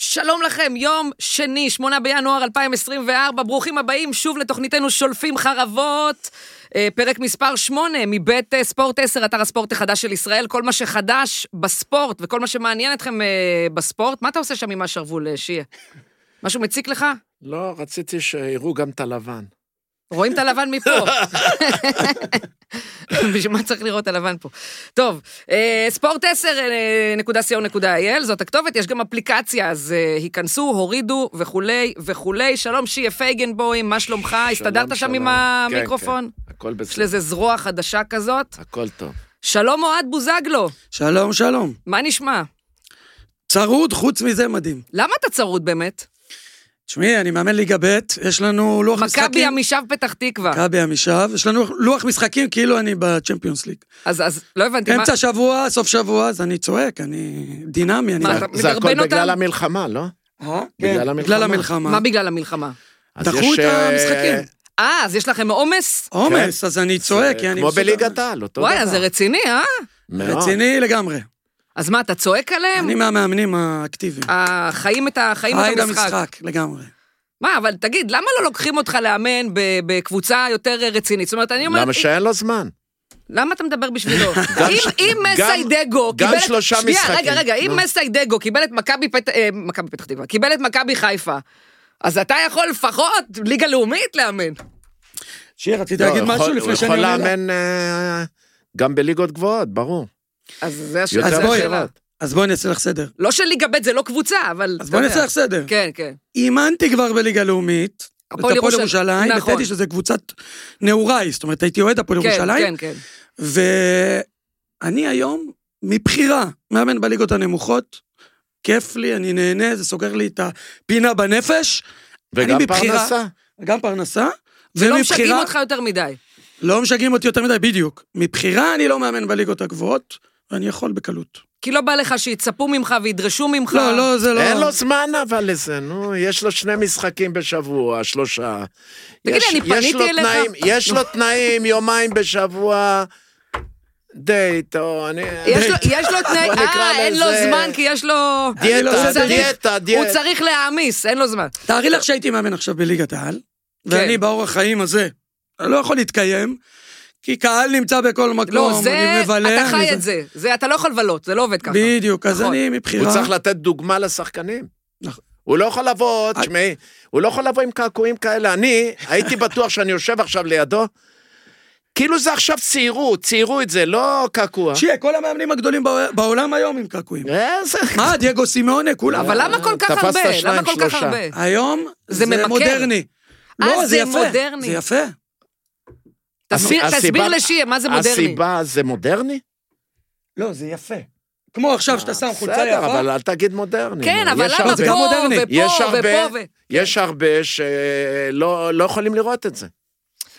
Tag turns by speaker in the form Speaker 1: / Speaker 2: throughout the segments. Speaker 1: שלום לכם, יום שני, 8 בינואר 2024, ברוכים הבאים שוב לתוכניתנו שולפים חרבות. אה, פרק מספר 8 מבית אה, ספורט 10, אתר הספורט החדש של ישראל, כל מה שחדש בספורט וכל מה שמעניין אתכם אה, בספורט. מה אתה עושה שם עם השרוול, אה, שיה? משהו מציק לך?
Speaker 2: לא, רציתי שיראו גם את הלבן.
Speaker 1: אה, רואים את הלבן מפה. בשביל מה צריך לראות את הלבן פה? טוב, אה, sport10.co.il, זאת הכתובת, יש גם אפליקציה, אז אה, היכנסו, הורידו וכולי וכולי. שלום, שיה פייגנבוים, מה שלומך? הסתדרת שם
Speaker 2: שלום.
Speaker 1: עם
Speaker 2: כן,
Speaker 1: המיקרופון?
Speaker 2: כן, הכל
Speaker 1: יש
Speaker 2: בסדר,
Speaker 1: לזה זרוע חדשה כזאת.
Speaker 2: הכל טוב.
Speaker 1: שלום, אוהד בוזגלו,
Speaker 3: שלום, שלום.
Speaker 1: מה נשמע?
Speaker 3: צרוד, חוץ מזה מדהים.
Speaker 1: למה אתה צרוד באמת?
Speaker 3: תשמעי, אני מאמן ליגה ב', יש לנו לוח משחקים... כן.
Speaker 1: מכבי עמישב פתח תקווה.
Speaker 3: מכבי עמישב. יש לנו לוח משחקים כאילו אני בצ'מפיונס ליג.
Speaker 1: אז אז לא הבנתי מה...
Speaker 3: אמצע שבוע, סוף שבוע, אז אני צועק, אני דינמי, אני...
Speaker 1: מה אתה-
Speaker 2: זה הכל
Speaker 1: מדרבן
Speaker 2: בגלל
Speaker 1: אותם?
Speaker 2: המלחמה, לא?
Speaker 3: אה?
Speaker 2: בגלל
Speaker 3: כן,
Speaker 2: המלחמה.
Speaker 3: בגלל המלחמה.
Speaker 1: מה בגלל המלחמה?
Speaker 2: אז
Speaker 3: דחו
Speaker 2: יש,
Speaker 3: את
Speaker 2: אה,
Speaker 3: המשחקים.
Speaker 1: אה, אז יש לכם עומס?
Speaker 3: עומס, אז אני צועק, כי אני...
Speaker 2: כמו
Speaker 3: מסודר.
Speaker 2: בליגת העל, אה. אותו דבר.
Speaker 1: וואלה, זה רציני, אה?
Speaker 2: מאוד.
Speaker 3: רציני לגמרי.
Speaker 1: כן. אז מה, אתה צועק עליהם?
Speaker 3: אני מהמאמנים האקטיביים.
Speaker 1: החיים את החיים אה, את
Speaker 3: חי
Speaker 1: המשחק.
Speaker 3: למשחק, לגמרי.
Speaker 1: מה, אבל תגיד, למה לא לוקחים אותך לאמן ב- בקבוצה יותר רצינית? זאת אומרת, אני אה, אומרת,
Speaker 2: למה שאין לו זמן?
Speaker 1: למה אתה מדבר בשבילו?
Speaker 2: גם
Speaker 1: אם-
Speaker 2: ש-
Speaker 1: אם
Speaker 2: גם-
Speaker 1: מסיידגו
Speaker 2: גם
Speaker 1: קיבל... את-
Speaker 2: שלושה
Speaker 1: שנייה,
Speaker 2: משחקים.
Speaker 1: רגע, רגע, אם
Speaker 2: נו.
Speaker 1: מסיידגו קיבל את מכבי פת- אה, מכבי פתח תקווה, קיבל את מכבי חיפה, אז אתה יכול לפחות ליגה לאומית לאמן.
Speaker 3: שיר, רצית
Speaker 2: לא,
Speaker 3: להגיד
Speaker 2: הוא
Speaker 3: משהו
Speaker 2: יכול-
Speaker 3: לפני שאני
Speaker 2: הוא
Speaker 3: עונה?
Speaker 2: יכול לאמן אה, גם בליגות גבוהות, ברור.
Speaker 1: אז זה הש-
Speaker 2: יותר
Speaker 1: זה
Speaker 3: בואי.
Speaker 1: השאלה.
Speaker 3: אז בואי אני אעשה לך סדר.
Speaker 1: לא שליגה ב' זה לא קבוצה, אבל...
Speaker 3: אז
Speaker 1: אתה
Speaker 3: בואי אני
Speaker 1: יודע.
Speaker 3: אעשה לך סדר.
Speaker 1: כן, כן.
Speaker 3: אימנתי כבר בליגה לאומית. את
Speaker 1: הפועל
Speaker 3: הפועל
Speaker 1: ירושלים,
Speaker 3: ירושלים,
Speaker 1: נכון.
Speaker 3: נכון. שזו קבוצת נעוריי, זאת אומרת, הייתי אוהד הפועל
Speaker 1: כן, כן,
Speaker 3: ירושלים,
Speaker 1: כן.
Speaker 3: ואני היום, מבחירה, מאמן בליגות הנמוכות, כיף לי, אני נהנה, זה סוגר לי את הפינה בנפש,
Speaker 2: וגם
Speaker 3: מבחירה-
Speaker 2: פרנסה.
Speaker 3: גם פרנסה,
Speaker 1: לא
Speaker 3: ומבחירה...
Speaker 1: משגעים אותך יותר מדי.
Speaker 3: לא משגעים אותי יותר מדי, בדיוק. מבחירה אני לא מאמן בליגות הגבוהות, ואני יכול בקלות.
Speaker 1: כי לא בא לך שיצפו ממך וידרשו ממך.
Speaker 3: לא, לא, זה לא...
Speaker 2: אה. אין לו זמן אבל לזה, נו, יש לו שני משחקים בשבוע, שלושה.
Speaker 1: תגיד לי,
Speaker 2: יש-
Speaker 1: אני
Speaker 2: יש
Speaker 1: פניתי
Speaker 2: לו
Speaker 1: אליך?
Speaker 2: תנאים- יש לו תנאים יומיים בשבוע, דייט, או אני...
Speaker 1: יש לו, יש לו תנאי,
Speaker 2: בוא נקרא
Speaker 1: אה, אין
Speaker 2: לזה-
Speaker 1: לו זמן כי יש לו...
Speaker 2: דיאטה,
Speaker 1: הוא צריך-
Speaker 2: דיאטה, דיאטה.
Speaker 1: לא הוא צריך להעמיס, אין לו זמן.
Speaker 3: תארי לך שהייתי מאמן עכשיו בליגת העל,
Speaker 1: כן.
Speaker 3: ואני באורח חיים הזה, אני לא יכול להתקיים, כי קהל נמצא בכל מקום,
Speaker 1: לא, זה,
Speaker 3: אני מבלה.
Speaker 1: אתה חי
Speaker 3: אני
Speaker 1: את זה. זה, אתה לא יכול לבלות, זה לא עובד ככה.
Speaker 3: בדיוק, אז
Speaker 1: נכון.
Speaker 3: אני
Speaker 2: הוא
Speaker 3: מבחירה...
Speaker 2: צריך לתת דוגמה לשחקנים.
Speaker 3: אה? נכון.
Speaker 2: הוא לא יכול לבוא,
Speaker 3: אה.
Speaker 2: תשמעי, הוא לא יכול לבוא עם קעקועים כאלה. אני הייתי בטוח שאני יושב עכשיו לידו, כאילו זה עכשיו ציירו, ציירו את זה, לא קעקוע.
Speaker 3: שיהיה, כל המאמנים הגדולים בעו- בעולם היום עם קעקועים.
Speaker 2: איזה...
Speaker 3: מה, דייגו סימאונה, כולם.
Speaker 1: כן. אבל למה כל כך
Speaker 2: תפסת
Speaker 1: הרבה? למה
Speaker 2: שניים,
Speaker 1: כל כך
Speaker 2: שלושה.
Speaker 1: הרבה?
Speaker 3: היום
Speaker 1: זה
Speaker 3: זה
Speaker 1: ממכר.
Speaker 3: מודרני.
Speaker 1: אה,
Speaker 3: לא,
Speaker 1: זה
Speaker 3: זה יפה.
Speaker 1: מודרני.
Speaker 3: זה יפה.
Speaker 1: תסביר-
Speaker 2: הסיבה-
Speaker 1: תסביר לשיה, מה זה מודרני?
Speaker 2: הסיבה זה מודרני?
Speaker 3: לא, זה יפה. כמו עכשיו
Speaker 1: אה,
Speaker 3: שאתה שם חולצה
Speaker 2: בסדר,
Speaker 3: יפה.
Speaker 2: אבל אל תגיד מודרני.
Speaker 1: כן,
Speaker 2: נו,
Speaker 1: אבל
Speaker 2: יש
Speaker 1: למה
Speaker 2: הרבה-
Speaker 3: זה גם
Speaker 1: פה
Speaker 3: מודרני.
Speaker 1: ופה
Speaker 2: יש הרבה-
Speaker 1: ופה ו... לא,
Speaker 2: יש הרבה שלא לא יכולים לראות את זה.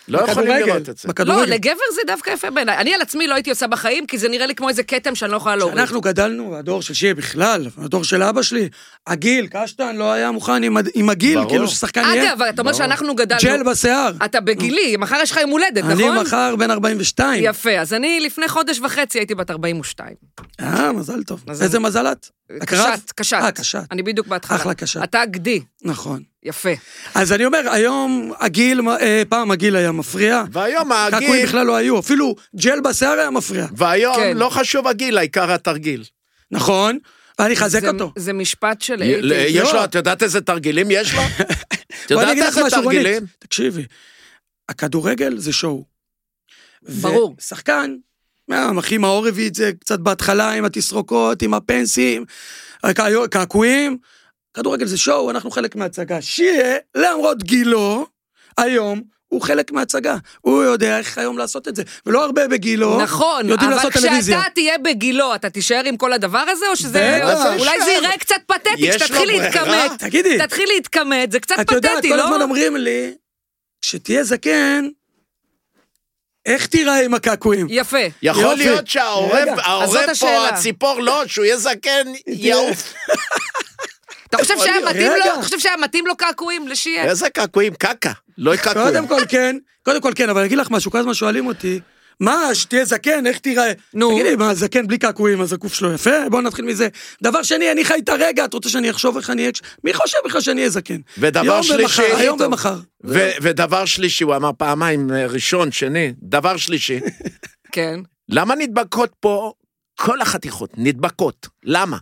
Speaker 2: לא יכולים
Speaker 3: בכדורגל,
Speaker 2: לראות את זה.
Speaker 1: לא,
Speaker 3: בכדורגל.
Speaker 1: לגבר זה דווקא יפה בעיניי. אני על עצמי לא הייתי עושה בחיים, כי זה נראה לי כמו איזה כתם שאני לא יכולה להוריד.
Speaker 3: אנחנו גדלנו, הדור של שיהיה בכלל, הדור של אבא שלי, הגיל, קשטן לא היה מוכן עם, הד- עם הגיל,
Speaker 2: ברור.
Speaker 3: כאילו ששחקן יהיה
Speaker 1: אגב, אתה אומר
Speaker 2: ברור.
Speaker 1: שאנחנו גדלנו.
Speaker 3: ג'ל בשיער.
Speaker 1: אתה בגילי, מחר יש לך יום הולדת, נכון?
Speaker 3: אני מחר בן 42.
Speaker 1: יפה, אז אני לפני חודש וחצי הייתי בת 42.
Speaker 3: אה, מזל טוב.
Speaker 1: מזל.
Speaker 3: איזה מזל את? הקרב?
Speaker 1: קשת, קשת.
Speaker 3: אה, קשת.
Speaker 1: אני בדיוק בהתחלה.
Speaker 3: אחלה קשת.
Speaker 1: אתה גדי,
Speaker 3: נכון.
Speaker 1: יפה.
Speaker 3: אז אני אומר, היום הגיל, אה, פעם הגיל היה מפריע.
Speaker 2: והיום
Speaker 3: קעקועים
Speaker 2: הגיל,
Speaker 3: בכלל לא היו, אפילו ג'ל בשיער היה מפריע.
Speaker 2: והיום
Speaker 1: כן.
Speaker 2: לא חשוב הגיל, העיקר התרגיל.
Speaker 3: נכון, ואני אחזק
Speaker 1: זה-
Speaker 3: אותו.
Speaker 1: זה משפט של
Speaker 2: ל-
Speaker 1: אייטי.
Speaker 2: יש
Speaker 3: לא.
Speaker 2: לו, את יודעת איזה תרגילים יש לו? את
Speaker 3: בואי אני
Speaker 2: יודעת
Speaker 3: אגיד לך
Speaker 2: איזה
Speaker 3: משהו, רונית.
Speaker 2: תרגילים?
Speaker 3: תקשיבי, הכדורגל זה שואו.
Speaker 1: ברור.
Speaker 3: ושחקן, מהמחים העורבית זה קצת בהתחלה עם התסרוקות, עם הפנסים, הקעיו- קעקועים. כדורגל זה שואו, אנחנו חלק מההצגה. שיה, למרות גילו, היום, הוא חלק מההצגה. הוא יודע איך היום לעשות את זה. ולא הרבה בגילו,
Speaker 1: נכון,
Speaker 3: יודעים
Speaker 1: אבל
Speaker 3: לעשות טלוויזיה.
Speaker 1: כשאתה תהיה בגילו, אתה תישאר עם כל הדבר הזה, או שזה...
Speaker 3: בטח.
Speaker 1: אולי זה יראה קצת פתטי,
Speaker 2: יש
Speaker 1: כשתתחיל
Speaker 2: לו ברירה?
Speaker 1: להתכמת.
Speaker 3: תגידי,
Speaker 1: תתחיל להתכמת, זה קצת
Speaker 3: את יודעת,
Speaker 1: פתטי,
Speaker 3: כל הזמן
Speaker 1: לא?
Speaker 3: אומרים לי, כשתהיה זקן, איך תיראה עם הקעקועים?
Speaker 1: יפה.
Speaker 2: יכול
Speaker 3: יופי.
Speaker 2: להיות שהעורב,
Speaker 3: רגע, אז
Speaker 1: זאת
Speaker 2: העורב
Speaker 1: השאלה.
Speaker 2: פה, הציפור לא, שהוא יהיה זקן, יעוף.
Speaker 1: אתה חושב
Speaker 2: יכול
Speaker 1: שהיה
Speaker 2: להיות.
Speaker 1: מתאים לו-
Speaker 3: רגע.
Speaker 1: אתה חושב שהיה מתאים לו קעקועים לשיהיה?
Speaker 2: איזה קעקועים, קקה, לא קעקועים.
Speaker 3: קודם כל כן, קודם כל כן, אבל אני אגיד לך משהו, כל הזמן שואלים אותי, מה, שתהיה זקן, איך תיראה?
Speaker 1: נו.
Speaker 3: תגידי, מה, זקן בלי קעקועים, אז הגוף שלו יפה? בואו נתחיל מזה. דבר שני, אני חי את הרגע, את רוצה שאני אחשוב איך אני אהיה? כש- מי חושב בכלל שאני אהיה זקן?
Speaker 2: ודבר
Speaker 3: יום
Speaker 2: שלישי-
Speaker 3: ומחר, היום
Speaker 2: טוב.
Speaker 3: ומחר.
Speaker 2: ו- ודבר שלישי, הוא אמר פעמיים, אה, ראשון, שני, דבר שלישי,
Speaker 1: כן.
Speaker 2: למה נדבקות פה כל החתיכות? נדבקות. למה?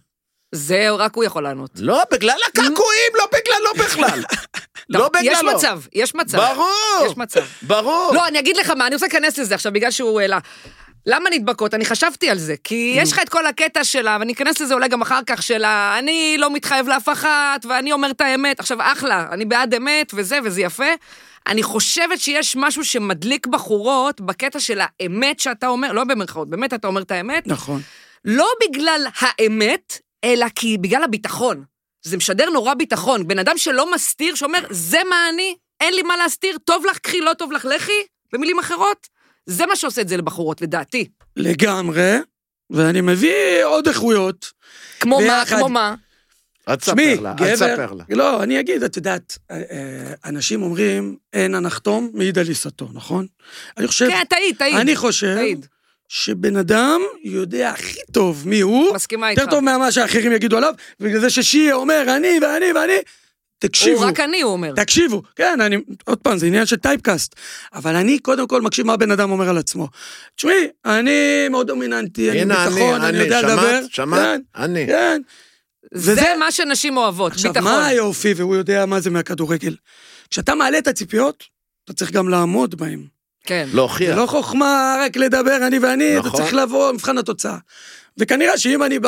Speaker 1: זה רק הוא יכול לענות.
Speaker 2: לא, בגלל הקעקועים, לא בגלל, לא בכלל. לא בגללו.
Speaker 1: יש מצב, יש מצב.
Speaker 2: ברור.
Speaker 1: יש מצב.
Speaker 2: ברור.
Speaker 1: לא, אני אגיד לך מה, אני רוצה להיכנס לזה עכשיו, בגלל שהוא העלה. למה נדבקות? אני חשבתי על זה, כי יש לך את כל הקטע שלה, ואני אכנס לזה אולי גם אחר כך, של ה- אני לא מתחייב לאף אחת, ואני אומר את האמת. עכשיו, אחלה, אני בעד אמת, וזה, וזה יפה. אני חושבת שיש משהו שמדליק בחורות בקטע של האמת שאתה אומר, לא במרכאות, באמת אתה אומר את האמת,
Speaker 3: נכון.
Speaker 1: לא בגלל האמת, אלא כי בגלל הביטחון. זה משדר נורא ביטחון. בן אדם שלא מסתיר, שאומר, זה מה אני, אין לי מה להסתיר, טוב לך קחי, לא טוב לך לכי, במילים אחרות, זה מה שעושה את זה לבחורות, לדעתי.
Speaker 3: לגמרי, ואני מביא עוד איכויות.
Speaker 1: כמו מה,
Speaker 3: ביחד.
Speaker 1: כמו מה.
Speaker 2: אל
Speaker 3: תשמעי,
Speaker 2: תספר לה, אל
Speaker 3: גבר,
Speaker 2: תספר לה.
Speaker 3: לא, אני אגיד, את יודעת, אה, אה, אנשים אומרים, אין הנחתום מעיד על עיסתו, נכון? אני חושב,
Speaker 1: כן, תעיד, תעיד.
Speaker 3: אני חושב
Speaker 1: תעיד.
Speaker 3: שבן אדם יודע הכי טוב מי הוא,
Speaker 1: מסכימה איתך.
Speaker 3: יותר טוב ממה שהאחרים יגידו עליו, בגלל זה ששיהיה אומר, אני ואני ואני, תקשיבו.
Speaker 1: הוא רק אני, הוא אומר.
Speaker 3: תקשיבו, כן, אני, עוד פעם, זה עניין של טייפקאסט, אבל אני קודם כל מקשיב מה הבן אדם אומר על עצמו. תשמעי, אני מאוד דומיננטי, אני
Speaker 2: הנה, אני,
Speaker 3: ביטחון, אני
Speaker 2: אני,
Speaker 3: יודע לדבר.
Speaker 2: שמעת? שמעת?
Speaker 3: כן,
Speaker 2: אני.
Speaker 3: כן.
Speaker 1: זה
Speaker 3: וזה-
Speaker 1: מה שנשים אוהבות,
Speaker 3: עכשיו,
Speaker 1: ביטחון.
Speaker 3: מה היופי, והוא יודע מה זה מהכדורגל? כשאתה מעלה את הציפיות, אתה צריך גם לעמוד בהן.
Speaker 1: כן.
Speaker 2: להוכיח.
Speaker 3: זה לא חוכמה רק לדבר, אני ואני, אתה
Speaker 2: נכון.
Speaker 3: צריך לבוא, מבחן התוצאה. וכנראה שאם אני ב...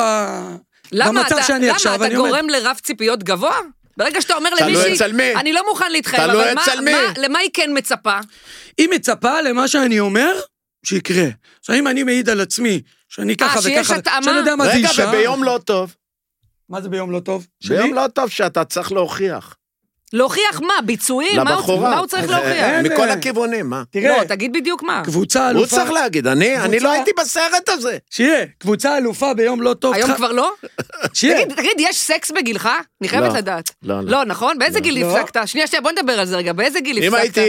Speaker 1: למה
Speaker 3: במצב
Speaker 1: אתה-
Speaker 3: שאני עכשיו,
Speaker 1: למה אתה
Speaker 3: אני אומר-
Speaker 1: גורם לרף ציפיות גבוה? ברגע שאתה אומר
Speaker 2: תלוי
Speaker 1: למישהי,
Speaker 2: אצל מי.
Speaker 1: אני לא מוכן להתחייב,
Speaker 2: תלוי
Speaker 1: אבל מה-
Speaker 2: אצל מי.
Speaker 1: מה- למה היא כן מצפה?
Speaker 3: היא מצפה למה שאני אומר שיקרה. עכשיו, אם אני מעיד על עצמי, שאני ככה
Speaker 1: אה, שיש
Speaker 3: וככה,
Speaker 1: התאמה?
Speaker 3: שאני יודע מה זה
Speaker 2: רגע,
Speaker 3: אישה.
Speaker 2: וביום לא טוב.
Speaker 3: מה זה ביום לא טוב?
Speaker 2: ביום
Speaker 3: שלי?
Speaker 2: לא טוב שאתה צריך להוכיח.
Speaker 1: להוכיח מה? ביצועים? מה הוא-
Speaker 2: לבחורה. אה,
Speaker 1: מה הוא צריך
Speaker 3: אז
Speaker 1: להוכיח?
Speaker 3: אין-
Speaker 2: מכל הכיוונים, מה?
Speaker 3: תראה,
Speaker 1: לא, תגיד בדיוק מה.
Speaker 3: קבוצה
Speaker 2: הוא
Speaker 3: אלופה...
Speaker 2: צריך להגיד, אני אני לא
Speaker 3: קבוצה-
Speaker 2: הייתי בסרט הזה.
Speaker 3: שיהיה, קבוצה אלופה ביום לא טוב.
Speaker 1: היום
Speaker 3: תח-
Speaker 1: כבר לא?
Speaker 3: שיהיה.
Speaker 1: תגיד, תגיד, יש סקס בגילך? אני חייבת
Speaker 2: לא.
Speaker 1: לדעת.
Speaker 2: לא, לא.
Speaker 1: לא, נכון? באיזה גיל
Speaker 3: לא.
Speaker 1: הפסקת? שנייה, שנייה, בוא נדבר על זה רגע. באיזה גיל הפסקת?
Speaker 2: אם הייתי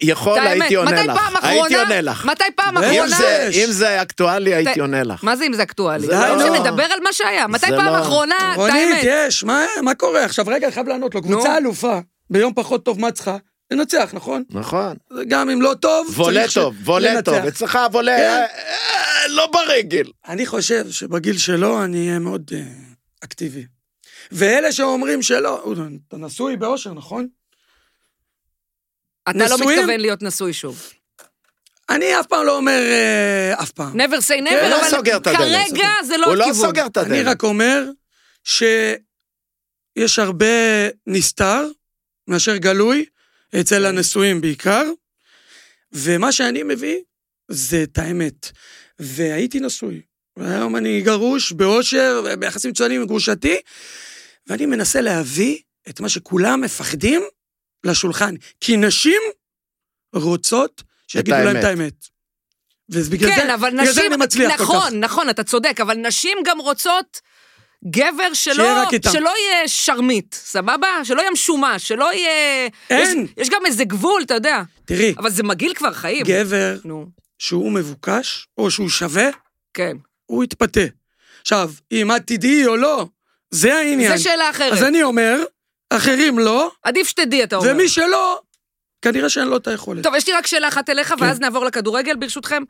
Speaker 2: יכול,
Speaker 1: את האמת,
Speaker 2: הייתי עונה לך.
Speaker 1: מתי פעם אחרונה?
Speaker 2: הייתי עונה לך.
Speaker 1: מתי פעם
Speaker 3: אם
Speaker 2: אם
Speaker 1: אחרונה?
Speaker 2: זה-
Speaker 3: יש.
Speaker 2: אם זה היה אקטואלי,
Speaker 1: ת-
Speaker 2: הייתי עונה לך.
Speaker 1: מה זה אם זה אקטואלי?
Speaker 2: זה
Speaker 1: לא
Speaker 3: לא.
Speaker 1: שנדבר על מה שהיה. מתי
Speaker 2: זה
Speaker 1: פעם
Speaker 2: לא.
Speaker 1: אחרונה? אה, את
Speaker 3: רונית,
Speaker 1: האמת.
Speaker 3: יש, מה- מה קורה? עכשיו, רגע, אני חייב לענות לו. קבוצה אלופה, ביום פחות טוב, מה צריכה? לנצח, נכון?
Speaker 2: נכון.
Speaker 3: גם אם לא טוב,
Speaker 2: וולה
Speaker 3: צריך ש-
Speaker 2: טוב, וולה
Speaker 3: לנצח.
Speaker 2: טוב. אצלך וולה
Speaker 3: כן.
Speaker 2: אה, לא ברגל.
Speaker 3: אני חושב שבגיל שלו אני אהיה מאוד אה, אקטיבי. ואלה שאומרים שלא, הוא- אתה נשוי באושר, נכון?
Speaker 1: אתה לא
Speaker 3: נשואים?
Speaker 1: מתכוון להיות נשוי שוב.
Speaker 3: אני אף פעם לא אומר אה, אף פעם.
Speaker 1: never say
Speaker 3: הוא
Speaker 1: never,
Speaker 3: לא
Speaker 1: אבל
Speaker 2: כן, סוגר את הדלת.
Speaker 1: כרגע זה לא
Speaker 2: הוא לא
Speaker 1: הכיוון.
Speaker 2: סוגר את
Speaker 3: אני
Speaker 2: הדלת.
Speaker 3: רק אומר שיש הרבה נסתר מאשר גלוי, אצל הנשואים בעיקר, ומה שאני מביא זה את האמת. והייתי נשוי, והיום אני גרוש, באושר, ביחסים מצוינים עם גרושתי, ואני מנסה להביא את מה שכולם מפחדים לשולחן, כי נשים רוצות שיגידו להם את
Speaker 2: האמת.
Speaker 3: האמת. ובגלל
Speaker 1: כן,
Speaker 3: זה,
Speaker 1: אבל
Speaker 3: בגלל זה
Speaker 1: נשים...
Speaker 3: אני מצליח כל כך.
Speaker 1: נכון, נכון, אתה צודק, אבל נשים גם רוצות גבר שלא,
Speaker 3: שיהיה רק איתם.
Speaker 1: שלא יהיה שרמית, סבבה? שלא יהיה משומש, שלא יהיה...
Speaker 3: אין.
Speaker 1: יש, יש גם איזה גבול, אתה יודע.
Speaker 3: תראי,
Speaker 1: אבל זה מגעיל כבר, חיים.
Speaker 3: גבר
Speaker 1: נו,
Speaker 3: שהוא מבוקש, או שהוא שווה,
Speaker 1: כן.
Speaker 3: הוא יתפתה. עכשיו, אם את תדעי או לא, זה העניין.
Speaker 1: זו שאלה אחרת.
Speaker 3: אז אני אומר, אחרים לא,
Speaker 1: עדיף שתדעי, אתה אומר.
Speaker 3: ומי שלא, כנראה שאין לו את היכולת.
Speaker 1: טוב, יש לי רק שאלה אחת
Speaker 3: כן.
Speaker 1: אליך, ואז נעבור לכדורגל, ברשותכם.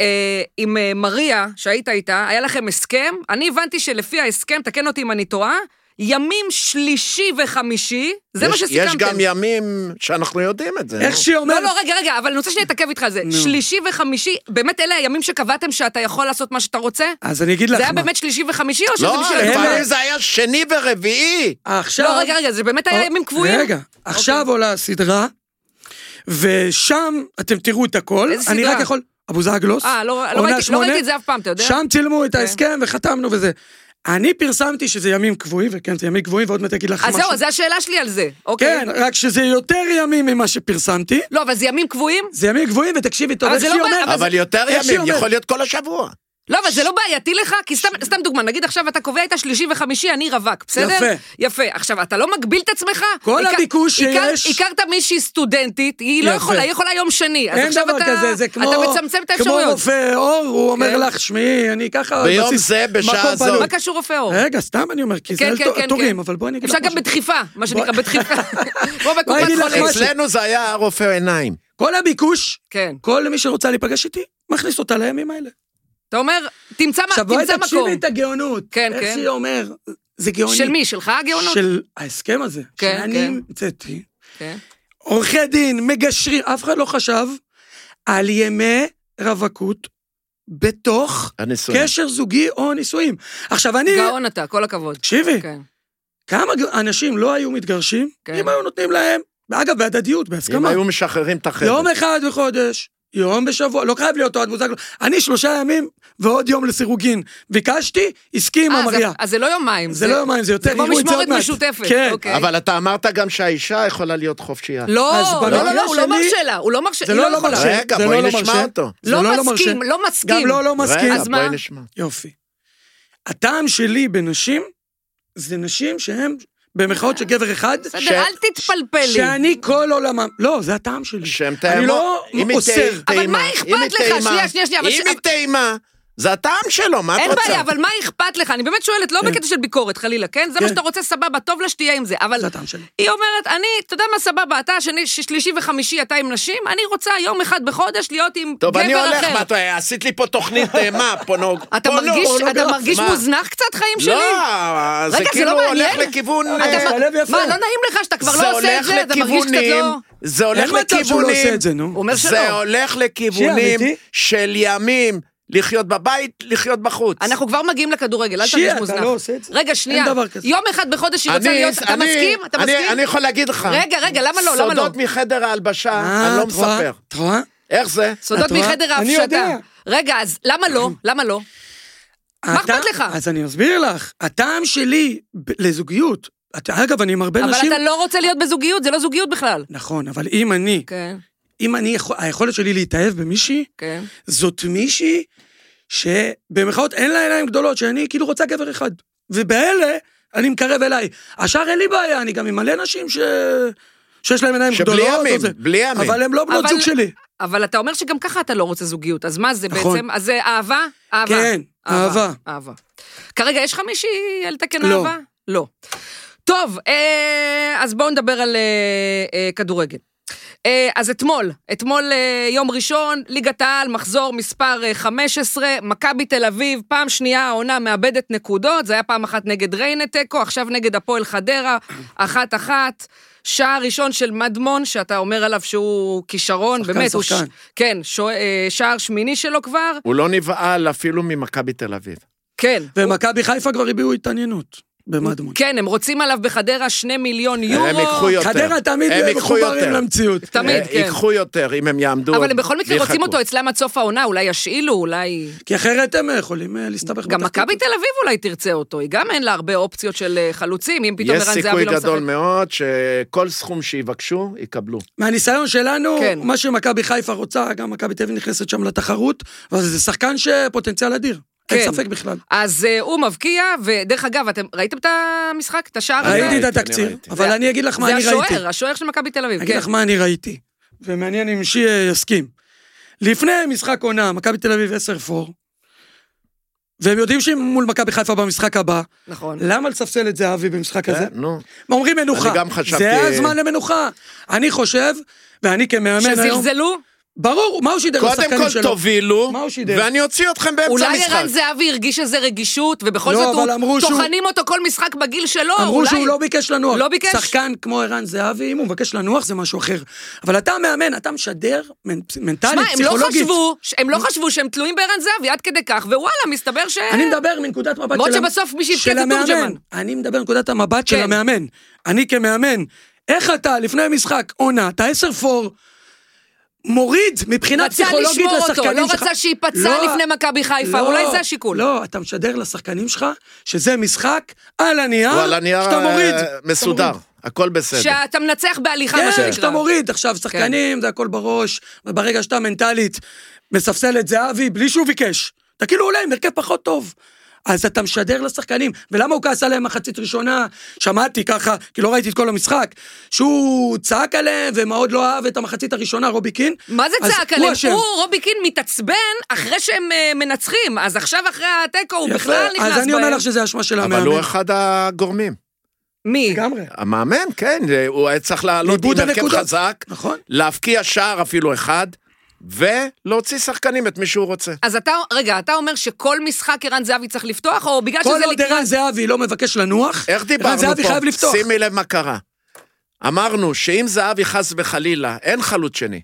Speaker 1: אה, עם אה, מריה, שהיית איתה, היה לכם הסכם. אני הבנתי שלפי ההסכם, תקן אותי אם אני טועה, ימים שלישי וחמישי, זה מה
Speaker 2: יש-
Speaker 1: שסיכמתם.
Speaker 2: יש גם ימים שאנחנו יודעים את זה.
Speaker 3: איך
Speaker 2: נו.
Speaker 3: שהיא
Speaker 1: לא,
Speaker 3: אומרת,
Speaker 1: לא, רגע, רגע, אבל אני רוצה שנתעכב איתך על זה. שלישי וחמישי, באמת אלה הימים שקבעתם שאתה יכול לעשות מה שאתה רוצה?
Speaker 3: אז אני אגיד לך
Speaker 1: זה היה
Speaker 3: מה.
Speaker 1: באמת שלישי וחמישי, או שזה
Speaker 2: לא,
Speaker 1: בשביל...
Speaker 3: אין
Speaker 2: לפעמים
Speaker 3: להם.
Speaker 2: זה היה שני ורביעי.
Speaker 3: עכשיו...
Speaker 1: לא, רגע, רגע, זה באמת היה ימים קבועים?
Speaker 3: אה,
Speaker 1: אוקיי.
Speaker 3: רגע, עכשיו עולה הסדרה, ושם אתם תראו את הכל.
Speaker 1: איזה
Speaker 3: אני
Speaker 1: סדרה?
Speaker 3: רק יכול... אבוזגלוס,
Speaker 1: אה, לא- לא
Speaker 3: עונה
Speaker 1: ראיתי- לא
Speaker 3: שמונה.
Speaker 1: ראיתי את זה אף פעם, אתה יודע? כן.
Speaker 3: שם צילמו את ההסכם וחתמנו וזה. אני פרסמתי שזה ימים קבועים, וכן, זה ימים קבועים, ועוד מעט אגיד לך
Speaker 1: אז
Speaker 3: משהו.
Speaker 1: זהו, זו השאלה שלי על זה. אוקיי.
Speaker 3: כן, רק שזה יותר ימים ממה שפרסמתי.
Speaker 1: לא, אבל זה ימים קבועים?
Speaker 3: זה ימים גבוהים, ותקשיבי טוב,
Speaker 1: אבל
Speaker 3: איך
Speaker 1: זה
Speaker 3: שהיא
Speaker 1: לא בא-
Speaker 3: אומרת.
Speaker 1: אבל
Speaker 2: אבל יותר
Speaker 3: איך שהיא
Speaker 2: ימים,
Speaker 3: אומרת?
Speaker 2: יכול להיות כל השבוע.
Speaker 1: לא, אבל זה לא בעייתי לך? כי סתם, סתם דוגמה, נגיד עכשיו אתה קובע את השלישי וחמישי, אני רווק, בסדר?
Speaker 3: יפה.
Speaker 1: יפה. עכשיו, אתה לא מגביל את עצמך?
Speaker 3: כל
Speaker 1: הכר-
Speaker 3: הביקוש
Speaker 1: הכר-
Speaker 3: שיש-
Speaker 1: הכרת מישהי סטודנטית, היא לא
Speaker 3: יפה.
Speaker 1: יכולה, היא יכולה יום שני. אז
Speaker 3: אין
Speaker 1: עכשיו
Speaker 3: דבר
Speaker 1: אתה-
Speaker 3: כזה, זה כמו...
Speaker 1: אתה מצמצם את
Speaker 3: כמו
Speaker 1: האפשרויות.
Speaker 3: רופא אור, הוא אומר
Speaker 1: כן.
Speaker 3: לך, שמעי, אני ככה... על
Speaker 2: ביום
Speaker 3: בסיס
Speaker 2: זה, בשעה
Speaker 3: מקום
Speaker 2: הזאת."
Speaker 3: פנוי."
Speaker 1: מה קשור רופא אור?
Speaker 3: רגע, סתם אני אומר, כי זה
Speaker 1: כן,
Speaker 3: על
Speaker 1: כן,
Speaker 3: תור-
Speaker 1: כן,
Speaker 3: תורים,
Speaker 1: כן.
Speaker 3: אבל בואי אני אגיד לך
Speaker 1: אפשר
Speaker 3: משהו.
Speaker 1: גם בדחיפה, מה שנקרא,
Speaker 3: לא, בוא-
Speaker 1: בדחיפה. כמו בקופת
Speaker 3: אגיד לך
Speaker 1: חולים.
Speaker 3: משהו.
Speaker 2: אצלנו זה היה רופא עיניים.
Speaker 3: כל הביקוש,
Speaker 1: כן.
Speaker 3: כל מי שרוצה להיפגש איתי, מכניס אותה לימים האלה.
Speaker 1: אתה אומר, תמצא מה-
Speaker 3: עכשיו בואי
Speaker 1: תמצא
Speaker 3: תקשיבי
Speaker 1: מקום.
Speaker 3: את הגאונות.
Speaker 1: כן,
Speaker 3: איך
Speaker 1: כן.
Speaker 3: שהיא אומר, זה גאוני.
Speaker 1: של מי? שלך הגאונות?
Speaker 3: של ההסכם הזה.
Speaker 1: כן,
Speaker 3: שאני
Speaker 1: כן.
Speaker 3: המצאתי.
Speaker 1: כן.
Speaker 3: עורכי דין, מגשרים, אף אחד לא חשב על ימי רווקות בתוך
Speaker 2: הנישואים.
Speaker 3: קשר זוגי או נישואים. עכשיו אני,
Speaker 1: גאון אתה, כל הכבוד.
Speaker 3: תקשיבי,
Speaker 1: כן.
Speaker 3: כמה ג- אנשים לא היו מתגרשים
Speaker 1: כן.
Speaker 3: אם היו נותנים להם, אגב, בהדדיות,
Speaker 2: אם
Speaker 3: בהסכמה.
Speaker 2: היו משחררים את החדר.
Speaker 3: יום אחד בחודש, יום בשבוע, לא חייב להיות אוהד בוזגלו. אני שלושה ימים ועוד יום לסירוגין. ביקשתי, הסכים
Speaker 1: אה, זה-
Speaker 3: המריה.
Speaker 1: אז זה לא יומיים.
Speaker 3: זה לא יומיים, זה יותר,
Speaker 1: זה כמו
Speaker 3: יראו את זה
Speaker 1: משמורת
Speaker 3: עוד מעט.
Speaker 1: משותפת.
Speaker 3: כן.
Speaker 1: אוקיי.
Speaker 2: אבל אתה אמרת גם שהאישה יכולה להיות חופשייה.
Speaker 1: לא,
Speaker 3: אז
Speaker 1: לא, לא,
Speaker 3: במקרה
Speaker 1: לא, הוא לא
Speaker 3: שלי-
Speaker 1: מרשה לה, הוא לא מרשה,
Speaker 3: זה
Speaker 1: היא
Speaker 3: לא
Speaker 1: לא
Speaker 3: לא
Speaker 1: יכולה.
Speaker 3: מרשה.
Speaker 2: רגע,
Speaker 3: זה
Speaker 2: בואי
Speaker 3: לא לא
Speaker 2: נשמע
Speaker 3: מרשה.
Speaker 2: אותו.
Speaker 3: זה לא
Speaker 1: לא
Speaker 3: לא
Speaker 1: מסכים,
Speaker 3: מרשה.
Speaker 1: לא מסכים.
Speaker 3: גם לא לא מסכים.
Speaker 2: רגע,
Speaker 1: אז מה?
Speaker 2: בואי נשמע.
Speaker 3: יופי. הטעם שלי בנשים, זה נשים שהן במרכאות של גבר אחד,
Speaker 1: בסדר,
Speaker 2: ש-
Speaker 1: אל תתפלפלי.
Speaker 3: שאני כל עולמם, לא, זה הטעם שלי.
Speaker 2: שהם
Speaker 3: אני
Speaker 2: טעימה.
Speaker 3: לא
Speaker 2: אם היא
Speaker 3: אוסר.
Speaker 2: טעי-
Speaker 1: אבל
Speaker 2: טעימה,
Speaker 1: מה
Speaker 2: אם
Speaker 1: אכפת
Speaker 2: היא
Speaker 1: לך?
Speaker 2: טעימה,
Speaker 1: שנייה, שנייה, שנייה, אבל ש-
Speaker 2: אם היא טעימה, זה הטעם שלו, מה את
Speaker 1: אין
Speaker 2: רוצה?
Speaker 1: בעיה, אבל מה אכפת לך? אני באמת שואלת, לא בקטע של ביקורת, חלילה, כן? זה מה
Speaker 3: כן.
Speaker 1: שאתה רוצה, סבבה, טוב לה שתהיה עם זה. אבל
Speaker 3: זה הטעם שלי.
Speaker 1: היא אומרת, אני, אתה יודע מה, סבבה, אתה שני- ש- שלישי וחמישי, אתה עם נשים, אני רוצה יום אחד בחודש להיות עם
Speaker 2: טוב, אני
Speaker 1: גבר
Speaker 2: הולך,
Speaker 1: אחר.
Speaker 2: מה, אתה- לא, עשית לי פה תוכנית, אה, מה, פונוג...
Speaker 1: אתה
Speaker 2: פונו-
Speaker 1: מרגיש- אתה
Speaker 2: פורנוגרף,
Speaker 1: מרגיש
Speaker 2: מה?
Speaker 1: מוזנח קצת, חיים שלי?
Speaker 2: לא, זה
Speaker 1: רגע, זה
Speaker 2: כאילו
Speaker 1: לא
Speaker 2: הולך
Speaker 1: מעניין?
Speaker 2: לכיוון...
Speaker 1: אתה-
Speaker 2: אה,
Speaker 3: זה הלב יפה.
Speaker 1: מה, לא נעים לך שאתה כבר לא עושה את זה? אתה מרגיש קצת לא...
Speaker 2: זה הולך
Speaker 3: אין
Speaker 2: לכיוונים,
Speaker 3: מצב שהוא לא עושה את זה, נו.
Speaker 1: הוא אומר
Speaker 2: זה
Speaker 1: שלא.
Speaker 2: הולך לכיוונים
Speaker 3: אמיתי?
Speaker 2: של ימים, לחיות בבית, לחיות בחוץ.
Speaker 1: אנחנו כבר מגיעים לכדורגל, אל
Speaker 3: שיהיה,
Speaker 1: תרגיש
Speaker 3: אתה
Speaker 1: מוזנח.
Speaker 3: לא עושה את זה.
Speaker 1: רגע, שנייה.
Speaker 3: אין דבר כזה.
Speaker 1: יום אחד בחודש היא רוצה
Speaker 2: אני-
Speaker 1: להיות... אתה
Speaker 2: אני-
Speaker 1: מסכים? אתה
Speaker 2: אני-
Speaker 1: מסכים?
Speaker 2: אני יכול להגיד לך.
Speaker 1: רגע, רגע, למה לא? למה לא?
Speaker 2: סודות מחדר ההלבשה,
Speaker 3: אה,
Speaker 2: אני לא
Speaker 3: את רואה?
Speaker 2: מספר.
Speaker 3: את רואה?
Speaker 2: איך זה?
Speaker 1: סודות
Speaker 3: את רואה?
Speaker 1: מחדר
Speaker 3: אני
Speaker 1: ההפשטה.
Speaker 3: יודע.
Speaker 1: רגע, אז למה לא? למה לא? מה
Speaker 3: הטעם-
Speaker 1: אכפת לך?
Speaker 3: אז אני מסביר לך, הטעם שלי ב- לזוגיות, את- אגב, אני עם הרבה
Speaker 1: אבל
Speaker 3: נשים...
Speaker 1: אתה לא רוצה להיות בזוגיות, זה לא זוגיות בכלל.
Speaker 3: נכון, אבל אם אני,
Speaker 1: כן,
Speaker 3: אם אני, יכול- היכולת שלי להתאהב במישהי,
Speaker 1: כן.
Speaker 3: זאת מישהי שבמרכאות אין לה עיניים גדולות, שאני כאילו רוצה גבר אחד. ובאלה, אני מקרב אליי. השאר אין לי בעיה, אני גם עם מלא נשים ש... שיש להם עיניים
Speaker 2: שבלי
Speaker 3: גדולות. או
Speaker 2: ימים,
Speaker 3: זה.
Speaker 2: בלי ימים.
Speaker 3: אבל הן לא בנות
Speaker 1: אבל-
Speaker 3: זוג שלי.
Speaker 1: אבל אתה אומר שגם ככה אתה לא רוצה זוגיות, אז מה זה
Speaker 3: נכון.
Speaker 1: בעצם? אז זה אהבה? אהבה.
Speaker 3: כן, אהבה.
Speaker 1: אהבה. כרגע יש לך מישהי על תקן
Speaker 3: לא.
Speaker 1: אהבה? לא. טוב, אה, אז בואו נדבר על אה, אה, כדורגל. אה, אז אתמול, אתמול אה, יום ראשון, ליגת העל, מחזור מספר אה, 15, מכבי תל אביב, פעם שנייה העונה מאבדת נקודות, זה היה פעם אחת נגד ריינה תיקו, עכשיו נגד הפועל חדרה, אחת-אחת. שער ראשון של מדמון, שאתה אומר עליו שהוא כישרון,
Speaker 3: שחקן,
Speaker 1: באמת, הוא
Speaker 3: שחקן.
Speaker 1: כן, שוע- אה, שער שמיני שלו כבר,
Speaker 2: הוא לא נבהל אפילו ממכבי תל אביב.
Speaker 1: כן.
Speaker 3: ומכבי חיפה כבר הביעו התעניינות במדמון.
Speaker 1: כן, הם רוצים עליו בחדרה שני מיליון יורו.
Speaker 2: הם ייקחו יותר.
Speaker 3: חדרה תמיד
Speaker 2: הם ייקחו
Speaker 3: מחוברים
Speaker 2: יותר.
Speaker 3: למציאות.
Speaker 1: תמיד,
Speaker 2: אה,
Speaker 1: כן.
Speaker 2: ייקחו יותר, אם הם יעמדו.
Speaker 1: אבל הם בכל מקרה
Speaker 2: ויחכו.
Speaker 1: רוצים אותו אצלם עד סוף העונה, אולי ישאילו, אולי...
Speaker 3: כי אחרת הם יכולים אה, להסתבך.
Speaker 1: גם
Speaker 3: בתחתית.
Speaker 1: מכבי תל אביב אולי תרצה אותו, היא גם אין לה הרבה אופציות של אה, חלוצים, אם פתאום
Speaker 2: יש
Speaker 1: ערן זהבי
Speaker 2: סיכוי
Speaker 1: לא משחק.
Speaker 2: גדול מאוד שכל סכום שיבקשו, יקבלו.
Speaker 3: אה? מהניסיון שלנו,
Speaker 1: כן.
Speaker 3: מה שמכבי חיפה רוצה, גם מכבי תל אביב נכנסת שם לתחרות, אבל זה שחקן שפוטנציאל אדיר.
Speaker 1: כן.
Speaker 3: אין ספק בכלל.
Speaker 1: אז אה, הוא מבקיע, ודרך אגב, אתם ראיתם את המשחק? את השער הזה?
Speaker 3: ראיתי
Speaker 2: ראיתי,
Speaker 3: את
Speaker 2: אני
Speaker 3: התקציר,
Speaker 2: ראיתי.
Speaker 3: אבל אני אגיד לך מה
Speaker 1: זה
Speaker 3: אני ראיתי.
Speaker 1: השוער, השוער של מכבי תל אביב,
Speaker 3: אגיד
Speaker 1: כן.
Speaker 3: לך מה אני ראיתי, ומעניין אם שי אה, יסכים. לפני משחק עונה, מכבי תל אביב 10-4, והם יודעים שהם מול מכבי חיפה במשחק הבא,
Speaker 1: נכון.
Speaker 3: למה לספסל את זהבי במשחק הזה?
Speaker 2: אה, נו.
Speaker 3: אומרים מנוחה.
Speaker 2: אני גם חשבתי-
Speaker 3: זה הזמן למנוחה. אני חושב, ואני כמאמן היום...
Speaker 1: שזלזלו?
Speaker 3: ברור, מה הוא שידר
Speaker 2: קודם
Speaker 3: לשחקנים
Speaker 2: כל
Speaker 3: שלו?
Speaker 2: תובילו,
Speaker 3: מה הוא שידר?
Speaker 2: ואני אוציא אתכם באמצע
Speaker 1: אולי
Speaker 2: המשחק.
Speaker 1: ערן זהבי הרגיש איזה רגישות, ובכל
Speaker 3: לא,
Speaker 1: זאת
Speaker 3: אבל
Speaker 1: הוא...
Speaker 3: אמרו שהוא-
Speaker 1: טוחנים אותו כל משחק בגיל שלו, אולי...
Speaker 3: אמרו שהוא לא ביקש לנוח.
Speaker 1: לא ביקש?
Speaker 3: שחקן כמו ערן זהבי, אם הוא מבקש לנוח זה משהו אחר. אבל אתה מאמן, אתה משדר מנ-
Speaker 1: שמע,
Speaker 3: מנטלית,
Speaker 1: הם לא
Speaker 3: פסיכולוגית.
Speaker 1: חשבו, הם לא חשבו שהם תלויים בערן זהבי עד כדי כך, ווואלה, מסתבר ש...
Speaker 3: אני מדבר מנקודת מבט
Speaker 1: למרות
Speaker 3: של המ-
Speaker 1: שבסוף מי שיבכה
Speaker 3: של
Speaker 1: זה
Speaker 3: המאמן.
Speaker 1: תורג'מן.
Speaker 3: אני מדבר מנקודת המבט של
Speaker 1: כן.
Speaker 3: המאמן. אני כמאמן, איך אתה לפני משחק עונה, אתה 10-4, מוריד מבחינה
Speaker 1: רצה
Speaker 3: פסיכולוגית
Speaker 1: לשמור אותו,
Speaker 3: לשחקנים
Speaker 1: לא
Speaker 3: שלך.
Speaker 1: רצה שייפצע לפני מכבי חיפה, אולי זה השיקול.
Speaker 3: לא, אתה משדר לשחקנים שלך שזה משחק על הנייר,
Speaker 2: הוא על הנייר
Speaker 3: שאתה
Speaker 2: אה,
Speaker 3: מוריד.
Speaker 2: מסודר, הכל בסדר.
Speaker 1: שאתה מנצח בהליכה, מה
Speaker 3: כן,
Speaker 1: שנקרא.
Speaker 3: כשאתה מוריד. עכשיו, שחקנים, זה הכל בראש, וברגע שאתה מנטלית מספסל את זהבי בלי שהוא ביקש. אתה כאילו עולה עם הרכב פחות טוב. אז אתה משדר לשחקנים, ולמה הוא כעס עליהם מחצית ראשונה? שמעתי ככה, כי לא ראיתי את כל המשחק, שהוא צעק עליהם ומאוד לא אהב את המחצית הראשונה, רובי קין.
Speaker 1: מה זה
Speaker 3: אז
Speaker 1: צעק
Speaker 3: הוא
Speaker 1: עליהם?
Speaker 3: אשם.
Speaker 1: הוא, רובי קין, מתעצבן אחרי שהם אה, מנצחים, אז עכשיו אחרי התיקו הוא
Speaker 3: יפה,
Speaker 1: בכלל נכנס בהם.
Speaker 3: אז אני אומר לך שזה אשמה של המאמן.
Speaker 2: אבל הוא אחד הגורמים.
Speaker 1: מי?
Speaker 3: לגמרי.
Speaker 2: המאמן, כן, זה- הוא היה צריך לעלות עם
Speaker 3: איבוד
Speaker 2: הרכב
Speaker 3: הנקודות.
Speaker 2: חזק,
Speaker 3: נכון.
Speaker 2: להבקיע שער אפילו אחד, ולהוציא שחקנים את מי שהוא רוצה.
Speaker 1: אז אתה, רגע, אתה אומר שכל משחק ערן זהבי צריך לפתוח, או בגלל שזה
Speaker 3: כל עוד
Speaker 1: לקראת...
Speaker 3: ערן זהבי לא מבקש לנוח,
Speaker 2: איך דיברנו פה?
Speaker 3: זהבי חייב לפתוח.
Speaker 2: שימי לב מה קרה. אמרנו שאם זהבי חס וחלילה, אין חלוץ שני.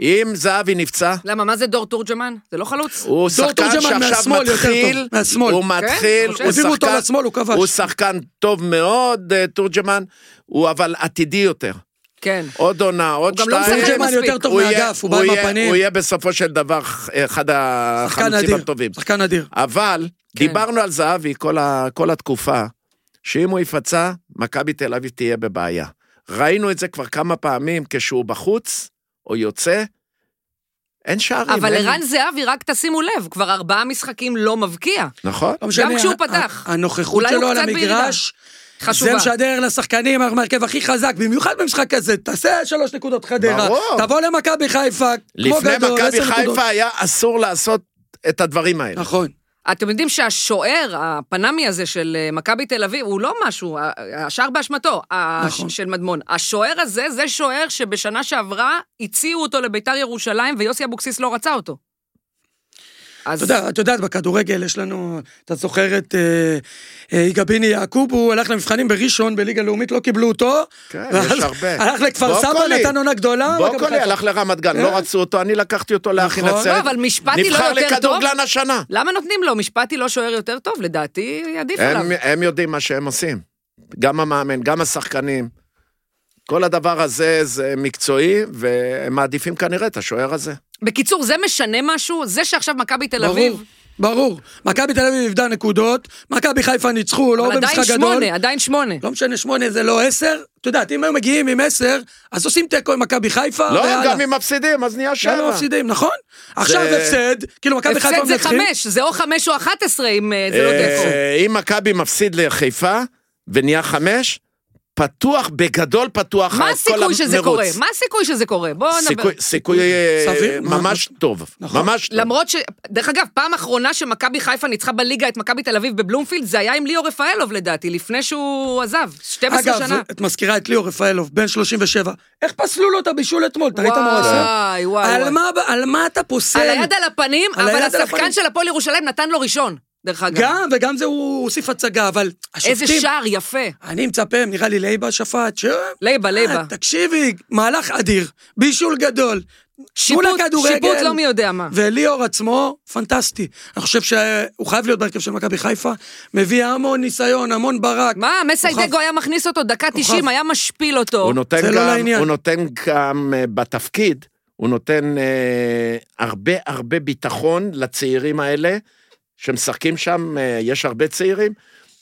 Speaker 2: אם זהבי נפצע,
Speaker 1: למה, מה זה דור תורג'מן? זה לא חלוץ?
Speaker 2: הוא שחקן
Speaker 3: תורג'מן
Speaker 2: שעכשיו
Speaker 3: מהשמאל יותר
Speaker 2: מתחיל,
Speaker 3: טוב, מהשמאל.
Speaker 2: הוא
Speaker 3: כן?
Speaker 2: מתחיל,
Speaker 1: חושב.
Speaker 2: הוא
Speaker 3: העבירו אותו
Speaker 2: שחקן-
Speaker 3: לשמאל, הוא כבש.
Speaker 2: הוא שחקן טוב מאוד, אה, תורג'מן, הוא אבל עתידי יותר.
Speaker 1: כן.
Speaker 2: עוד עונה, עוד
Speaker 1: גם
Speaker 2: שתיים.
Speaker 1: לא משחק
Speaker 3: תורג'מן
Speaker 1: מספיק.
Speaker 3: יותר טוב
Speaker 2: הוא יהיה-
Speaker 3: מאגף, הוא בא עם
Speaker 2: יהיה-
Speaker 3: הפנים.
Speaker 2: הוא יהיה בסופו של דבר אה, אחד
Speaker 3: שחקן
Speaker 2: החלוצים
Speaker 3: אדיר,
Speaker 2: הטובים.
Speaker 3: שחקן אדיר.
Speaker 2: אבל
Speaker 1: כן.
Speaker 2: דיברנו על זהבי כל, ה, כל התקופה, שאם הוא יפצע, מכבי תל אביב תהיה בבעיה. ראינו את זה כבר כמה פעמים, כשהוא בחוץ או יוצא, אין שערים.
Speaker 1: אבל
Speaker 2: אין...
Speaker 1: ערן זהבי, רק תשימו לב, כבר ארבעה משחקים לא מבקיע.
Speaker 2: נכון?
Speaker 3: לא משנה,
Speaker 1: כשהוא
Speaker 3: ה-
Speaker 1: פתח.
Speaker 3: ה- הנוכחות
Speaker 1: אולי הוא
Speaker 3: שלו על
Speaker 1: קצת בירידה.
Speaker 3: המגרש,
Speaker 1: חשובה.
Speaker 3: זה משדר לשחקנים, אנחנו מהרכב הכי חזק, במיוחד במשחק הזה, תעשה שלוש נקודות חדרה,
Speaker 2: ברור.
Speaker 3: תבוא למכבי חיפה, כמו
Speaker 2: לפני
Speaker 3: גדול,
Speaker 2: מכבי
Speaker 3: עשר נקודות.
Speaker 2: חיפה היה אסור לעשות את הדברים האלה.
Speaker 3: נכון.
Speaker 1: אתם יודעים שהשוער, הפנמי הזה של אה, מכבי תל אביב, הוא לא משהו, ה- השער באשמתו, ה-
Speaker 3: נכון.
Speaker 1: של מדמון. השוער הזה, זה שוער שבשנה שעברה הציעו אותו לביתר ירושלים, ויוסי אבוקסיס לא רצה אותו.
Speaker 3: אתה
Speaker 1: אז
Speaker 3: יודע, את יודעת, בכדורגל יש לנו, אתה זוכר את אה, אה, יגביני יעקוב, הוא הלך למבחנים בראשון בליגה לאומית, לא קיבלו אותו.
Speaker 2: כן,
Speaker 3: ואז
Speaker 2: יש הרבה.
Speaker 3: הלך לכפר סבא,
Speaker 2: בוקולי.
Speaker 3: נתן עונה גדולה. אה, מכבי
Speaker 2: בוקולי
Speaker 3: חיפה.
Speaker 2: הלך לרמת גן, לא
Speaker 3: כן.
Speaker 2: רצו אותו, אני לקחתי אותו לאחי
Speaker 3: נכון.
Speaker 2: נצרת.
Speaker 1: לא, אבל משפטי לא יותר
Speaker 2: נבחר
Speaker 1: טוב?
Speaker 2: לכדורגלן השנה.
Speaker 1: למה נותנים לו? משפטי לא שוער יותר טוב? לדעתי, עדיף עליו.
Speaker 2: הם, הם יודעים מה שהם עושים. גם המאמן, גם השחקנים. כל הדבר הזה זה מקצועי, והם מעדיפים כנראה את השוער הזה.
Speaker 1: אה, בקיצור, זה משנה משהו? זה שעכשיו מכבי תל אביב...
Speaker 3: ברור, ברור. מכבי תל אביב איבדה נקודות, מכבי חיפה ניצחו, לא
Speaker 1: אבל עדיין
Speaker 3: במשחק גדול.
Speaker 1: שמונה, עדיין שמונה.
Speaker 3: לא משנה, שמונה זה לא עשר. את יודעת, אם היו מגיעים עם עשר, אז עושים תיקו עם מכבי חיפה,
Speaker 2: לא,
Speaker 3: והלאה.
Speaker 2: גם אם מפסידים, אז נהיה
Speaker 3: גם
Speaker 2: שבע.
Speaker 3: הם מפסידים, נכון? עכשיו הפסד, כאילו מכבי חיפה
Speaker 1: הפסד זה
Speaker 3: מנצחים.
Speaker 1: חמש, זה או חמש או אחת עשרה אם אה, זה לא
Speaker 2: אה,
Speaker 1: תיקו.
Speaker 2: אם מכבי מפסיד לחיפה, ונהיה חמש, פתוח, בגדול פתוח
Speaker 1: מה
Speaker 2: כל
Speaker 1: הסיכוי שזה
Speaker 2: המרוץ.
Speaker 1: קורה? מה הסיכוי שזה קורה? בואו נדבר.
Speaker 2: סיכוי- סיכוי אה,
Speaker 3: סביר, מה-
Speaker 2: ממש טוב.
Speaker 3: נכון.
Speaker 2: ממש טוב.
Speaker 1: למרות ש... דרך אגב, פעם אחרונה שמכבי חיפה ניצחה בליגה את מכבי תל אביב בבלומפילד, זה היה עם ליאור רפאלוב לדעתי, לפני שהוא עזב, 12
Speaker 3: אגב,
Speaker 1: שנה.
Speaker 3: את מזכירה את ליאור רפאלוב, בן 37. איך פסלו לו את הבישול אתמול? אתה ראית מה הוא עשה?
Speaker 1: וואי, וואי, וואי.
Speaker 3: על מה, על מה אתה פוסל?
Speaker 1: על היד על הפנים,
Speaker 3: על
Speaker 1: אבל
Speaker 3: היד על
Speaker 1: השחקן
Speaker 3: הפנים.
Speaker 1: של הפועל ירושלים נתן לו ראשון, דרך אגב.
Speaker 3: גם, וגם זה הוא הוסיף הצגה, אבל השופטים...
Speaker 1: איזה שער יפה.
Speaker 3: אני מצפה, נראה לי לייבה שפט, ש...
Speaker 1: ליבה, ליבה.
Speaker 3: אה, תקשיבי, מהלך אדיר, בישול גדול.
Speaker 1: שיפוט-
Speaker 3: תנו לכדורגל.
Speaker 1: שיפוט לא מי יודע מה.
Speaker 3: וליאור עצמו, פנטסטי. אני חושב שהוא חייב להיות בהרכב של מכבי חיפה, מביא המון ניסיון, המון ברק.
Speaker 1: מה,
Speaker 3: כוכב.
Speaker 1: מסיידגו היה מכניס אותו דקה 90, היה משפיל אותו.
Speaker 2: הוא נותן
Speaker 3: זה לא
Speaker 2: גם,
Speaker 3: לעניין.
Speaker 2: הוא נותן גם אה, בתפקיד, הוא נותן אה, הרבה הרבה ביטחון לצעירים האלה, שמשחקים שם, אה, יש הרבה צעירים,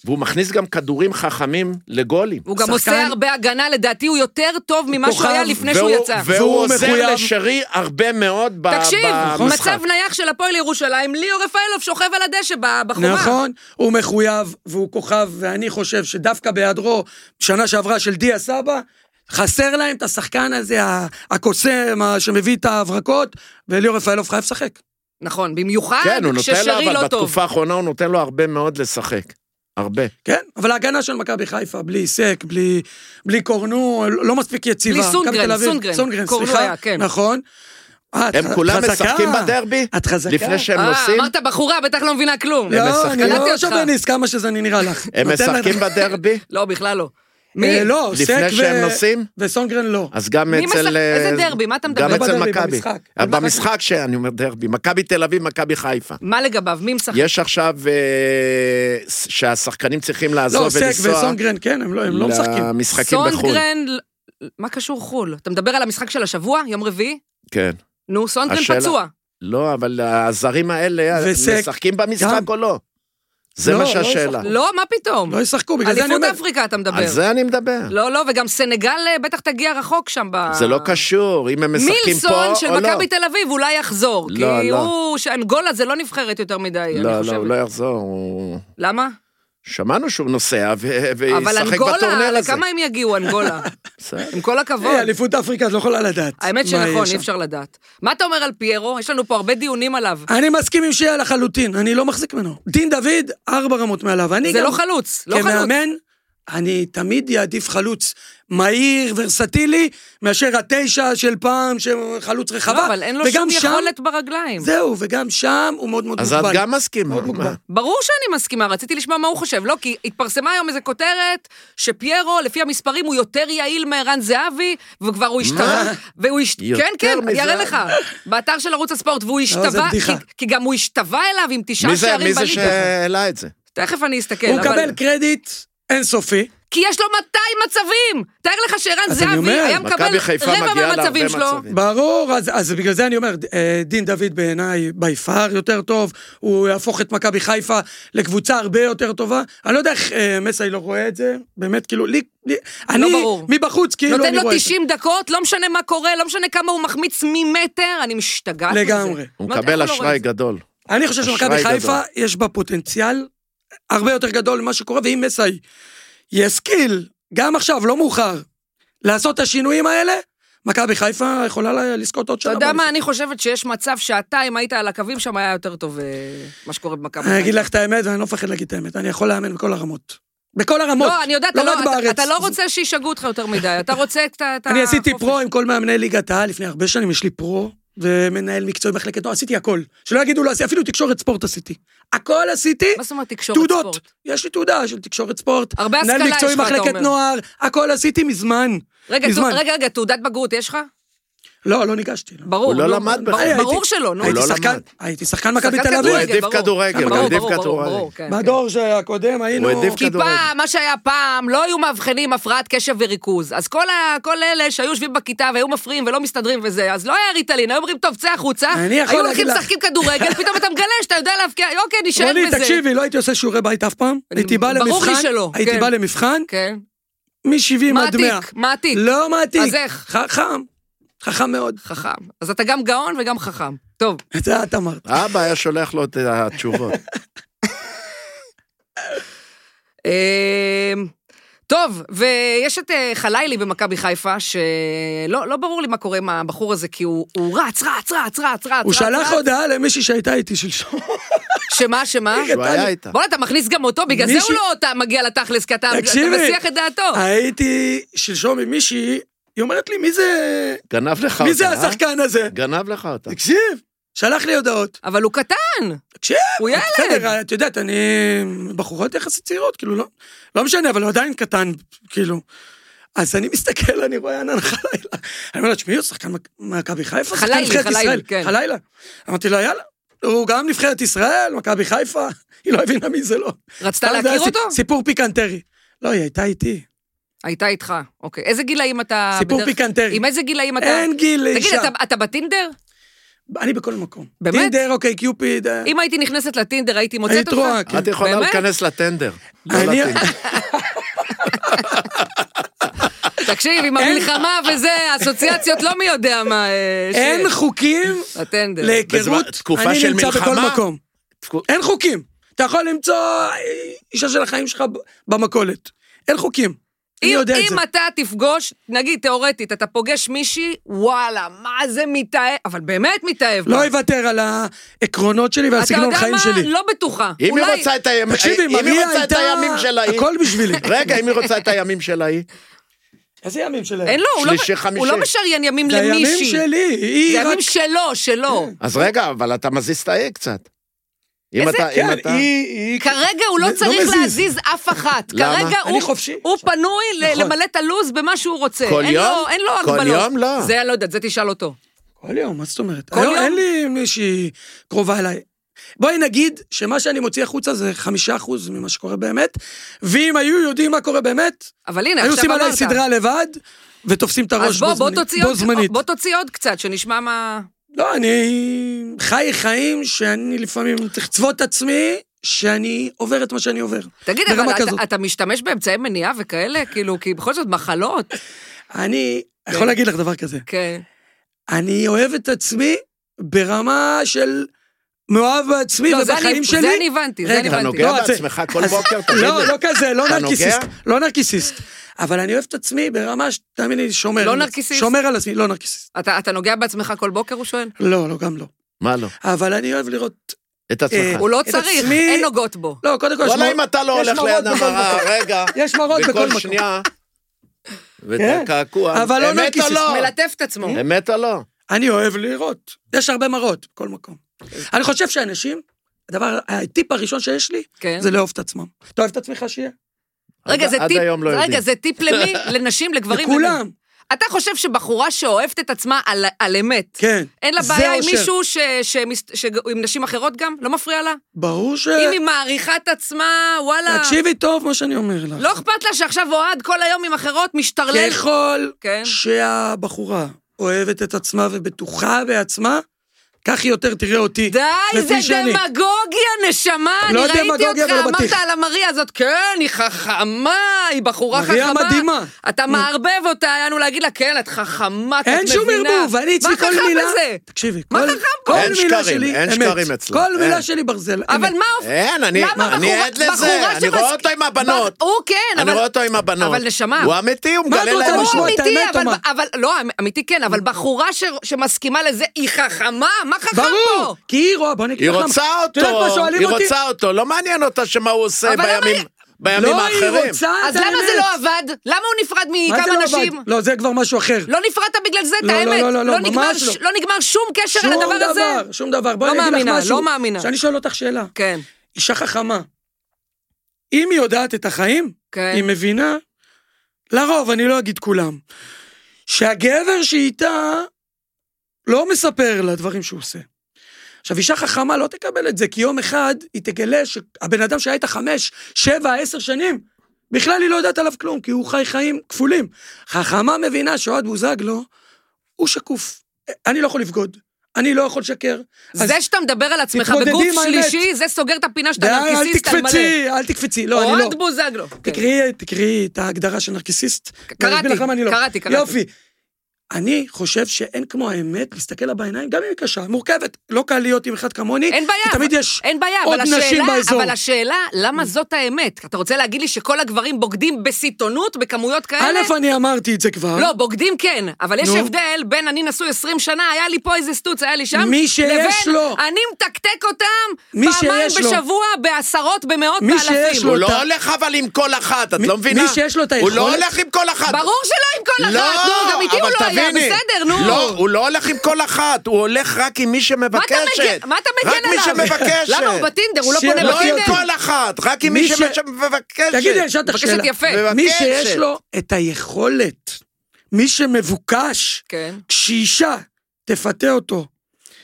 Speaker 2: והוא מכניס גם כדורים חכמים לגולים.
Speaker 1: הוא גם עושה
Speaker 3: שחקן-
Speaker 1: הרבה הגנה, לדעתי הוא יותר טוב ממה שהוא
Speaker 3: כוכב,
Speaker 1: היה לפני שהוא
Speaker 2: והוא-
Speaker 1: יצא.
Speaker 2: והוא
Speaker 3: והוא
Speaker 2: עוזר
Speaker 3: מחויב-
Speaker 2: לשרי הרבה מאוד ב-
Speaker 1: תקשיב,
Speaker 2: במשחק.
Speaker 1: מצב נייח של הפועל ירושלים, ליאור רפאלוב שוכב על הדשא ב- בחומה.
Speaker 3: נכון, הוא מחויב והוא כוכב, ואני חושב שדווקא בהיעדרו, שנה שעברה של דיה סבא, חסר להם את השחקן הזה, ה- הקוסם, ה- שמביא את ההברקות, וליאור רפאלוף חייב לשחק.
Speaker 1: נכון, במיוחד
Speaker 2: כן, הוא נותן
Speaker 1: כששרי
Speaker 2: לו, אבל
Speaker 1: לא טוב.
Speaker 2: בתקופה האחרונה הוא נותן לו הרבה מאוד לשחק. הרבה.
Speaker 3: כן, אבל ההגנה של מכבי חיפה, בלי סק, בלי, בלי קורנו, לא מספיק יציבה.
Speaker 1: בלי סונגרן,
Speaker 3: מכבי תל אביב-
Speaker 1: סונגרן.
Speaker 3: סונגרן,
Speaker 1: קורנו
Speaker 3: סליחה,
Speaker 1: היה, כן.
Speaker 3: נכון. אה, את
Speaker 2: הם
Speaker 3: ח-
Speaker 2: כולם
Speaker 3: חזקה.
Speaker 2: משחקים בדרבי?
Speaker 3: את חזקה.
Speaker 2: לפני שהם
Speaker 1: אה,
Speaker 2: נוסעים,
Speaker 1: אמרת בחורה, בטח לא מבינה כלום.
Speaker 3: לא,
Speaker 2: משחקים.
Speaker 3: אני
Speaker 1: קלטתי
Speaker 3: לא
Speaker 1: אותך.
Speaker 3: שובניס, כמה שזה נראה לך.
Speaker 2: הם
Speaker 3: נותן לה-
Speaker 2: משחקים בדרבי?
Speaker 1: לא, בכלל לא. מי?
Speaker 3: אה, לא,
Speaker 2: לפני
Speaker 3: סק ו-
Speaker 2: שהם נוסעים?
Speaker 3: וסונגרן לא.
Speaker 2: אז גם
Speaker 1: מי
Speaker 2: אצל... אה,
Speaker 1: משחק- איזה דרבי? מה אתה מדבר?
Speaker 2: גם
Speaker 1: לא
Speaker 2: אצל
Speaker 3: בדרבי,
Speaker 2: מכבי. אה,
Speaker 3: במשחק.
Speaker 2: במשחק שאני אומר דרבי, מכבי תל אביב, מכבי חיפה.
Speaker 1: מה לגביו? מי משחק?
Speaker 2: יש עכשיו אה, שהשחקנים צריכים
Speaker 3: לא,
Speaker 2: לעזוב
Speaker 3: סק
Speaker 2: ולנסוע
Speaker 3: וסונגרן, כן, הם לא הם לא משחקים.
Speaker 2: למשחקים בחו"ל.
Speaker 1: סונגרן... מה קשור חו"ל? אתה מדבר על המשחק של השבוע? יום רביעי?
Speaker 2: כן.
Speaker 1: נו, סונגרן
Speaker 2: השאלה-
Speaker 1: פצוע.
Speaker 2: לא, אבל הזרים האלה
Speaker 3: וסק-
Speaker 2: משחקים במשחק
Speaker 3: גם.
Speaker 2: או לא? זה
Speaker 3: לא,
Speaker 2: מה
Speaker 3: לא
Speaker 2: שהשאלה.
Speaker 3: ישחקו.
Speaker 1: לא, מה פתאום?
Speaker 3: לא ישחקו, בגלל זה אני
Speaker 1: אליפות
Speaker 3: אומר.
Speaker 1: אפריקה אתה מדבר.
Speaker 2: על זה אני מדבר.
Speaker 1: לא, לא, וגם סנגל אה, בטח תגיע רחוק שם ב...
Speaker 2: זה לא קשור, אם הם משחקים פה או לא.
Speaker 1: מילסון של מכבי תל אביב אולי יחזור.
Speaker 2: לא,
Speaker 1: כי
Speaker 2: לא.
Speaker 1: הוא, שאנגולה זה לא נבחרת יותר מדי, אני
Speaker 2: לא, לא,
Speaker 1: חושבת.
Speaker 2: הוא לא יחזור. הוא-
Speaker 1: למה?
Speaker 2: שמענו שהוא נוסע ו-
Speaker 1: אבל
Speaker 2: וישחק בטורניר
Speaker 1: אנגולה,
Speaker 2: הזה.
Speaker 1: לכמה הם יגיעו, אנגולה?
Speaker 2: בסדר.
Speaker 1: עם כל הכבוד.
Speaker 3: אה, אליפות אפריקה, את לא יכולה לדעת.
Speaker 1: האמת
Speaker 3: מה יהיה
Speaker 1: שנכון,
Speaker 3: שם.
Speaker 1: אי אפשר לדעת. מה אתה אומר על פיירו? יש לנו פה הרבה דיונים עליו.
Speaker 3: אני מסכים עם שיעה לחלוטין, אני לא מחזיק ממנו. דין דוד, ארבע רמות מעליו. אני
Speaker 1: זה
Speaker 3: גם-
Speaker 1: לא חלוץ, לא חלוץ.
Speaker 3: כמאמן, אני תמיד אעדיף חלוץ מהיר, ורסטילי, מאשר התשע של פעם, שחלוץ
Speaker 1: לא,
Speaker 3: רחבה.
Speaker 1: אבל אין לו
Speaker 3: וגם
Speaker 1: שום
Speaker 3: שם-
Speaker 1: יכולת ברגליים.
Speaker 3: זהו, וגם שם הוא מאוד מאוד
Speaker 2: אז
Speaker 3: מוגבל.
Speaker 2: את גם מסכימה.
Speaker 3: מאוד מוגבל.
Speaker 2: מה?
Speaker 1: ברור שאני מסכימה, רציתי לשמוע מה הוא חושב. לא, כי התפרסמה היום איזו כותרת שפיירו, לפי המספרים, הוא יותר יעיל מערן זאבי, וכבר הוא השתווה.
Speaker 2: מה?
Speaker 1: והוא הש...
Speaker 2: יותר
Speaker 1: כן, כן,
Speaker 2: מזהבי.
Speaker 1: אני אראה לך. באתר של ערוץ הספורט, והוא
Speaker 3: אה, זה
Speaker 1: השתווה, כי,
Speaker 3: בדיחה.
Speaker 1: כי גם הוא השתווה אליו עם תשעה
Speaker 2: מי זה-
Speaker 1: שערים
Speaker 2: מי זה
Speaker 1: בליגה.
Speaker 2: שהעלה את זה?
Speaker 1: תכף אני אסתכל,
Speaker 3: הוא
Speaker 1: כן, אבל...
Speaker 3: מקבל קרדיט אינסופי.
Speaker 1: כי יש לו 200 מצבים! תאר לך שערן
Speaker 3: אז אני
Speaker 1: זאבי
Speaker 3: אומר,
Speaker 1: היה מקבל
Speaker 2: מכבי חיפה
Speaker 1: רבע
Speaker 2: מגיעה להרבה
Speaker 1: מהמצבים שלו.
Speaker 2: מצבים.
Speaker 3: ברור, אז, אז בגלל זה אני אומר, אה, דין דוד בעיניי בי פאר יותר טוב, הוא יהפוך את מכבי חיפה לקבוצה הרבה יותר טובה. אני לא יודע איך אה, מסי לא רואה את זה, באמת, כאילו, לי, לי אני
Speaker 1: לא ברור.
Speaker 3: מבחוץ, כאילו,
Speaker 1: נותן
Speaker 3: אני
Speaker 1: לו
Speaker 3: רואה את זה.
Speaker 1: 90 דקות, לא משנה מה קורה, לא משנה כמה הוא מחמיץ ממטר, אני משתגעת מזה.
Speaker 3: לגמרי.
Speaker 2: הוא
Speaker 1: מה, איך
Speaker 2: מקבל
Speaker 1: לא רואה
Speaker 2: אשראי
Speaker 1: את זה?
Speaker 2: גדול.
Speaker 3: אני חושב שמכבי
Speaker 2: אשראי
Speaker 3: חיפה, יש בה פוטנציאל הרבה יותר גדול ממה שקורה, ואם מסי ישכיל, גם עכשיו, לא מאוחר, לעשות את השינויים האלה, מכבי חיפה יכולה ל- לזכות עוד
Speaker 1: אתה
Speaker 3: שנה.
Speaker 1: יודע מה,
Speaker 3: באליפות.
Speaker 1: אני חושבת שיש מצב שאתה, אם היית על הקווים שם, היה יותר טוב אה, מה שקורה במכבי.
Speaker 3: אני אגיד
Speaker 1: חיפה.
Speaker 3: לך את האמת, ואני לא מפחד להגיד את האמת, אני יכול לאמן בכל הרמות. בכל הרמות,
Speaker 1: לא, אני יודעת, אתה
Speaker 3: לא
Speaker 1: לא-
Speaker 3: רק
Speaker 1: אתה-
Speaker 3: בארץ.
Speaker 1: אתה לא רוצה אה, שישגעו אותך יותר מדי, אתה רוצה את ה... את
Speaker 3: אני עשיתי
Speaker 1: החופש.
Speaker 3: פרו עם כל מאמני ליגת העל לפני הרבה שנים, יש לי פרו ומנהל מקצועי במחלקת נוער, עשיתי הכל. שלא יגידו לא עשיתי, אפילו תקשורת ספורט עשיתי. הכל עשיתי,
Speaker 1: מה זאת אומרת תקשורת
Speaker 3: תעודות.
Speaker 1: ספורט?
Speaker 3: יש לי תעודה של תקשורת ספורט.
Speaker 1: הרבה השכלה
Speaker 3: מנהל
Speaker 1: יש לך,
Speaker 3: מקצועי
Speaker 1: אתה
Speaker 3: במחלקת
Speaker 1: אומר.
Speaker 3: נוער, הכל עשיתי מזמן.
Speaker 1: רגע, תעוד-
Speaker 3: מזמן.
Speaker 1: רגע, רגע, תעודת בגרות יש לך?
Speaker 3: לא, לא ניגשתי. לא.
Speaker 1: ברור.
Speaker 2: הוא לא
Speaker 1: נו,
Speaker 2: למד
Speaker 1: ברור-
Speaker 2: בכלל.
Speaker 1: ברור שלא, נו.
Speaker 2: הוא
Speaker 3: הייתי
Speaker 2: לא
Speaker 3: שחקן-
Speaker 2: למד.
Speaker 3: הייתי שחקן מכבי
Speaker 1: שחקן
Speaker 3: תל אביב.
Speaker 1: כדורגל,
Speaker 2: הוא העדיף
Speaker 1: ברור.
Speaker 2: כדורגל, הוא
Speaker 1: ברור,
Speaker 2: העדיף
Speaker 1: ברור, ברור,
Speaker 2: כדורגל.
Speaker 1: ברור, כן, כן.
Speaker 3: בדור שהקודם היינו...
Speaker 2: העדיף
Speaker 1: כי
Speaker 2: כדורגל.
Speaker 1: פעם, מה שהיה פעם, לא היו מאבחנים הפרעת קשב וריכוז. אז כל, ה, כל אלה שהיו יושבים בכיתה והיו מפריעים ולא מסתדרים וזה, אז לא היה ריטלין, היו אומרים, טוב, צא החוצה.
Speaker 3: אני יכול
Speaker 1: היו
Speaker 3: להגיד
Speaker 1: הולכים
Speaker 3: לך-
Speaker 1: לשחקים כדורגל, פתאום אתה מגלה שאתה יודע להבקיע, אוקיי, נשאר
Speaker 3: רוני,
Speaker 1: בזה.
Speaker 3: תקשיבי, לא הייתי עושה שיעורי בית אף פעם.
Speaker 1: אני-
Speaker 3: הייתי בא
Speaker 1: ברור לי
Speaker 3: למבחן,
Speaker 1: שלא,
Speaker 3: הייתי
Speaker 1: כן.
Speaker 3: בא למבחן,
Speaker 1: כן.
Speaker 3: מ-70
Speaker 1: מה
Speaker 3: עד 100.
Speaker 1: התיק? מה התיק?
Speaker 3: לא מעתיק.
Speaker 1: אז איך?
Speaker 3: חכם. חכם מאוד.
Speaker 1: חכם. אז אתה גם גאון וגם חכם. טוב,
Speaker 3: את זה את אמרת.
Speaker 2: אבא היה שולח לו את התשובות.
Speaker 1: אמ, טוב, ויש את אה, חלילי במכבי חיפה, שלא לא ברור לי מה קורה עם הבחור הזה, כי הוא הוא רץ, רץ, רץ, רץ, רץ.
Speaker 3: הוא
Speaker 1: רץ,
Speaker 3: שלח
Speaker 1: רץ.
Speaker 3: הודעה למישהי שהייתה איתי שלשום.
Speaker 1: שמה, שמה?
Speaker 2: שהוא היה איתה.
Speaker 1: בוא'נה, אתה מכניס גם אותו, בגלל זה
Speaker 3: מישהו-
Speaker 1: הוא לא ת- מגיע לתכלס, כי אתה אתה
Speaker 3: תקשיבי. אה.
Speaker 1: מסיח את דעתו.
Speaker 3: הייתי שלשום עם מישהי, היא אומרת לי, מי זה...
Speaker 2: גנב לך אותה,
Speaker 3: מי זה
Speaker 2: אה?
Speaker 3: השחקן הזה?
Speaker 2: גנב לך אותה.
Speaker 3: תקשיב, שלח לי הודעות.
Speaker 1: אבל הוא קטן.
Speaker 3: תקשיב,
Speaker 1: הוא ילד.
Speaker 3: בסדר, את יודעת, אני בחורות יחסית צעירות, כאילו, לא, לא משנה, אבל הוא עדיין קטן, כאילו. אז אני מסתכל, אני רואה ענן חלילה. אני אומר לה, תשמעי, הוא שחקן מק- מכבי חיפה, שחקן
Speaker 1: חלילי,
Speaker 3: נבחרת
Speaker 1: חלילי,
Speaker 3: ישראל.
Speaker 1: כן.
Speaker 3: חלילה. אמרתי לה, יאללה, הוא גם נבחרת ישראל, מכבי חיפה. היא לא הבינה מי זה לא.
Speaker 1: רצתה
Speaker 3: סתם, זה
Speaker 1: להכיר
Speaker 3: היה
Speaker 1: אותו?
Speaker 3: סי- סיפור פיקנטרי. לא, היא הייתה איתי.
Speaker 1: הייתה איתך, אוקיי. איזה גילאים אתה...
Speaker 3: סיפור
Speaker 1: בדרך-
Speaker 3: פיקנטרי.
Speaker 1: עם איזה גילאים אתה...
Speaker 3: אין גיל
Speaker 1: תגיד,
Speaker 3: לאישה.
Speaker 1: אתה- אתה בטינדר?
Speaker 3: אני בכל מקום.
Speaker 1: באמת?
Speaker 3: טינדר, אוקיי, קיופיד. אה,
Speaker 1: אם הייתי נכנסת לטינדר, הייתי מוצאת
Speaker 3: היית
Speaker 1: אותך?
Speaker 3: רואה, כן.
Speaker 2: את יכולה
Speaker 1: באמת?
Speaker 2: להיכנס לטנדר. לא
Speaker 3: אני-
Speaker 2: לטינדר.
Speaker 1: תקשיב, עם המלחמה וזה, האסוציאציות לא מי יודע מה... אה, ש-
Speaker 3: אין חוקים
Speaker 1: הטנדר.
Speaker 3: להיכרות,
Speaker 2: בזמן- תקופה
Speaker 3: אני
Speaker 2: של
Speaker 3: נמצא בכל
Speaker 2: מלחמה?
Speaker 3: מקום.
Speaker 2: תקו-
Speaker 3: אין חוקים. אתה יכול למצוא אה, אישה של החיים שלך ב- במכולת. אין חוקים. אני
Speaker 1: אם,
Speaker 3: יודע את
Speaker 1: אם
Speaker 3: זה.
Speaker 1: אתה תפגוש, נגיד תיאורטית, אתה פוגש מישהי, וואלה, מה זה מתאהב, אבל באמת מתאהב. בה.
Speaker 3: לא אוותר על העקרונות שלי ועל סגנון חיים
Speaker 1: אתה יודע
Speaker 3: שלי.
Speaker 1: מה? לא בטוחה.
Speaker 2: אם היא
Speaker 1: אולי-
Speaker 2: רוצה את הימים,
Speaker 3: תקשיבי,
Speaker 2: אם היא
Speaker 3: מריה
Speaker 2: רוצה את
Speaker 3: הייתה...
Speaker 2: הימים שלה, היא-
Speaker 3: הכל בשבילי.
Speaker 2: רגע, אם היא רוצה את הימים שלה, היא,
Speaker 3: איזה ימים שלה?
Speaker 1: אין לו, הוא לא-
Speaker 2: שלישי, חמישי.
Speaker 1: הוא לא משריין ימים
Speaker 3: זה הימים
Speaker 1: למישהי.
Speaker 3: שלי.
Speaker 1: זה
Speaker 3: היא רק... כן.
Speaker 1: ימים שלו, שלו.
Speaker 2: אז רגע, אבל אתה מזיז את האי קצת. אם
Speaker 1: איזה-
Speaker 2: אתה, אם
Speaker 3: כן,
Speaker 2: אתה,
Speaker 3: היא... היא-
Speaker 1: כרגע הוא לא
Speaker 3: לא
Speaker 1: צריך
Speaker 3: מזיז.
Speaker 1: להזיז אף אחת.
Speaker 2: למה?
Speaker 1: כרגע
Speaker 3: אני
Speaker 1: הוא-
Speaker 3: חופשי.
Speaker 1: הוא פנוי ל-
Speaker 3: נכון.
Speaker 1: למלא את הלו"ז במה שהוא רוצה.
Speaker 2: כל
Speaker 1: אין
Speaker 2: יום?
Speaker 1: לו- אין לו
Speaker 2: כל
Speaker 1: הגבלות.
Speaker 2: יום? לא.
Speaker 1: זה אני לא יודעת, זה תשאל אותו.
Speaker 3: כל יום, מה זאת אומרת?
Speaker 1: כל
Speaker 3: היום
Speaker 1: יום?
Speaker 3: אין לי מישהי קרובה אליי. בואי נגיד שמה שאני מוציא החוצה זה חמישה אחוז ממה שקורה באמת, ואם היו יודעים מה קורה באמת,
Speaker 1: אבל הנה,
Speaker 3: היו
Speaker 1: עכשיו
Speaker 3: עושים
Speaker 1: אמרת.
Speaker 3: עליי סדרה לבד, ותופסים את
Speaker 1: אז
Speaker 3: הראש
Speaker 1: בוא,
Speaker 3: בו
Speaker 1: בוא
Speaker 3: זמנית.
Speaker 1: תוציא
Speaker 3: בו
Speaker 1: עוד-
Speaker 3: זמנית.
Speaker 1: בוא תוציא עוד קצת, שנשמע מה...
Speaker 3: לא, אני חי חיים שאני לפעמים צריך לצוות את עצמי שאני עובר את מה שאני עובר.
Speaker 1: תגיד,
Speaker 3: ברמה
Speaker 1: אבל
Speaker 3: כזאת.
Speaker 1: אתה, אתה משתמש באמצעי מניעה וכאלה? כאילו, כי בכל זאת מחלות.
Speaker 3: אני יכול להגיד לך דבר כזה,
Speaker 1: כן.
Speaker 3: אני אוהב את עצמי ברמה של מאוהב בעצמי
Speaker 1: לא, זה אני,
Speaker 3: ובחיים
Speaker 1: זה
Speaker 3: שלי.
Speaker 1: אני הבנתי, זה
Speaker 3: רגע,
Speaker 1: אני
Speaker 2: אתה
Speaker 1: הבנתי.
Speaker 2: נוגע
Speaker 3: לא, אז-
Speaker 2: בעצמך כל
Speaker 3: אז-
Speaker 2: בוקר, תגיד
Speaker 3: לא,
Speaker 2: לי.
Speaker 3: לא כזה, לא
Speaker 2: אתה
Speaker 3: נרקיסיסט,
Speaker 2: נוגע?
Speaker 3: לא נרקיסיסט. אבל אני אוהב את עצמי ברמה ש... תאמין לי, שומר.
Speaker 1: לא
Speaker 3: על-
Speaker 1: נרקיסיסט?
Speaker 3: שומר על עצמי, לא נרקיסיסט.
Speaker 1: אתה, אתה נוגע בעצמך כל בוקר, הוא שואל?
Speaker 3: לא, לא, גם לא.
Speaker 2: מה לא?
Speaker 3: אבל אני אוהב לראות...
Speaker 2: את עצמך.
Speaker 3: אה,
Speaker 1: הוא לא
Speaker 3: את
Speaker 1: צריך,
Speaker 3: עצמי-
Speaker 1: אין נוגעות בו.
Speaker 3: לא, קודם כל, יש
Speaker 2: וואלה,
Speaker 3: מראות-
Speaker 2: אם אתה לא
Speaker 3: יש
Speaker 2: הולך
Speaker 3: מראות
Speaker 2: ליד
Speaker 3: בכל
Speaker 2: המראה,
Speaker 3: מקום.
Speaker 2: רגע,
Speaker 1: אה,
Speaker 3: יש מראות בכל
Speaker 2: וכל
Speaker 3: מקום.
Speaker 2: שנייה, ואת
Speaker 3: כן.
Speaker 2: הקעקוע,
Speaker 3: אבל לא אה,
Speaker 2: אמת או
Speaker 3: נרקיסיסט,
Speaker 2: לא?
Speaker 1: מלטף את עצמו.
Speaker 2: אמת או לא?
Speaker 3: אני אוהב לראות. יש הרבה מראות בכל מקום. אני חושב שאנשים, הדבר, הטיפ הראשון שיש לי,
Speaker 1: כן.
Speaker 3: זה לאהוב את עצמם. אתה אוהב את עצמך שיהיה?
Speaker 1: רגע,
Speaker 2: עד-
Speaker 1: זה
Speaker 2: עד
Speaker 1: טיפ,
Speaker 2: היום לא
Speaker 1: רגע,
Speaker 2: יודעים.
Speaker 1: זה טיפ למי? לנשים, לגברים? למי?
Speaker 3: לכולם.
Speaker 1: אתה חושב שבחורה שאוהבת את עצמה על, על אמת,
Speaker 3: כן.
Speaker 1: אין לה
Speaker 3: זה
Speaker 1: בעיה עם
Speaker 3: אושר.
Speaker 1: מישהו ש, ש, ש, עם נשים אחרות גם? לא מפריע לה?
Speaker 3: ברור ש...
Speaker 1: אם היא מעריכה את עצמה, וואלה.
Speaker 3: תקשיבי טוב מה שאני אומר לך.
Speaker 1: לא אכפת לה שעכשיו אוהד כל היום עם אחרות משתרלל.
Speaker 3: ככל
Speaker 1: כן.
Speaker 3: שהבחורה אוהבת את עצמה ובטוחה בעצמה, כך היא יותר תראה אותי.
Speaker 1: די,
Speaker 3: כפי
Speaker 1: זה
Speaker 3: שאני.
Speaker 1: דמגוגיה, נשמה, אני
Speaker 3: לא
Speaker 1: ראיתי
Speaker 3: דמגוגיה,
Speaker 1: אותך,
Speaker 3: אבל
Speaker 1: אמרת
Speaker 3: בטיח.
Speaker 1: על המריה הזאת, כן, היא חכמה, היא בחורה חכמה.
Speaker 3: מריה מדהימה.
Speaker 1: אתה
Speaker 3: נו.
Speaker 1: מערבב אותה, יענו להגיד לה, כן, את חכמה, את מבינה.
Speaker 3: אין שום ערבוב, אני אצלי כל מילה...
Speaker 1: מה חכם בזה?
Speaker 3: תקשיבי,
Speaker 1: מה
Speaker 3: כל-
Speaker 1: חכם
Speaker 3: כל
Speaker 1: פה?
Speaker 2: אין
Speaker 3: מילה
Speaker 2: שקרים,
Speaker 3: שלי
Speaker 2: אין
Speaker 3: אמת.
Speaker 2: שקרים אצלו,
Speaker 3: כל
Speaker 2: אין.
Speaker 3: מילה שלי ברזל.
Speaker 1: אבל
Speaker 3: אמת.
Speaker 1: מה אוף...
Speaker 2: אין, אני
Speaker 1: למה
Speaker 2: אני
Speaker 1: בחורה-
Speaker 2: עד
Speaker 1: בחורה
Speaker 2: לזה, אני
Speaker 1: שמסכ-
Speaker 2: רואה אותו עם הבנות.
Speaker 1: בח- הוא כן,
Speaker 2: אני
Speaker 1: אבל...
Speaker 2: רואה אותו עם הבנות.
Speaker 1: אבל נשמה.
Speaker 2: הוא אמיתי, הוא
Speaker 3: מה את
Speaker 2: מגלה
Speaker 3: רוצה
Speaker 2: להם
Speaker 1: הוא
Speaker 3: לשמוע?
Speaker 2: משהו.
Speaker 3: את
Speaker 1: אמיתי,
Speaker 3: האמת,
Speaker 1: אבל,
Speaker 3: או מה?
Speaker 1: אבל לא, אמיתי כן, אבל בחורה ש, שמסכימה לזה היא חכמה, מה חכם
Speaker 3: ברור,
Speaker 1: פה?
Speaker 3: כי היא רואה, בוא נגיד
Speaker 2: היא
Speaker 3: לך למה.
Speaker 2: רוצה
Speaker 3: את יודעת מה
Speaker 2: אותו,
Speaker 3: שואלים
Speaker 2: היא
Speaker 3: אותי?
Speaker 2: רוצה אותו, לא מעניין אותה שמה הוא עושה
Speaker 1: אבל למה
Speaker 2: בימים
Speaker 1: היא-
Speaker 2: בימים
Speaker 3: לא, היא
Speaker 2: האחרים.
Speaker 3: רוצה את
Speaker 1: אז למה זה
Speaker 3: האמת.
Speaker 1: לא עבד? למה הוא נפרד
Speaker 3: מה זה
Speaker 1: מכמה
Speaker 3: לא
Speaker 1: נשים?
Speaker 3: עבד? לא, זה כבר משהו אחר.
Speaker 1: לא נפרדת בגלל זה, את
Speaker 3: לא, לא,
Speaker 1: האמת.
Speaker 3: לא, לא, לא,
Speaker 1: נגמר
Speaker 3: ממש
Speaker 1: ש-
Speaker 3: לא.
Speaker 1: לא נגמר שום קשר
Speaker 3: שום
Speaker 1: לדבר הזה?
Speaker 3: דבר, שום דבר. בואי
Speaker 1: לא
Speaker 3: אני אגיד לך
Speaker 1: מאמינה,
Speaker 3: משהו.
Speaker 1: לא מאמינה.
Speaker 3: שאני שואל אותך שאלה.
Speaker 1: כן,
Speaker 3: אישה חכמה, אם היא יודעת את החיים,
Speaker 1: כן.
Speaker 3: היא מבינה, לרוב, אני לא אגיד כולם, שהגבר שהיא איתה לא מספר לה דברים שהוא עושה. עכשיו, אישה חכמה לא תקבל את זה, כי יום אחד היא תגלה שהבן אדם שהיה איתה חמש, שבע, עשר שנים, בכלל היא לא יודעת עליו כלום, כי הוא חי חיים כפולים. חכמה מבינה שאוהד בוזגלו, הוא שקוף. אני לא יכול לבגוד, אני לא יכול לשקר. אז
Speaker 1: זה שאתה מדבר על עצמך
Speaker 3: תתמודדי
Speaker 1: בגוף
Speaker 3: עם האמת.
Speaker 1: שלישי, זה סוגר את הפינה
Speaker 3: די,
Speaker 1: שאתה
Speaker 3: אל
Speaker 1: נרקיסיסט על מלא.
Speaker 3: תקפצי, אל תקפצי, לא, אני לא.
Speaker 1: אוהד בוזגלו. כן.
Speaker 3: תקראי, תקראי את ההגדרה של נרקיסיסט. ואני אסביר לך למה אני לא.
Speaker 1: קראתי, קראתי.
Speaker 3: יופי. אני חושב שאין כמו האמת להסתכל לה בעיניים, גם אם היא קשה, מורכבת. לא קל להיות עם אחד כמוני.
Speaker 1: כן. אין בעיה,
Speaker 3: כי תמיד יש
Speaker 1: אין בעיה, אבל
Speaker 3: עוד
Speaker 1: השאלה,
Speaker 3: נשים באזור.
Speaker 1: אבל השאלה, למה זאת האמת? אתה רוצה להגיד לי שכל הגברים בוגדים בסיטונות בכמויות כאלה?
Speaker 3: א', אני אמרתי את זה כבר.
Speaker 1: לא, בוגדים כן, אבל יש
Speaker 3: נו.
Speaker 1: הבדל בין אני נשוי 20 שנה, היה לי פה איזה סטוץ, היה לי שם,
Speaker 3: מי שיש
Speaker 1: לבין
Speaker 3: לו.
Speaker 1: אני מתקתק אותם
Speaker 3: מי
Speaker 1: פעמיים
Speaker 3: שיש לו.
Speaker 1: בשבוע, בעשרות, במאות,
Speaker 3: מי שיש
Speaker 1: באלפים.
Speaker 2: הוא
Speaker 3: לו
Speaker 2: לא
Speaker 3: אותה.
Speaker 2: הולך אבל עם כל אחת, את
Speaker 3: מי-
Speaker 2: לא מבינה?
Speaker 3: מי שיש לו את
Speaker 2: הוא לא
Speaker 3: היכולת-
Speaker 2: הולך עם כל אחת.
Speaker 1: ברור שלא עם כל
Speaker 2: לא,
Speaker 1: אחת, נו, גם איתי הוא
Speaker 2: אבל
Speaker 1: לא היה,
Speaker 2: תביני,
Speaker 1: בסדר, נו.
Speaker 2: לא, הוא לא הולך עם כל אחת, הוא הולך רק עם מי שמבקשת.
Speaker 1: מגן- מה אתה מגן עליו?
Speaker 2: רק מי שמבקשת.
Speaker 1: למה, הוא בטינדר, הוא לא
Speaker 3: שיהיה
Speaker 1: פונה
Speaker 2: לא עם
Speaker 1: בטינדר?
Speaker 2: כל אחת, רק עם מי
Speaker 3: מי
Speaker 2: ש-
Speaker 3: ש-
Speaker 2: שמבקשת.
Speaker 3: תגידי, אני אשאל אותך
Speaker 1: מבקשת
Speaker 3: שאלה.
Speaker 1: יפה.
Speaker 3: מי
Speaker 2: מבקשת.
Speaker 3: שיש לו את היכולת, מי שמבוקש,
Speaker 1: כן.
Speaker 3: כשאישה תפתה אותו,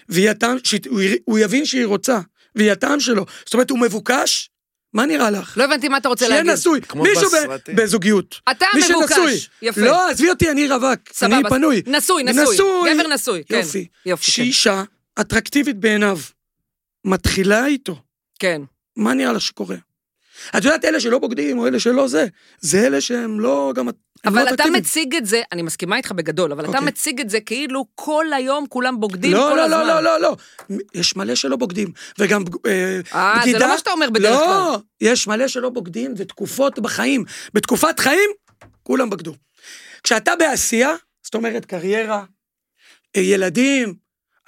Speaker 3: והיא הטעם, שהוא יר- הוא יבין שהיא רוצה, והיא הטעם שלו, זאת אומרת, הוא מבוקש, מה נראה לך?
Speaker 1: לא הבנתי מה אתה רוצה
Speaker 3: שיהיה
Speaker 1: להגיד.
Speaker 3: נשוי,
Speaker 2: כמו
Speaker 3: מישהו ב-
Speaker 2: בסרטים.
Speaker 3: בזוגיות.
Speaker 1: אתה
Speaker 3: מי
Speaker 1: מבוקש.
Speaker 3: שנשוי.
Speaker 1: יפה.
Speaker 3: לא, עזבי אותי, אני רווק.
Speaker 1: סבבה,
Speaker 3: אני פנוי.
Speaker 1: נשוי, נשוי. גבר נשוי, כן.
Speaker 3: יופי.
Speaker 1: יופי,
Speaker 3: שאישה אטרקטיבית בעיניו, מתחילה איתו,
Speaker 1: כן.
Speaker 3: מה נראה לך שקורה? את יודעת, אלה שלא בוגדים, או אלה שלא זה, זה אלה שהם לא גם... הם לא
Speaker 1: אבל אתה
Speaker 3: אטרקטיביים.
Speaker 1: מציג את זה, אני מסכימה איתך בגדול, אבל אתה
Speaker 3: אוקיי.
Speaker 1: מציג את זה כאילו כל היום כולם בוגדים
Speaker 3: לא,
Speaker 1: כל
Speaker 3: לא,
Speaker 1: הזמן.
Speaker 3: לא, לא, לא, לא. יש מלא שלא בוגדים. וגם אה,
Speaker 1: אה, זה לא מה שאתה אומר בדרך כלל.
Speaker 3: לא, יש מלא שלא בוגדים, ותקופות בחיים. בתקופת חיים, כולם בגדו. כשאתה בעשייה, זאת אומרת קריירה, אה, ילדים,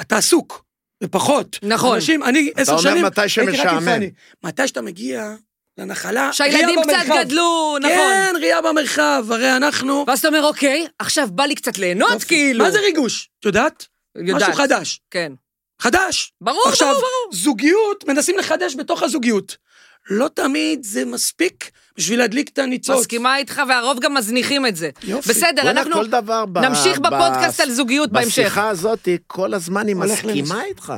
Speaker 3: אתה עסוק, ופחות.
Speaker 1: נכון.
Speaker 3: אנשים, אני עשר
Speaker 2: אומר
Speaker 3: שנים...
Speaker 2: מתי שמשעמם.
Speaker 3: הייתי רק עם פאני. מתי שאתה מגיע לנחלה,
Speaker 1: שהילדים
Speaker 3: ראייה
Speaker 1: קצת
Speaker 3: במרחב.
Speaker 1: גדלו, נכון.
Speaker 3: כן, ראייה במרחב, הרי אנחנו...
Speaker 1: ואז אתה אומר, אוקיי, עכשיו בא לי קצת ליהנות, כאילו.
Speaker 3: מה זה ריגוש? את יודעת?
Speaker 1: יודעת.
Speaker 3: משהו חדש.
Speaker 1: כן.
Speaker 3: חדש.
Speaker 1: ברור,
Speaker 3: עכשיו,
Speaker 1: ברור, ברור.
Speaker 3: זוגיות, מנסים לחדש בתוך הזוגיות. לא תמיד זה מספיק בשביל להדליק את הניצוץ.
Speaker 1: מסכימה איתך, והרוב גם מזניחים את זה.
Speaker 3: יופי.
Speaker 1: בסדר,
Speaker 2: וואלה,
Speaker 1: אנחנו
Speaker 2: כל דבר ב-
Speaker 1: נמשיך
Speaker 2: ב-
Speaker 1: בפודקאסט על זוגיות בהמשך.
Speaker 2: בשיחה הזאת, היא כל הזמן היא
Speaker 3: הולך
Speaker 2: מסכימה
Speaker 3: לנס-
Speaker 2: איתך.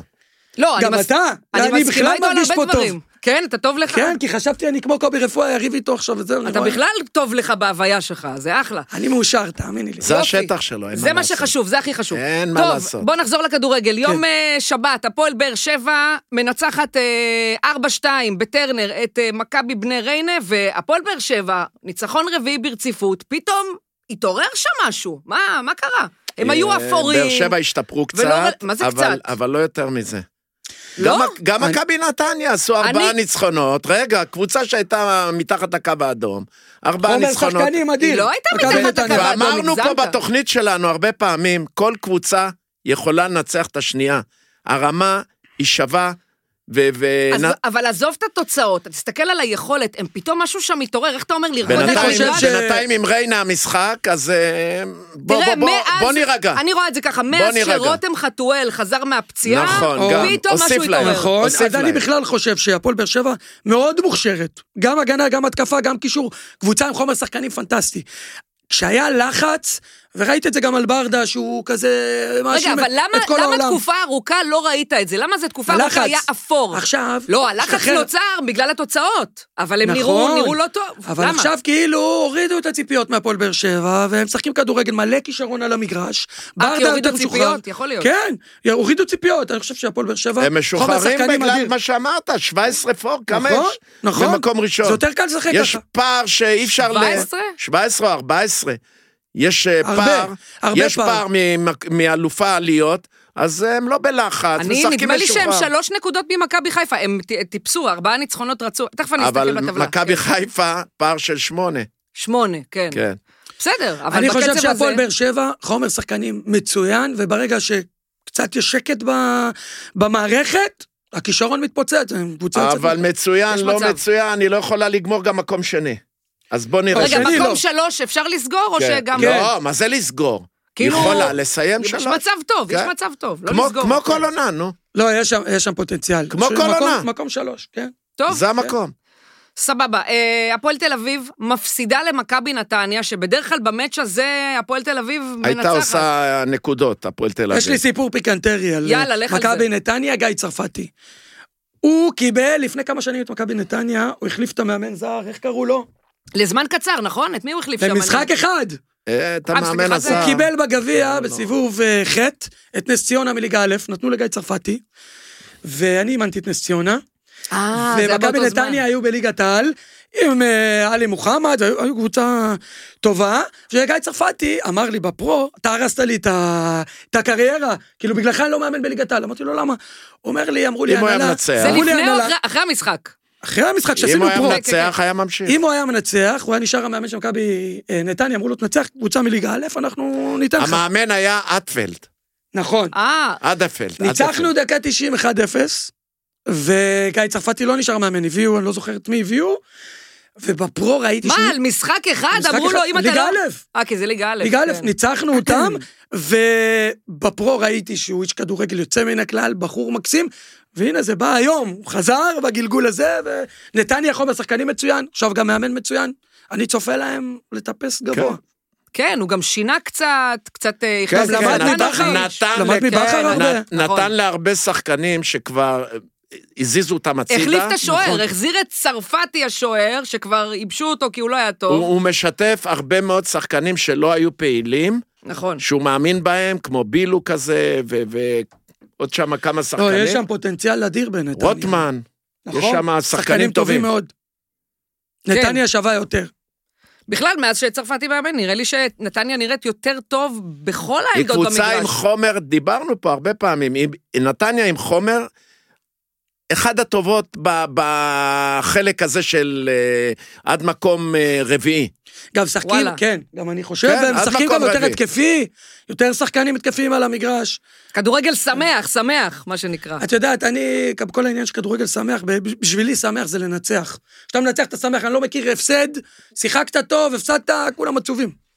Speaker 1: לא, אני
Speaker 3: גם
Speaker 1: מס-
Speaker 3: אתה,
Speaker 1: אני
Speaker 3: אני
Speaker 1: מסכימה
Speaker 3: בכלל
Speaker 1: איתו על
Speaker 3: מרגיש
Speaker 1: הרבה
Speaker 3: פה טוב.
Speaker 1: דברים. כן, אתה טוב לך?
Speaker 3: כן, כי חשבתי אני כמו קובי רפואה, אריב איתו עכשיו וזהו. אני
Speaker 1: אתה
Speaker 3: רואה-
Speaker 1: בכלל טוב לך בהוויה שלך, זה אחלה.
Speaker 3: אני מאושר, תאמיני לי.
Speaker 2: זה
Speaker 1: יופי.
Speaker 2: השטח שלו, אין מה
Speaker 1: זה מה
Speaker 2: לעשות.
Speaker 1: שחשוב, זה הכי חשוב.
Speaker 2: אין מה לעשות. כן.
Speaker 1: טוב, בוא נחזור לכדורגל. יום אה, שבת, הפועל באר שבע מנצחת אה, 4-2 בטרנר את אה, מכבי בני ריינה, והפועל באר שבע, ניצחון רביעי ברציפות, פתאום התעורר שם משהו. מה, מה קרה? הם היו
Speaker 2: אה,
Speaker 1: אפורים.
Speaker 2: באר שבע השתפרו
Speaker 1: ולא-
Speaker 2: קצת,
Speaker 1: מה זה
Speaker 2: אבל-
Speaker 1: קצת?
Speaker 2: אבל לא יותר מזה.
Speaker 1: לא?
Speaker 2: גם- גם
Speaker 3: אני-
Speaker 2: מכבי נתניה עשו ארבעה
Speaker 1: אני-
Speaker 2: ניצחונות. רגע, קבוצה שהייתה מתחת לקו האדום, ארבעה
Speaker 3: חומר
Speaker 2: ניצחונות.
Speaker 3: שחקנים אדיר.
Speaker 1: היא לא הייתה
Speaker 3: מכבי
Speaker 1: מתחת
Speaker 3: נתניה.
Speaker 1: לקו. האדום,
Speaker 2: ואמרנו פה
Speaker 1: הגזמת.
Speaker 2: בתוכנית שלנו הרבה פעמים, כל קבוצה יכולה לנצח את השנייה. הרמה היא שווה, ו... ו-
Speaker 1: אז-
Speaker 2: נ-
Speaker 1: אבל עזוב את התוצאות, תסתכל על היכולת, הם פתאום משהו שם התעורר, איך אתה אומר לרקוד על
Speaker 3: אני
Speaker 2: בינתיים
Speaker 3: חושב
Speaker 1: הגולגולת?
Speaker 3: ש-
Speaker 2: בינתיים עם ריינה המשחק, אז אה, בוא,
Speaker 1: תראה,
Speaker 2: בוא, בוא,
Speaker 1: מאז-
Speaker 2: בוא נירגע.
Speaker 1: אני רואה את זה ככה, מאז
Speaker 2: נירגע.
Speaker 1: שרותם חתואל חזר מהפציעה,
Speaker 2: נכון,
Speaker 3: גם.
Speaker 1: פתאום
Speaker 2: הוסיף
Speaker 1: משהו
Speaker 2: להם.
Speaker 1: התעורר.
Speaker 3: נכון,
Speaker 2: הוסיף
Speaker 3: אז אני
Speaker 2: להם.
Speaker 3: בכלל חושב שהפועל באר שבע מאוד מוכשרת. גם הגנה, גם התקפה, גם קישור. קבוצה עם חומר שחקנים פנטסטי. כשהיה לחץ, וראית את זה גם על ברדה, שהוא כזה...
Speaker 1: רגע,
Speaker 3: מאשים
Speaker 1: אבל
Speaker 3: את- את כל
Speaker 1: למה, למה
Speaker 3: העולם.
Speaker 1: תקופה ארוכה לא ראית את זה? למה זו תקופה ארוכה
Speaker 3: הלחץ.
Speaker 1: היה אפור?
Speaker 3: עכשיו...
Speaker 1: לא, הלחץ
Speaker 3: שחרר-
Speaker 1: נוצר בגלל התוצאות, אבל הם נראו,
Speaker 3: נכון.
Speaker 1: נראו לא טוב.
Speaker 3: אבל
Speaker 1: למה?
Speaker 3: עכשיו כאילו הורידו את הציפיות מהפועל באר שבע, והם משחקים כדורגל מלא כישרון על המגרש. ברדה
Speaker 1: אה, כי הורידו
Speaker 3: יותר משוחרר.
Speaker 1: ציפיות? יכול להיות.
Speaker 3: כן, הורידו ציפיות, אני חושב שהפועל באר שבע...
Speaker 2: הם משוחררים
Speaker 3: חומר שחקנים
Speaker 2: בגלל
Speaker 3: אדיר.
Speaker 2: מה שאמרת, 17 פור, כמה
Speaker 3: נכון,
Speaker 2: יש?
Speaker 3: נכון.
Speaker 2: במקום ראשון.
Speaker 3: זה יותר קל לשחק
Speaker 2: יש
Speaker 3: ככה.
Speaker 2: פער שאי אפשר... ל-
Speaker 1: 17?
Speaker 2: 17 או 14. יש אה,
Speaker 3: הרבה,
Speaker 2: פער,
Speaker 3: הרבה
Speaker 2: יש
Speaker 3: פער.
Speaker 2: פער ממק- מאלופה העליות, אז הם לא בלחץ,
Speaker 1: אני,
Speaker 2: משחקים
Speaker 1: נדמה לי שהם
Speaker 2: משוחרר.
Speaker 1: שלוש נקודות ממכבי חיפה, הם ט- טיפסו, ארבעה ניצחונות רצו, תכף אני אסתכל
Speaker 2: אבל
Speaker 1: בטבלה. כן.
Speaker 2: מכבי חיפה, פער של שמונה.
Speaker 1: שמונה, כן.
Speaker 2: כן.
Speaker 1: בסדר, אבל
Speaker 3: אני חושב
Speaker 1: בקצב הזה...
Speaker 3: שהפועל באר שבע, חומר שחקנים מצוין, וברגע שקצת יש שקט ב- במערכת, הכישרון מתפוצץ, הם קבוצה...
Speaker 2: אבל מצוין,
Speaker 1: יש
Speaker 2: לא
Speaker 1: מצב.
Speaker 2: מצוין, היא לא יכולה לגמור גם מקום שני. אז בוא נראה.
Speaker 1: רגע,
Speaker 3: שני
Speaker 1: מקום
Speaker 3: לא.
Speaker 1: שלוש אפשר לסגור, או
Speaker 2: כן.
Speaker 1: שגם...
Speaker 2: לא, מה זה לסגור?
Speaker 1: כאילו-
Speaker 2: יכולה לסיים
Speaker 1: יש
Speaker 2: שלוש.
Speaker 1: מצב טוב, יש
Speaker 2: כן.
Speaker 1: מצב טוב, לא
Speaker 2: כמו-
Speaker 1: לסגור.
Speaker 2: כמו כל עונה, נו.
Speaker 3: לא, יש שם- יש שם פוטנציאל.
Speaker 2: כמו
Speaker 3: של
Speaker 2: כל
Speaker 3: מקום-
Speaker 2: עונה.
Speaker 3: מקום שלוש, כן.
Speaker 1: טוב, כן.
Speaker 2: זה המקום.
Speaker 1: סבבה. אה, הפועל תל אביב מפסידה למכבי נתניה, שבדרך כלל במאץ' הזה הפועל תל אביב מנצחת.
Speaker 2: הייתה עושה נקודות, הפועל תל אביב.
Speaker 3: יש לי סיפור פיקנטרי על אה,
Speaker 1: יאללה, לך על
Speaker 3: מכבי
Speaker 1: זה.
Speaker 3: נתניה, גיא צרפתי. הוא קיבל לפני כמה שנים את מכבי נתניה, הוא החליף את המאמן זר, איך קראו לו?
Speaker 1: לזמן קצר, נכון? את מי הוא החליף שם?
Speaker 3: במשחק אחד.
Speaker 2: אה, את
Speaker 1: אה,
Speaker 2: המאמן
Speaker 1: סליחה,
Speaker 2: הזה.
Speaker 1: זה-
Speaker 3: הוא קיבל בגביע
Speaker 2: לא.
Speaker 3: בסיבוב אה, ח' את נס ציונה מליגה א', נתנו לגיא צרפתי, ואני אימנתי את נס ציונה,
Speaker 1: אה, זה היה
Speaker 3: ומכבי
Speaker 1: באותו זמן.
Speaker 3: נתניה היו בליגת העל, עם אה, עלי מוחמד, היו היו קבוצה טובה, וגיא צרפתי אמר לי בפרו, אתה הרסת לי את ה- את הקריירה, כאילו בגללך אני לא מאמן בליגת העל, אמרתי לו למה? אומר לי, אמרו לי,
Speaker 2: אם הוא היה
Speaker 3: הנהלה-
Speaker 2: מנצח.
Speaker 1: זה
Speaker 2: אמרו
Speaker 1: לפני או
Speaker 3: הנהלה-
Speaker 1: אחרי- אחרי המשחק?
Speaker 3: אחרי המשחק
Speaker 2: אם
Speaker 3: שעשינו
Speaker 2: הוא היה
Speaker 3: פרו.
Speaker 1: כן,
Speaker 2: מנצח,
Speaker 1: כן.
Speaker 2: היה ממשיך.
Speaker 3: אם הוא היה מנצח, הוא היה נשאר המאמן של מכבי אה, נתניה, אמרו לו, תנצח קבוצה מליגה א', אנחנו ניתן לך.
Speaker 2: המאמן היה אטפלד.
Speaker 3: נכון.
Speaker 1: אה,
Speaker 2: אדפלד.
Speaker 3: ניצחנו
Speaker 2: אדפלד.
Speaker 3: דקה 90, 1-0, וגיא צרפתי לא נשאר מאמן, הביאו, אני לא זוכר את מי הביאו, ובפרו ראיתי
Speaker 1: מה,
Speaker 3: שהוא-
Speaker 1: על משחק אחד?
Speaker 3: משחק
Speaker 1: אמרו
Speaker 3: אחד,
Speaker 1: לו, אם אתה
Speaker 3: ליגה
Speaker 1: לא...
Speaker 3: א'.
Speaker 1: אה, כי זה ליגה א'.
Speaker 3: ליגה א',
Speaker 1: כן.
Speaker 3: ניצחנו אותם, ובפרו ראיתי שהוא איש כדורגל יוצא מן הכלל, בחור מקסים, והנה זה בא היום, הוא חזר בגלגול הזה, ונתניה חומר שחקנים מצוין, עכשיו גם מאמן מצוין, אני צופה להם לטפס גבוה.
Speaker 1: כן, הוא גם שינה קצת, קצת... אה,
Speaker 2: כן,
Speaker 1: הכניס
Speaker 2: כן,
Speaker 1: את
Speaker 3: למד
Speaker 1: רן
Speaker 3: מבכר.
Speaker 1: דנוביץ'.
Speaker 2: נתן
Speaker 3: למד
Speaker 2: לכן,
Speaker 3: מבכר
Speaker 2: נ-
Speaker 3: הרבה.
Speaker 1: נכון.
Speaker 2: נתן להרבה שחקנים שכבר אה, הזיזו אותם הצידה.
Speaker 1: החליף את השוער,
Speaker 3: נכון.
Speaker 1: החזיר את צרפתי השוער, שכבר ייבשו אותו כי הוא לא היה
Speaker 2: הוא
Speaker 1: טוב.
Speaker 2: הוא משתף הרבה מאוד שחקנים שלא היו פעילים,
Speaker 1: נכון.
Speaker 2: שהוא מאמין בהם, כמו בילו כזה, ו- ועוד שם כמה
Speaker 3: לא, יש שם
Speaker 2: שחקנים.
Speaker 3: פוטנציאל אדיר בנתניה.
Speaker 2: רוטמן, יש
Speaker 3: נכון?
Speaker 2: שם שחקנים טובים.
Speaker 3: מאוד.
Speaker 1: כן.
Speaker 3: נתניה שווה יותר.
Speaker 1: בכלל, מאז שצרפתי מאמן, נראה לי שנתניה נראית יותר טוב בכל
Speaker 2: היא
Speaker 1: העמדות במגרש.
Speaker 2: קבוצה עם חומר, דיברנו פה הרבה פעמים, היא- נתניה עם חומר, אחד הטובות ב- בחלק הזה של אה, עד מקום אה, רביעי.
Speaker 3: גם משחקים,
Speaker 1: וואלה.
Speaker 3: כן, גם אני חושב,
Speaker 2: כן,
Speaker 3: והם
Speaker 2: עד
Speaker 3: משחקים
Speaker 2: מקום
Speaker 3: גם יותר
Speaker 2: רביעי.
Speaker 3: התקפי, יותר שחקנים התקפיים על המגרש.
Speaker 1: כדורגל שמח, שמח, מה שנקרא.
Speaker 3: את יודעת, אני, גם כל העניין של כדורגל שמח, ב- בשבילי שמח זה לנצח. כשאתה מנצח אתה שמח, אני לא מכיר הפסד, שיחקת טוב, הפסדת, כולם עצובים.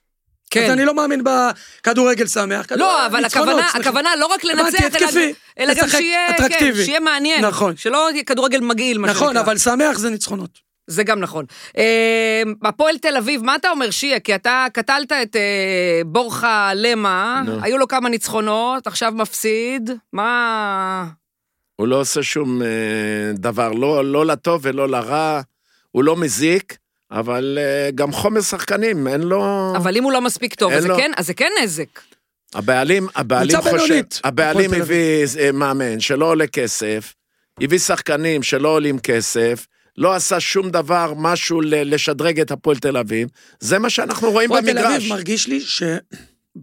Speaker 1: כן.
Speaker 3: אז אני לא מאמין בכדורגל שמח. כדורגל-
Speaker 1: לא, אבל
Speaker 3: ניצחונות,
Speaker 1: הכוונה,
Speaker 3: שמחים.
Speaker 1: הכוונה לא רק
Speaker 3: הבנתי,
Speaker 1: לנצח, אלא-
Speaker 3: התקפי.
Speaker 1: אלא גם
Speaker 3: לשחק
Speaker 1: שיהיה, כן,
Speaker 3: אטרקטיבי.
Speaker 1: שיהיה מעניין.
Speaker 3: נכון.
Speaker 1: שלא יהיה כדורגל מגעיל, מה שנקרא.
Speaker 3: נכון, אבל שמח זה ניצחונות.
Speaker 1: זה גם נכון. אה, הפועל תל אביב, מה אתה אומר, שיה? כי אתה קטלת את אה, בורחה למה,
Speaker 2: נו.
Speaker 1: היו לו כמה ניצחונות, עכשיו מפסיד, מה...
Speaker 2: הוא לא עושה שום אה, דבר, לא, לא לטוב ולא לרע, הוא לא מזיק, אבל אה, גם חומר שחקנים, אין לו...
Speaker 1: אבל אם הוא לא מספיק טוב,
Speaker 2: אין
Speaker 1: אז זה
Speaker 2: לו.
Speaker 1: כן- אז זה כן נזק.
Speaker 2: הבעלים, הבעלים
Speaker 3: קבוצה
Speaker 2: חושב,
Speaker 3: בינונית.
Speaker 2: הבעלים
Speaker 3: הפועל תל
Speaker 2: הביא אה, מאמן שלא עולה כסף, הביא שחקנים שלא עולים כסף, לא עשה שום דבר, משהו ל- לשדרג את הפועל תל אביב, זה מה שאנחנו רואים
Speaker 3: הפועל תל
Speaker 2: במגרש.
Speaker 3: אביב מרגיש לי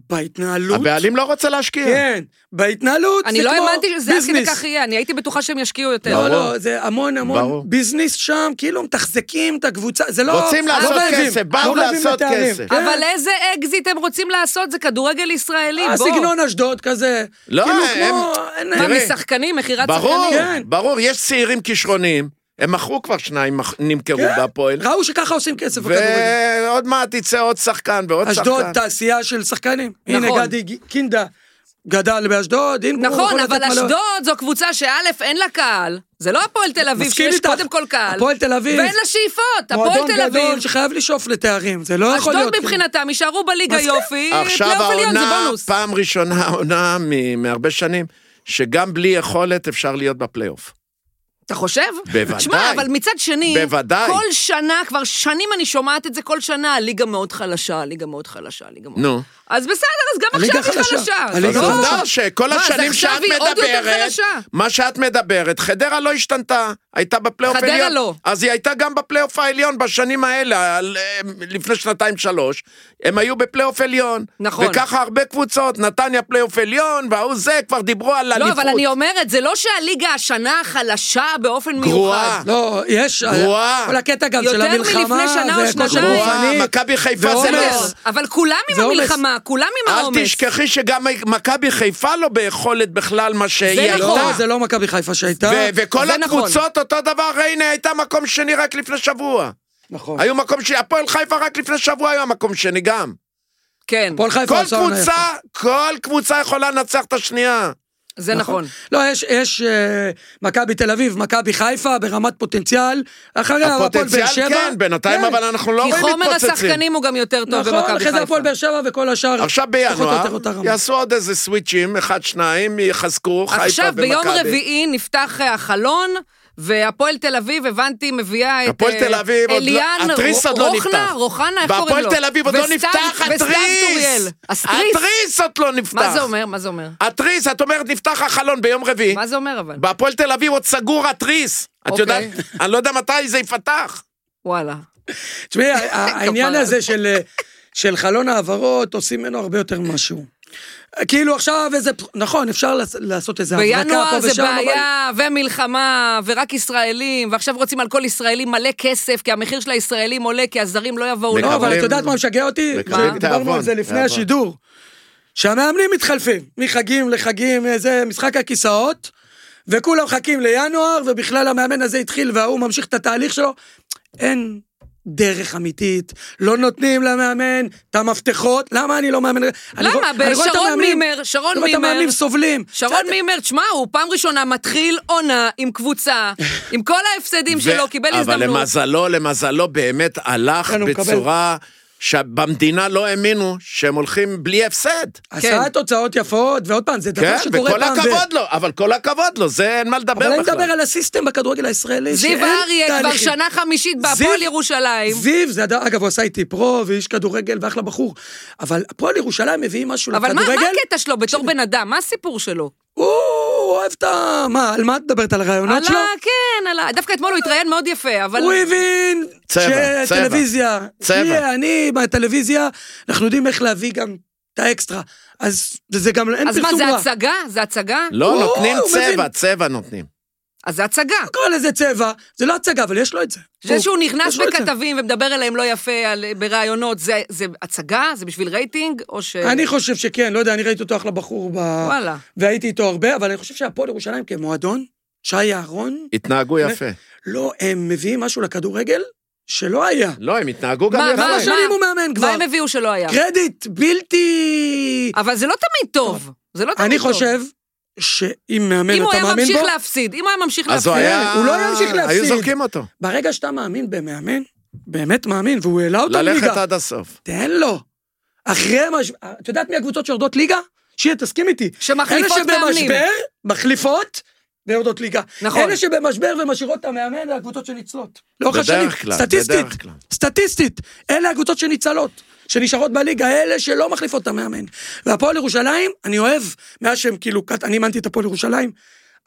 Speaker 3: שבהתנהלות...
Speaker 2: הבעלים לא רוצה להשקיע.
Speaker 3: כן, בהתנהלות
Speaker 1: אני
Speaker 3: זה
Speaker 1: לא
Speaker 3: כמו
Speaker 1: האמנתי שזה עד כדי
Speaker 3: ביזנס.
Speaker 1: כך יהיה, אני הייתי בטוחה שהם ישקיעו יותר.
Speaker 3: לא,
Speaker 2: ברור.
Speaker 3: לא, זה המון
Speaker 2: ברור.
Speaker 3: המון ביזנס שם, כאילו מתחזקים את הקבוצה, זה לא...
Speaker 2: רוצים
Speaker 3: לא
Speaker 2: לעשות
Speaker 3: רעבים,
Speaker 2: כסף, באו
Speaker 3: לא רעבים
Speaker 2: לעשות
Speaker 3: לתארים.
Speaker 2: כסף.
Speaker 3: כן. אה,
Speaker 1: אבל איזה אקזיט הם רוצים לעשות? זה כדורגל ישראלי, בוא.
Speaker 3: הסגנון אשדוד כזה.
Speaker 2: לא,
Speaker 3: כאילו
Speaker 2: הם-
Speaker 3: כמו... אין-
Speaker 1: מה,
Speaker 2: תראה,
Speaker 1: משחקנים, מכירת
Speaker 2: ברור,
Speaker 1: שחקנים?
Speaker 3: כן.
Speaker 2: ברור, יש צעירים כישרוניים, הם מכרו כבר שניים, מכ- נמכרו
Speaker 3: כן.
Speaker 2: בהפועל,
Speaker 3: ראו שככה עושים כסף בכדורגל.
Speaker 2: ועוד מעט יצא עוד שחקן ועוד
Speaker 3: אשדוד,
Speaker 2: שחקן.
Speaker 3: תעשייה של שחקנים. הנה
Speaker 1: נכון.
Speaker 3: גדי ג- קינדה גדל באשדוד, הנה הוא
Speaker 1: נכון,
Speaker 3: יכול לתת לא.
Speaker 1: אבל
Speaker 3: מלא-
Speaker 1: אשדוד זו קבוצה שא', אין לה קהל. זה לא הפועל תל אביב,
Speaker 3: מסכים
Speaker 1: שיש
Speaker 3: איתך.
Speaker 1: קודם כל קהל.
Speaker 3: הפועל תל אביב.
Speaker 1: ואין לה שאיפות, הפועל
Speaker 3: מועדון
Speaker 1: תל
Speaker 3: גדול
Speaker 1: אביב.
Speaker 3: שחייב לשאוף לתארים, זה לא יכול להיות...
Speaker 1: אשדוד
Speaker 3: כאילו-
Speaker 1: מבחינתם יישארו בליגה
Speaker 3: מסכים.
Speaker 1: יופי,
Speaker 2: עכשיו
Speaker 1: פלייאוף עליון לא, זה
Speaker 2: העונה,
Speaker 1: בונוס.
Speaker 2: פעם ראשונה העונה מ- מהרבה שנים, שגם בלי יכולת אפשר להיות בפלייאוף.
Speaker 1: אתה חושב?
Speaker 2: בוודאי.
Speaker 1: תשמע, אבל מצד שני,
Speaker 2: בוודאי.
Speaker 1: כל שנה, כבר שנים אני שומעת את זה כל שנה, הליגה מאוד חלשה, הליגה מאוד חלשה, הליגה מאוד...
Speaker 2: נו.
Speaker 1: אז בסדר, אז גם
Speaker 3: הליגה
Speaker 1: עכשיו היא
Speaker 3: חלשה.
Speaker 1: חלשה.
Speaker 2: אז
Speaker 3: הליגה
Speaker 1: לא.
Speaker 3: חלשה.
Speaker 2: עובדה שכל
Speaker 1: מה, אז
Speaker 2: השנים
Speaker 1: עכשיו
Speaker 2: שאת
Speaker 1: היא עוד יותר
Speaker 2: מדברת,
Speaker 1: חלשה.
Speaker 2: מה שאת מדברת, חדרה לא השתנתה, הייתה בפלייאוף
Speaker 1: חדרה
Speaker 2: העליון.
Speaker 1: לא.
Speaker 2: אז היא הייתה גם בפלייאוף העליון בשנים האלה, על- אה, לפני שנתיים-שלוש. הם היו בפלייאוף עליון.
Speaker 1: נכון.
Speaker 2: וככה הרבה קבוצות, נתניה פלייאוף עליון, וההוא זה, כבר דיברו על
Speaker 1: לא,
Speaker 2: אליפות.
Speaker 1: אבל אני אומרת, זה לא שהליגה השנה חלשה באופן מיוחד.
Speaker 2: גרועה.
Speaker 3: לא, יש...
Speaker 2: גרועה.
Speaker 3: כל הקטע גם של
Speaker 1: יותר
Speaker 3: המלחמה.
Speaker 1: מלפני שנה או
Speaker 3: זה כושר
Speaker 1: שנתיים.
Speaker 2: גרועה,
Speaker 3: גופני.
Speaker 2: מכבי חיפה זה
Speaker 1: בסדר,
Speaker 2: נס.
Speaker 1: לא, אבל כולם עם
Speaker 3: זה עומס.
Speaker 1: המלחמה, כולם עם
Speaker 2: אל
Speaker 1: העומס.
Speaker 2: תשכחי שגם מכבי חיפה לא ביכולת בכלל מה שהיא
Speaker 1: נכון.
Speaker 2: הייתה.
Speaker 3: לא, זה לא מכבי חיפה שהייתה.
Speaker 2: ו- וכל
Speaker 1: זה נכון.
Speaker 2: הקבוצות אותו דבר, הנה הייתה מקום שני רק לפני שבוע.
Speaker 3: נכון.
Speaker 2: היו מקום שני, הפועל חיפה רק לפני שבוע היה מקום שני גם.
Speaker 1: כן,
Speaker 3: הפועל חיפה
Speaker 2: כל
Speaker 3: עושה עונה יפה.
Speaker 2: קבוצה, כל קבוצה יכולה לנצח את השנייה.
Speaker 1: זה נכון.
Speaker 3: לא, יש, יש אה, מכבי תל אביב, מכבי חיפה, ברמת פוטנציאל. אחריה, אה, הפועל באר
Speaker 2: הפוטנציאל
Speaker 3: שבע.
Speaker 2: כן, בינתיים אבל אנחנו לא
Speaker 1: כי
Speaker 2: רואים
Speaker 1: חומר
Speaker 2: מתפוצצים.
Speaker 1: השחקנים הוא גם יותר טוב
Speaker 3: נכון,
Speaker 1: במכבי
Speaker 3: אחרי זה
Speaker 1: חיפה.
Speaker 3: הפועל באר שבע וכל השאר.
Speaker 2: עכשיו
Speaker 3: פחות או יותר
Speaker 2: בינואר,
Speaker 3: אותה רמה.
Speaker 2: יעשו עוד איזה סוויצ'ים, אחד, שניים, יחזקו, חיפה ומכבי.
Speaker 1: עכשיו, ביום רביעי נפתח אה, החלון, והפועל תל אביב, הבנתי, מביאה את
Speaker 2: הפועל
Speaker 1: אה,
Speaker 2: תל אביב עוד לא-
Speaker 1: אליאן
Speaker 2: התריס עוד לא
Speaker 1: רוחנה,
Speaker 2: נפתח.
Speaker 1: רוחנה, איך קוראים לו?
Speaker 2: והפועל תל אביב עוד לא
Speaker 1: וסתיו-
Speaker 2: נפתח,
Speaker 1: וסתיו טוריאל.
Speaker 2: התריס!
Speaker 1: הסטריס.
Speaker 2: התריס עוד לא נפתח.
Speaker 1: מה זה אומר? מה זה אומר?
Speaker 2: התריס, את אומרת נפתח החלון ביום רביעי.
Speaker 1: מה זה אומר אבל?
Speaker 2: בהפועל תל אביב עוד סגור התריס. את
Speaker 1: אוקיי.
Speaker 2: יודעת, אני לא יודע מתי זה ייפתח.
Speaker 1: וואלה.
Speaker 3: תשמעי, ה- העניין
Speaker 1: כפרה.
Speaker 3: הזה של, אה, של חלון העברות, עושים ממנו הרבה יותר משהו. כאילו עכשיו איזה, פ- נכון, אפשר לעס- לעשות איזה הברקה פה
Speaker 1: בינואר זה
Speaker 3: ושם, אבל...
Speaker 1: בעיה ומלחמה ורק ישראלים, ועכשיו רוצים על כל ישראלי מלא כסף, כי המחיר של הישראלים עולה, כי הזרים לא יבואו.
Speaker 2: מקבלים-
Speaker 3: לא, אבל
Speaker 2: מקבלים-
Speaker 3: את יודעת מה משגע אותי?
Speaker 2: מקבלים
Speaker 3: דיברנו על
Speaker 2: תיאבון,
Speaker 3: זה לפני
Speaker 2: תיאבון.
Speaker 3: השידור. שהמאמנים מתחלפים, מחגים לחגים, אה, זה משחק הכיסאות, וכולם מחכים לינואר, ובכלל המאמן הזה התחיל וההוא ממשיך את התהליך שלו. אין דרך אמיתית, לא נותנים למאמן את המפתחות, למה אני לא מאמן? אני
Speaker 1: למה?
Speaker 3: רואה- אני רואה את
Speaker 1: בשרון
Speaker 3: המאמנים-
Speaker 1: מימר, שרון
Speaker 3: אני רואה את
Speaker 1: מימר.
Speaker 3: המאמנים סובלים.
Speaker 1: שרון מימר, תשמע, הוא פעם ראשונה מתחיל עונה עם קבוצה, עם כל ההפסדים שלו,
Speaker 2: ו-
Speaker 1: קיבל
Speaker 2: אבל
Speaker 1: הזדמנות.
Speaker 2: למזלו, למזלו באמת הלך
Speaker 3: כן, הוא מקבל.
Speaker 2: בצורה שבמדינה לא האמינו שהם הולכים בלי הפסד.
Speaker 3: עשה
Speaker 1: כן.
Speaker 3: תוצאות יפות, ועוד פעם, זה דבר
Speaker 2: כן,
Speaker 3: שקורה
Speaker 2: וכל
Speaker 3: פעם ב...
Speaker 2: הכבוד לו, אבל כל הכבוד לו, זה אין מה לדבר
Speaker 3: אבל
Speaker 2: בכלל.
Speaker 3: אני מדבר על הסיסטם בכדורגל הישראלי,
Speaker 1: זיו אריה כבר
Speaker 3: תהליכים.
Speaker 1: שנה חמישית
Speaker 3: זיו-
Speaker 1: בהפועל ירושלים.
Speaker 3: זיו, זה אדם, אגב, הוא עשה איתי פרו, ואיש כדורגל ואחלה בחור. אבל הפועל ירושלים מביאים משהו
Speaker 1: אבל מה
Speaker 3: לכדורגל.
Speaker 1: מה הקטע שלו בתור בן אדם? מה הסיפור שלו?
Speaker 3: הוא אוהב את ה... מה, על מה את מדברת? על הרעיונות שלו?
Speaker 1: עלה, כן, עלה. דווקא אתמול הוא התראיין מאוד יפה, אבל...
Speaker 3: הוא הבין
Speaker 2: צבע,
Speaker 3: שהטלוויזיה,
Speaker 2: צבע.
Speaker 3: תהיה, אני בטלוויזיה, אנחנו יודעים איך להביא גם את האקסטרה. אז זה גם, אין
Speaker 1: אז מה,
Speaker 3: פרסום
Speaker 1: זה
Speaker 3: רע.
Speaker 1: הצגה? זה הצגה?
Speaker 2: לא,
Speaker 3: הוא-
Speaker 2: נותנים
Speaker 3: הוא
Speaker 2: צבע,
Speaker 3: מבין.
Speaker 2: צבע נותנים.
Speaker 1: אז זה הצגה.
Speaker 3: לא קורא לזה צבע, זה לא הצגה, אבל יש לו את זה.
Speaker 1: זה
Speaker 3: הוא-
Speaker 1: שהוא נכנס
Speaker 3: יש לו את זה.
Speaker 1: בכתבים ומדבר אליהם לא יפה על- בראיונות, זה- זה הצגה? זה בשביל רייטינג? או ש...
Speaker 3: אני חושב שכן, לא יודע, אני ראיתי אותו אחלה בחור ב...
Speaker 1: וואלה.
Speaker 3: והייתי איתו הרבה, אבל אני חושב שהפועל ירושלים כמועדון, שי אהרון,
Speaker 2: התנהגו יפה.
Speaker 3: לא, הם מביאים משהו לכדורגל שלא היה.
Speaker 2: לא, הם התנהגו גם
Speaker 1: מה,
Speaker 2: יפה.
Speaker 1: מה,
Speaker 3: כמה
Speaker 1: מה?
Speaker 3: שנים הוא מאמן כבר?
Speaker 1: מה הם הביאו שלא היה?
Speaker 3: קרדיט בלתי...
Speaker 1: אבל זה לא תמיד טוב. זה לא תמיד טוב.
Speaker 3: אני חושב שאם מאמן
Speaker 1: אם הוא
Speaker 3: אתה
Speaker 1: היה
Speaker 3: מאמין
Speaker 1: ממשיך
Speaker 3: בו,
Speaker 1: להפסיד, אם הוא היה ממשיך
Speaker 2: אז הוא
Speaker 1: להפסיד...
Speaker 2: היה...
Speaker 3: הוא לא ימשיך להפסיד.
Speaker 2: היו זורקים אותו.
Speaker 3: ברגע שאתה מאמין במאמן, באמת מאמין, והוא העלה אותו
Speaker 2: ללכת
Speaker 3: לליגה,
Speaker 2: עד הסוף.
Speaker 3: תן לו. אחרי מה... ש- את יודעת מי הקבוצות שיורדות ליגה? שיהיה, תסכים איתי. אלה
Speaker 1: שמחליפות מאמנים.
Speaker 3: שבמשבר, מחליפות, ויורדות ליגה.
Speaker 1: נכון.
Speaker 3: אלה שבמשבר ומשאירות את המאמן, זה הקבוצות שנצלות. לאורך
Speaker 2: בדרך
Speaker 3: השנים,
Speaker 2: כלל,
Speaker 3: סטטיסטית,
Speaker 2: בדרך כלל.
Speaker 3: סטטיסטית, אלה הקבוצות שניצלות, שנשארות בליגה, אלה שלא מחליפות את המאמן. והפועל ירושלים, אני אוהב, מאז שהם כאילו, קט- אני אימנתי את הפועל ירושלים,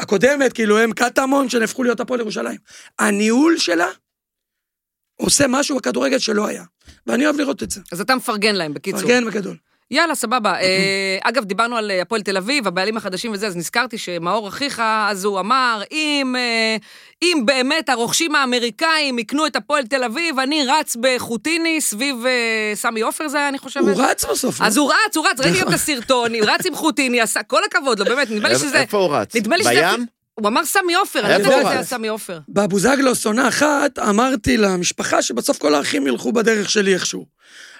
Speaker 3: הקודמת, כאילו הם קטמון, שנהפכו להיות הפועל ירושלים. הניהול שלה עושה משהו בכדורגל שלא היה, ואני אוהב לראות את זה.
Speaker 1: אז אתה מפרגן להם, בקיצור.
Speaker 3: מרגן וגדול.
Speaker 1: יאללה, סבבה. אה, אגב, דיברנו על אה, הפועל תל אביב, הבעלים החדשים וזה, אז נזכרתי שמאור אחיך, אז הוא אמר, אם, אה, אם באמת הרוכשים האמריקאים יקנו את הפועל תל אביב, אני רץ בחוטיני סביב אה, סמי עופר זה היה, אני חושבת.
Speaker 3: הוא רץ בסוף. לא?
Speaker 1: אז הוא רץ, הוא רץ, ראיתי גם את הסרטון, הוא רץ עם חוטיני, עשה, כל הכבוד לו, באמת, נדמה לי שזה...
Speaker 2: איפה הוא רץ?
Speaker 1: נדמה לי שזה...
Speaker 2: בים?
Speaker 1: הוא אמר סמי עופר, אני לא
Speaker 2: איפה
Speaker 1: יודעת
Speaker 2: הוא
Speaker 1: שזה היה
Speaker 2: רץ?
Speaker 1: סמי עופר.
Speaker 3: בבוזגלוס עונה אחת, אמרתי למשפחה שבסוף כל האחים ילכו בדרך שלי איכשהו.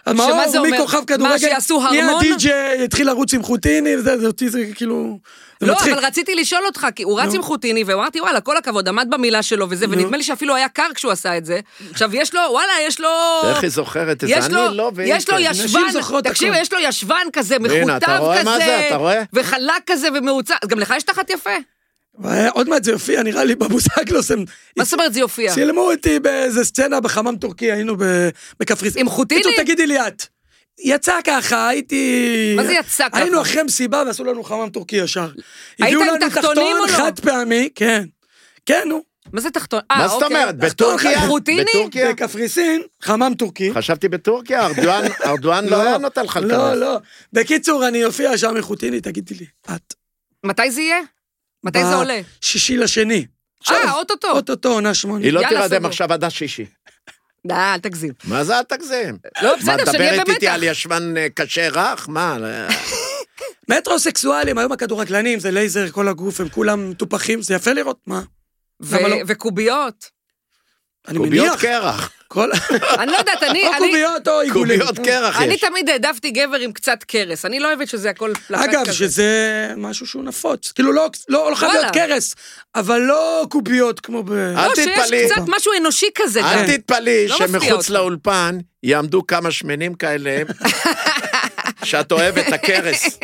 Speaker 1: שמה זה אומר?
Speaker 3: מכוכב
Speaker 1: מה,
Speaker 3: כדורגל,
Speaker 1: שיעשו
Speaker 3: נהיה
Speaker 1: הרמון?
Speaker 3: די-ג'יי, התחיל לרוץ עם חוטיני, וזה, זה אותי זה כאילו... זה
Speaker 1: לא,
Speaker 3: מצחיק.
Speaker 1: אבל רציתי לשאול אותך, כי הוא רץ עם חוטיני, ואמרתי, וואלה, כל הכבוד, עמד במילה שלו וזה, ונדמה לי שאפילו היה קר כשהוא עשה את זה. עכשיו, יש לו, וואלה, יש לו...
Speaker 2: איך היא זוכרת את זה?
Speaker 1: לא. יש
Speaker 2: אני
Speaker 1: לו,
Speaker 2: לא, והיא
Speaker 1: יש לו
Speaker 2: כן.
Speaker 1: ישבן,
Speaker 3: זוכרות
Speaker 1: תקשיב,
Speaker 3: הכל.
Speaker 1: יש לו ישבן כזה,
Speaker 2: והנה, אתה
Speaker 1: מכותב
Speaker 2: רואה מה זה?
Speaker 1: כזה,
Speaker 2: אתה רואה?
Speaker 1: וחלק כזה ומעוצב, אז גם לך יש תחת יפה?
Speaker 3: והיה- עוד מעט זה יופיע, נראה לי, בבוזגלוס הם...
Speaker 1: מה זאת אומרת זה יופיע?
Speaker 3: צילמו אותי באיזה סצנה בחמם טורקי, היינו ב- בקפריסין.
Speaker 1: עם חוטיני?
Speaker 3: בקיצור, תגידי לי את. יצא ככה, הייתי...
Speaker 1: מה זה יצא ככה?
Speaker 3: היינו אחרי מסיבה ועשו לנו חמם טורקי ישר.
Speaker 1: היית
Speaker 3: הביאו
Speaker 1: עם
Speaker 3: לנו
Speaker 1: תחתונים או לא?
Speaker 3: חד פעמי, כן. כן, נו.
Speaker 1: מה זה תחתון? אה,
Speaker 2: מה זאת
Speaker 1: אוקיי.
Speaker 2: אומרת?
Speaker 1: תחתון,
Speaker 2: בטורקיה?
Speaker 1: חוטיני?
Speaker 2: בטורקיה?
Speaker 3: בקפריסין, חמם טורקי.
Speaker 2: חשבתי בטורקיה, ארדואן, ארדואן לא היה נותן לך
Speaker 3: לא,
Speaker 2: להיכנס.
Speaker 3: לא. בקיצור, אני אופיע שם מחוטיני, תגידי לי, את.
Speaker 1: מתי זה יהיה? מתי זה עולה?
Speaker 3: שישי לשני.
Speaker 1: אה, אוטוטו.
Speaker 3: אוטוטו, עונה שמונה.
Speaker 2: היא לא
Speaker 1: יאללה,
Speaker 2: תירדם
Speaker 1: סגור.
Speaker 2: עכשיו עד השישי.
Speaker 1: די, אה, אל תגזים.
Speaker 2: מה זה אל תגזים?
Speaker 1: לא,
Speaker 2: מה,
Speaker 1: בסדר, שנהיה
Speaker 2: מדברת איתי
Speaker 1: במתח.
Speaker 2: על ישבן אה, קשה רך? מה? אה, לא-
Speaker 3: מטרוסקסואלים, היום הכדורגלנים, זה לייזר, כל הגוף, הם כולם מטופחים, זה יפה לראות, מה?
Speaker 1: ו-
Speaker 3: למה לא?
Speaker 1: וקוביות.
Speaker 3: אני
Speaker 2: קוביות כן.
Speaker 3: מניח.
Speaker 2: קרח.
Speaker 3: כל...
Speaker 1: אני לא יודעת, אני...
Speaker 3: או
Speaker 1: אני-
Speaker 3: קוביות או עיגולים.
Speaker 2: קוביות קרח
Speaker 1: אני
Speaker 2: יש.
Speaker 1: תמיד העדפתי גבר עם קצת קרס, אני לא אוהבת שזה הכל פלקט כזה.
Speaker 3: אגב, שזה משהו שהוא נפוץ. כאילו, לא, לא, לא חייב
Speaker 1: וואלה.
Speaker 3: להיות קרס, אבל לא קוביות כמו ב...
Speaker 2: אל
Speaker 1: לא,
Speaker 2: תתפלאי.
Speaker 1: שיש קצת משהו אנושי כזה גם.
Speaker 2: אל תתפלאי
Speaker 1: לא מפתיע
Speaker 2: שמחוץ
Speaker 1: אותך.
Speaker 2: לאולפן יעמדו כמה שמנים כאלה, שאת אוהבת את הכרס.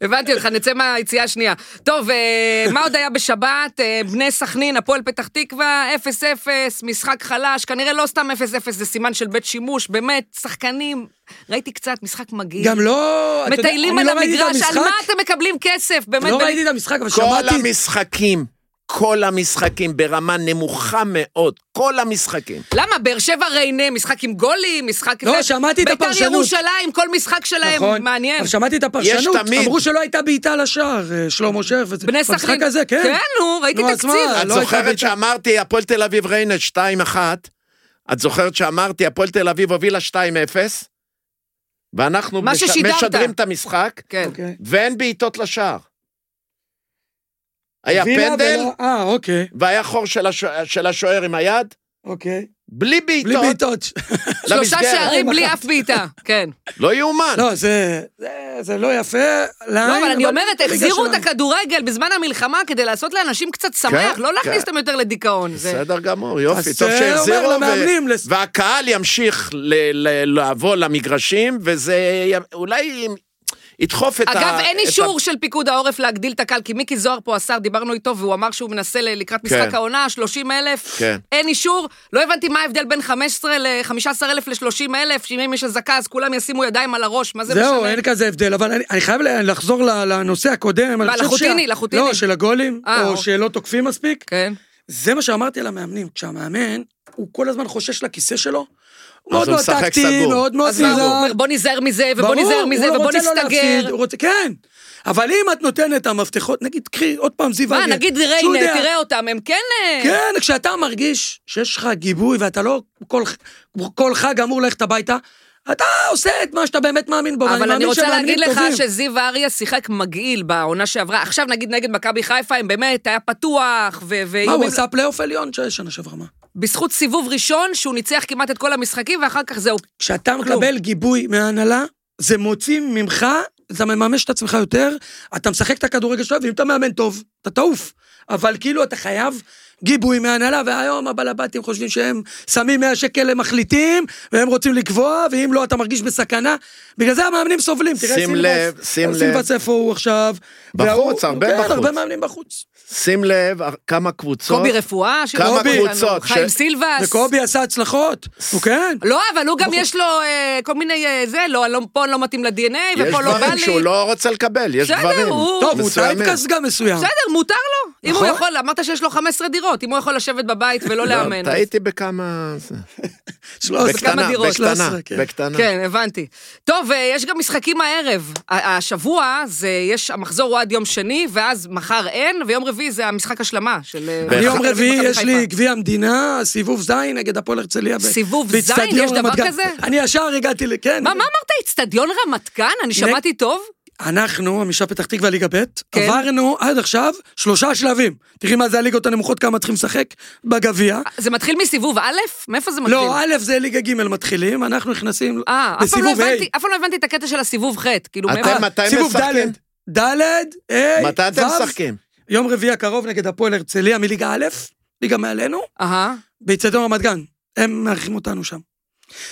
Speaker 1: הבנתי אותך, נצא מהיציאה השנייה. טוב, אה, מה עוד היה בשבת? אה, בני סכנין, הפועל פתח תקווה, 0-0, משחק חלש, כנראה לא סתם 0-0, זה סימן של בית שימוש, באמת, שחקנים, ראיתי קצת משחק מגעיל.
Speaker 3: גם לא... אתה יודע,
Speaker 1: מטיילים
Speaker 3: אני
Speaker 1: על
Speaker 3: לא ראיתי את
Speaker 1: המגרש, על מה
Speaker 3: המשחק.
Speaker 1: אתם מקבלים כסף? באמת,
Speaker 3: לא
Speaker 1: בנ-
Speaker 3: ראיתי את המשחק, אבל
Speaker 2: כל
Speaker 3: שמעתי...
Speaker 2: המשחקים, כל המשחקים ברמה נמוכה מאוד, כל המשחקים.
Speaker 1: למה? באר שבע ריינה, משחק עם גולים, משחק...
Speaker 3: לא,
Speaker 1: זה-
Speaker 3: שמעתי את
Speaker 1: בית"ר
Speaker 3: הפרשנות.
Speaker 1: ירושלים, כל משחק שלהם, מעניין.
Speaker 3: נכון. אבל שמעתי את הפרשנות,
Speaker 2: יש תמיד.
Speaker 3: אמרו שלא הייתה בעיטה לשער, אה, שלמה שרף. וזה-
Speaker 1: בני
Speaker 3: במשחק
Speaker 1: סכנין.
Speaker 3: הזה, כן.
Speaker 1: כן, נו, ראיתי
Speaker 3: נו, אז
Speaker 1: תקציר.
Speaker 3: מה?
Speaker 2: את
Speaker 3: לא הייתה
Speaker 2: זוכרת
Speaker 3: בעיטה.
Speaker 2: שאמרתי, הפועל תל אביב ריינה 2-1, את זוכרת שאמרתי, הפועל תל אביב הובילה 2-0, ואנחנו
Speaker 1: מה
Speaker 2: מש-
Speaker 1: ששידרת.
Speaker 2: משדרים את המשחק,
Speaker 1: כן.
Speaker 3: אוקיי.
Speaker 2: ואין בעיטות לשער. היה
Speaker 3: וילה
Speaker 2: פנדל,
Speaker 3: ולא- אה, אוקיי,
Speaker 2: והיה חור של השוע- של השוער עם היד,
Speaker 3: אוקיי.
Speaker 2: בלי
Speaker 3: בלי
Speaker 2: בעיטות
Speaker 3: בעיטות.
Speaker 1: שלושה
Speaker 2: למסגרת.
Speaker 1: שערים בלי
Speaker 3: אחת.
Speaker 1: אף בעיטה, כן.
Speaker 2: לא יאומן.
Speaker 3: לא, זה... זה- זה לא יפה.
Speaker 2: אה,
Speaker 1: לא, אבל אני אומרת, החזירו את
Speaker 3: הכדור.
Speaker 1: הכדורגל בזמן המלחמה כדי לעשות לאנשים קצת שמח,
Speaker 2: כן,
Speaker 1: לא להכניס
Speaker 2: כן.
Speaker 1: אותם יותר לדיכאון. זה-
Speaker 2: בסדר גמור, יופי,
Speaker 3: אז
Speaker 2: טוב
Speaker 3: זה
Speaker 2: שהחזירו,
Speaker 3: אומר
Speaker 2: ו-
Speaker 3: למאמנים לס-
Speaker 2: והקהל ימשיך ל- ל- לבוא למגרשים, וזה י- אולי ידחוף את ה...
Speaker 1: אגב, אין
Speaker 2: את ה-
Speaker 1: אישור של פיקוד העורף להגדיל את הקהל, כי מיקי זוהר פה, השר, דיברנו איתו, והוא אמר שהוא מנסה ל- לקראת משחק
Speaker 2: כן.
Speaker 1: העונה, 30 אלף.
Speaker 2: כן.
Speaker 1: אין אישור. לא הבנתי מה ההבדל בין 15 ל-15 אלף ל-30 אלף, שאם יש אזעקה אז כולם ישימו ידיים על הראש, מה זה לא משנה?
Speaker 3: זהו, אין כזה הבדל, אבל אני- אני חייב ל- לחזור ל- לנושא הקודם. אני
Speaker 1: מה,
Speaker 3: חושב
Speaker 1: לחוטיני,
Speaker 3: שה-
Speaker 1: לחוטיני.
Speaker 3: לא, של הגולים,
Speaker 1: אה,
Speaker 3: או
Speaker 1: אוקיי.
Speaker 3: שלא תוקפים מספיק.
Speaker 1: כן.
Speaker 3: זה מה שאמרתי על המאמנים, כשהמאמן, הוא כל הזמן חושש לכיסא שלו, הוא
Speaker 2: אז
Speaker 3: מאוד
Speaker 2: הוא
Speaker 3: מאוד
Speaker 2: משחק
Speaker 3: טקטי,
Speaker 2: סגור.
Speaker 3: מאוד מאוד
Speaker 1: אז מה, הוא אומר, בוא ניזהר מזה, ובוא ניזהר
Speaker 3: לא
Speaker 1: מזה,
Speaker 2: לא
Speaker 1: ובוא נסתגר.
Speaker 3: רוצה, כן, אבל אם את נותנת את המפתחות, נגיד, קחי עוד פעם זיו
Speaker 1: מה,
Speaker 3: אריה,
Speaker 1: נגיד
Speaker 3: שהוא
Speaker 1: ריינה,
Speaker 3: יודע-
Speaker 1: תראה אותם, הם כן... אה,
Speaker 3: כן, כשאתה מרגיש שיש לך גיבוי ואתה לא כל, כל חג אמור ללכת הביתה, אתה עושה את מה שאתה באמת מאמין בו, ואני
Speaker 1: אבל אני
Speaker 2: לא
Speaker 3: מאמין
Speaker 1: רוצה
Speaker 3: שמאמנים
Speaker 1: להגיד לך
Speaker 3: טובים.
Speaker 1: שזיו אריה שיחק מגעיל בעונה שעברה. עכשיו נגיד נגד מכבי חיפה, הם באמת, היה פתוח, ו...
Speaker 3: מה,
Speaker 1: ואיומים-
Speaker 3: הוא עשה פלייאוף עליון ש- שנה שעברה, מה?
Speaker 1: בזכות סיבוב ראשון, שהוא ניצח כמעט את כל המשחקים, ואחר כך זהו.
Speaker 3: כשאתה
Speaker 1: כלום.
Speaker 3: מקבל גיבוי מההנהלה, זה מוציא ממך, אתה מממש את עצמך יותר, אתה משחק את הכדורגל שלך, ואם אתה מאמן טוב, אתה תעוף. אבל כאילו, אתה חייב גיבוי מהנהלה, והיום הבלבטים חושבים שהם שמים 100 שקל, הם מחליטים, והם רוצים לקבוע, ואם לא, אתה מרגיש בסכנה. בגלל זה המאמנים סובלים, תראה
Speaker 2: שים לב, שים לב.
Speaker 3: סילבס איפה הוא עכשיו.
Speaker 2: בחוץ,
Speaker 3: והוא-
Speaker 2: הרבה
Speaker 3: כן,
Speaker 2: בחוץ.
Speaker 3: הרבה מאמנים בחוץ.
Speaker 2: שים לב כמה קבוצות,
Speaker 1: קובי רפואה, שלא
Speaker 2: כמה
Speaker 1: אותנו,
Speaker 2: קבוצות ש-
Speaker 1: חיים סילבס.
Speaker 3: וקובי עשה הצלחות, הוא כן.
Speaker 1: לא, אבל הוא גם יש לו אה, כל מיני, אה, זה, לא, לא- פה לא מתאים לדנ"א,
Speaker 2: יש
Speaker 1: ופה לא בא
Speaker 2: דברים
Speaker 1: לי.
Speaker 2: שהוא לא רוצה לקבל, יש
Speaker 1: בסדר,
Speaker 2: דברים.
Speaker 1: הוא-
Speaker 3: טוב, הוא
Speaker 2: מסוימים.
Speaker 3: טייפקאסט גם מסוים.
Speaker 1: בסדר, מותר לו. אם הוא
Speaker 3: נכון.
Speaker 1: יכול, אמרת שיש לו 15 דירות, אם הוא יכול לשבת בבית ולא
Speaker 2: לא,
Speaker 1: לאמן. אז-
Speaker 2: טעיתי בכמה... זה.
Speaker 3: שלוש עשרה.
Speaker 1: לא, כמה
Speaker 2: בקטנה,
Speaker 1: דירות?
Speaker 2: בקטנה,
Speaker 3: 13, כן.
Speaker 2: בקטנה.
Speaker 1: כן, הבנתי. טוב, אה, יש גם משחקים הערב. ה- השבוע, זה, יש, המחזור הוא עד יום שני, ואז מחר אין, ויום רביעי זה המשחק השלמה של... אה,
Speaker 2: ואחד-
Speaker 3: ביום
Speaker 1: מכבי
Speaker 3: רביעי
Speaker 1: חיפה.
Speaker 3: יש לי גביע המדינה, סיבוב זין נגד הפועל הרצליה. ב-
Speaker 1: סיבוב
Speaker 3: באצטדיון
Speaker 1: זין? יש דבר
Speaker 3: רמת גן.
Speaker 1: כזה?
Speaker 3: אני ישר הגעתי ל... כן.
Speaker 1: מה, מה אמרת? אצטדיון רמת גן? אני שמעתי טוב?
Speaker 3: אנחנו, עמישה פתח תקווה, ליגה ב',
Speaker 1: כן.
Speaker 3: עברנו עד עכשיו שלושה שלבים. תראי מה זה הליגות הנמוכות, כמה צריכים לשחק בגביע.
Speaker 1: זה מתחיל מסיבוב א'? מאיפה זה אה, מתחיל?
Speaker 3: לא, א' זה ליגה ג' מתחילים, אנחנו נכנסים
Speaker 1: אה, אף פעם לא
Speaker 3: לסיבוב ה'. אה,
Speaker 1: הבנתי- אף פעם לא הבנתי את הקטע של הסיבוב ח', כאילו מאיפה...
Speaker 2: אתם מתי
Speaker 3: סיבוב
Speaker 2: משחקים?
Speaker 3: ד', ד', ה',
Speaker 2: מתי אתם
Speaker 3: ו'.
Speaker 2: משחקים?
Speaker 3: יום רביעי הקרוב נגד הפועל הרצליה מליגה א', ליגה מעלינו,
Speaker 1: אהה.
Speaker 3: באיצטדיון רמת גן. הם מארחים אותנו שם.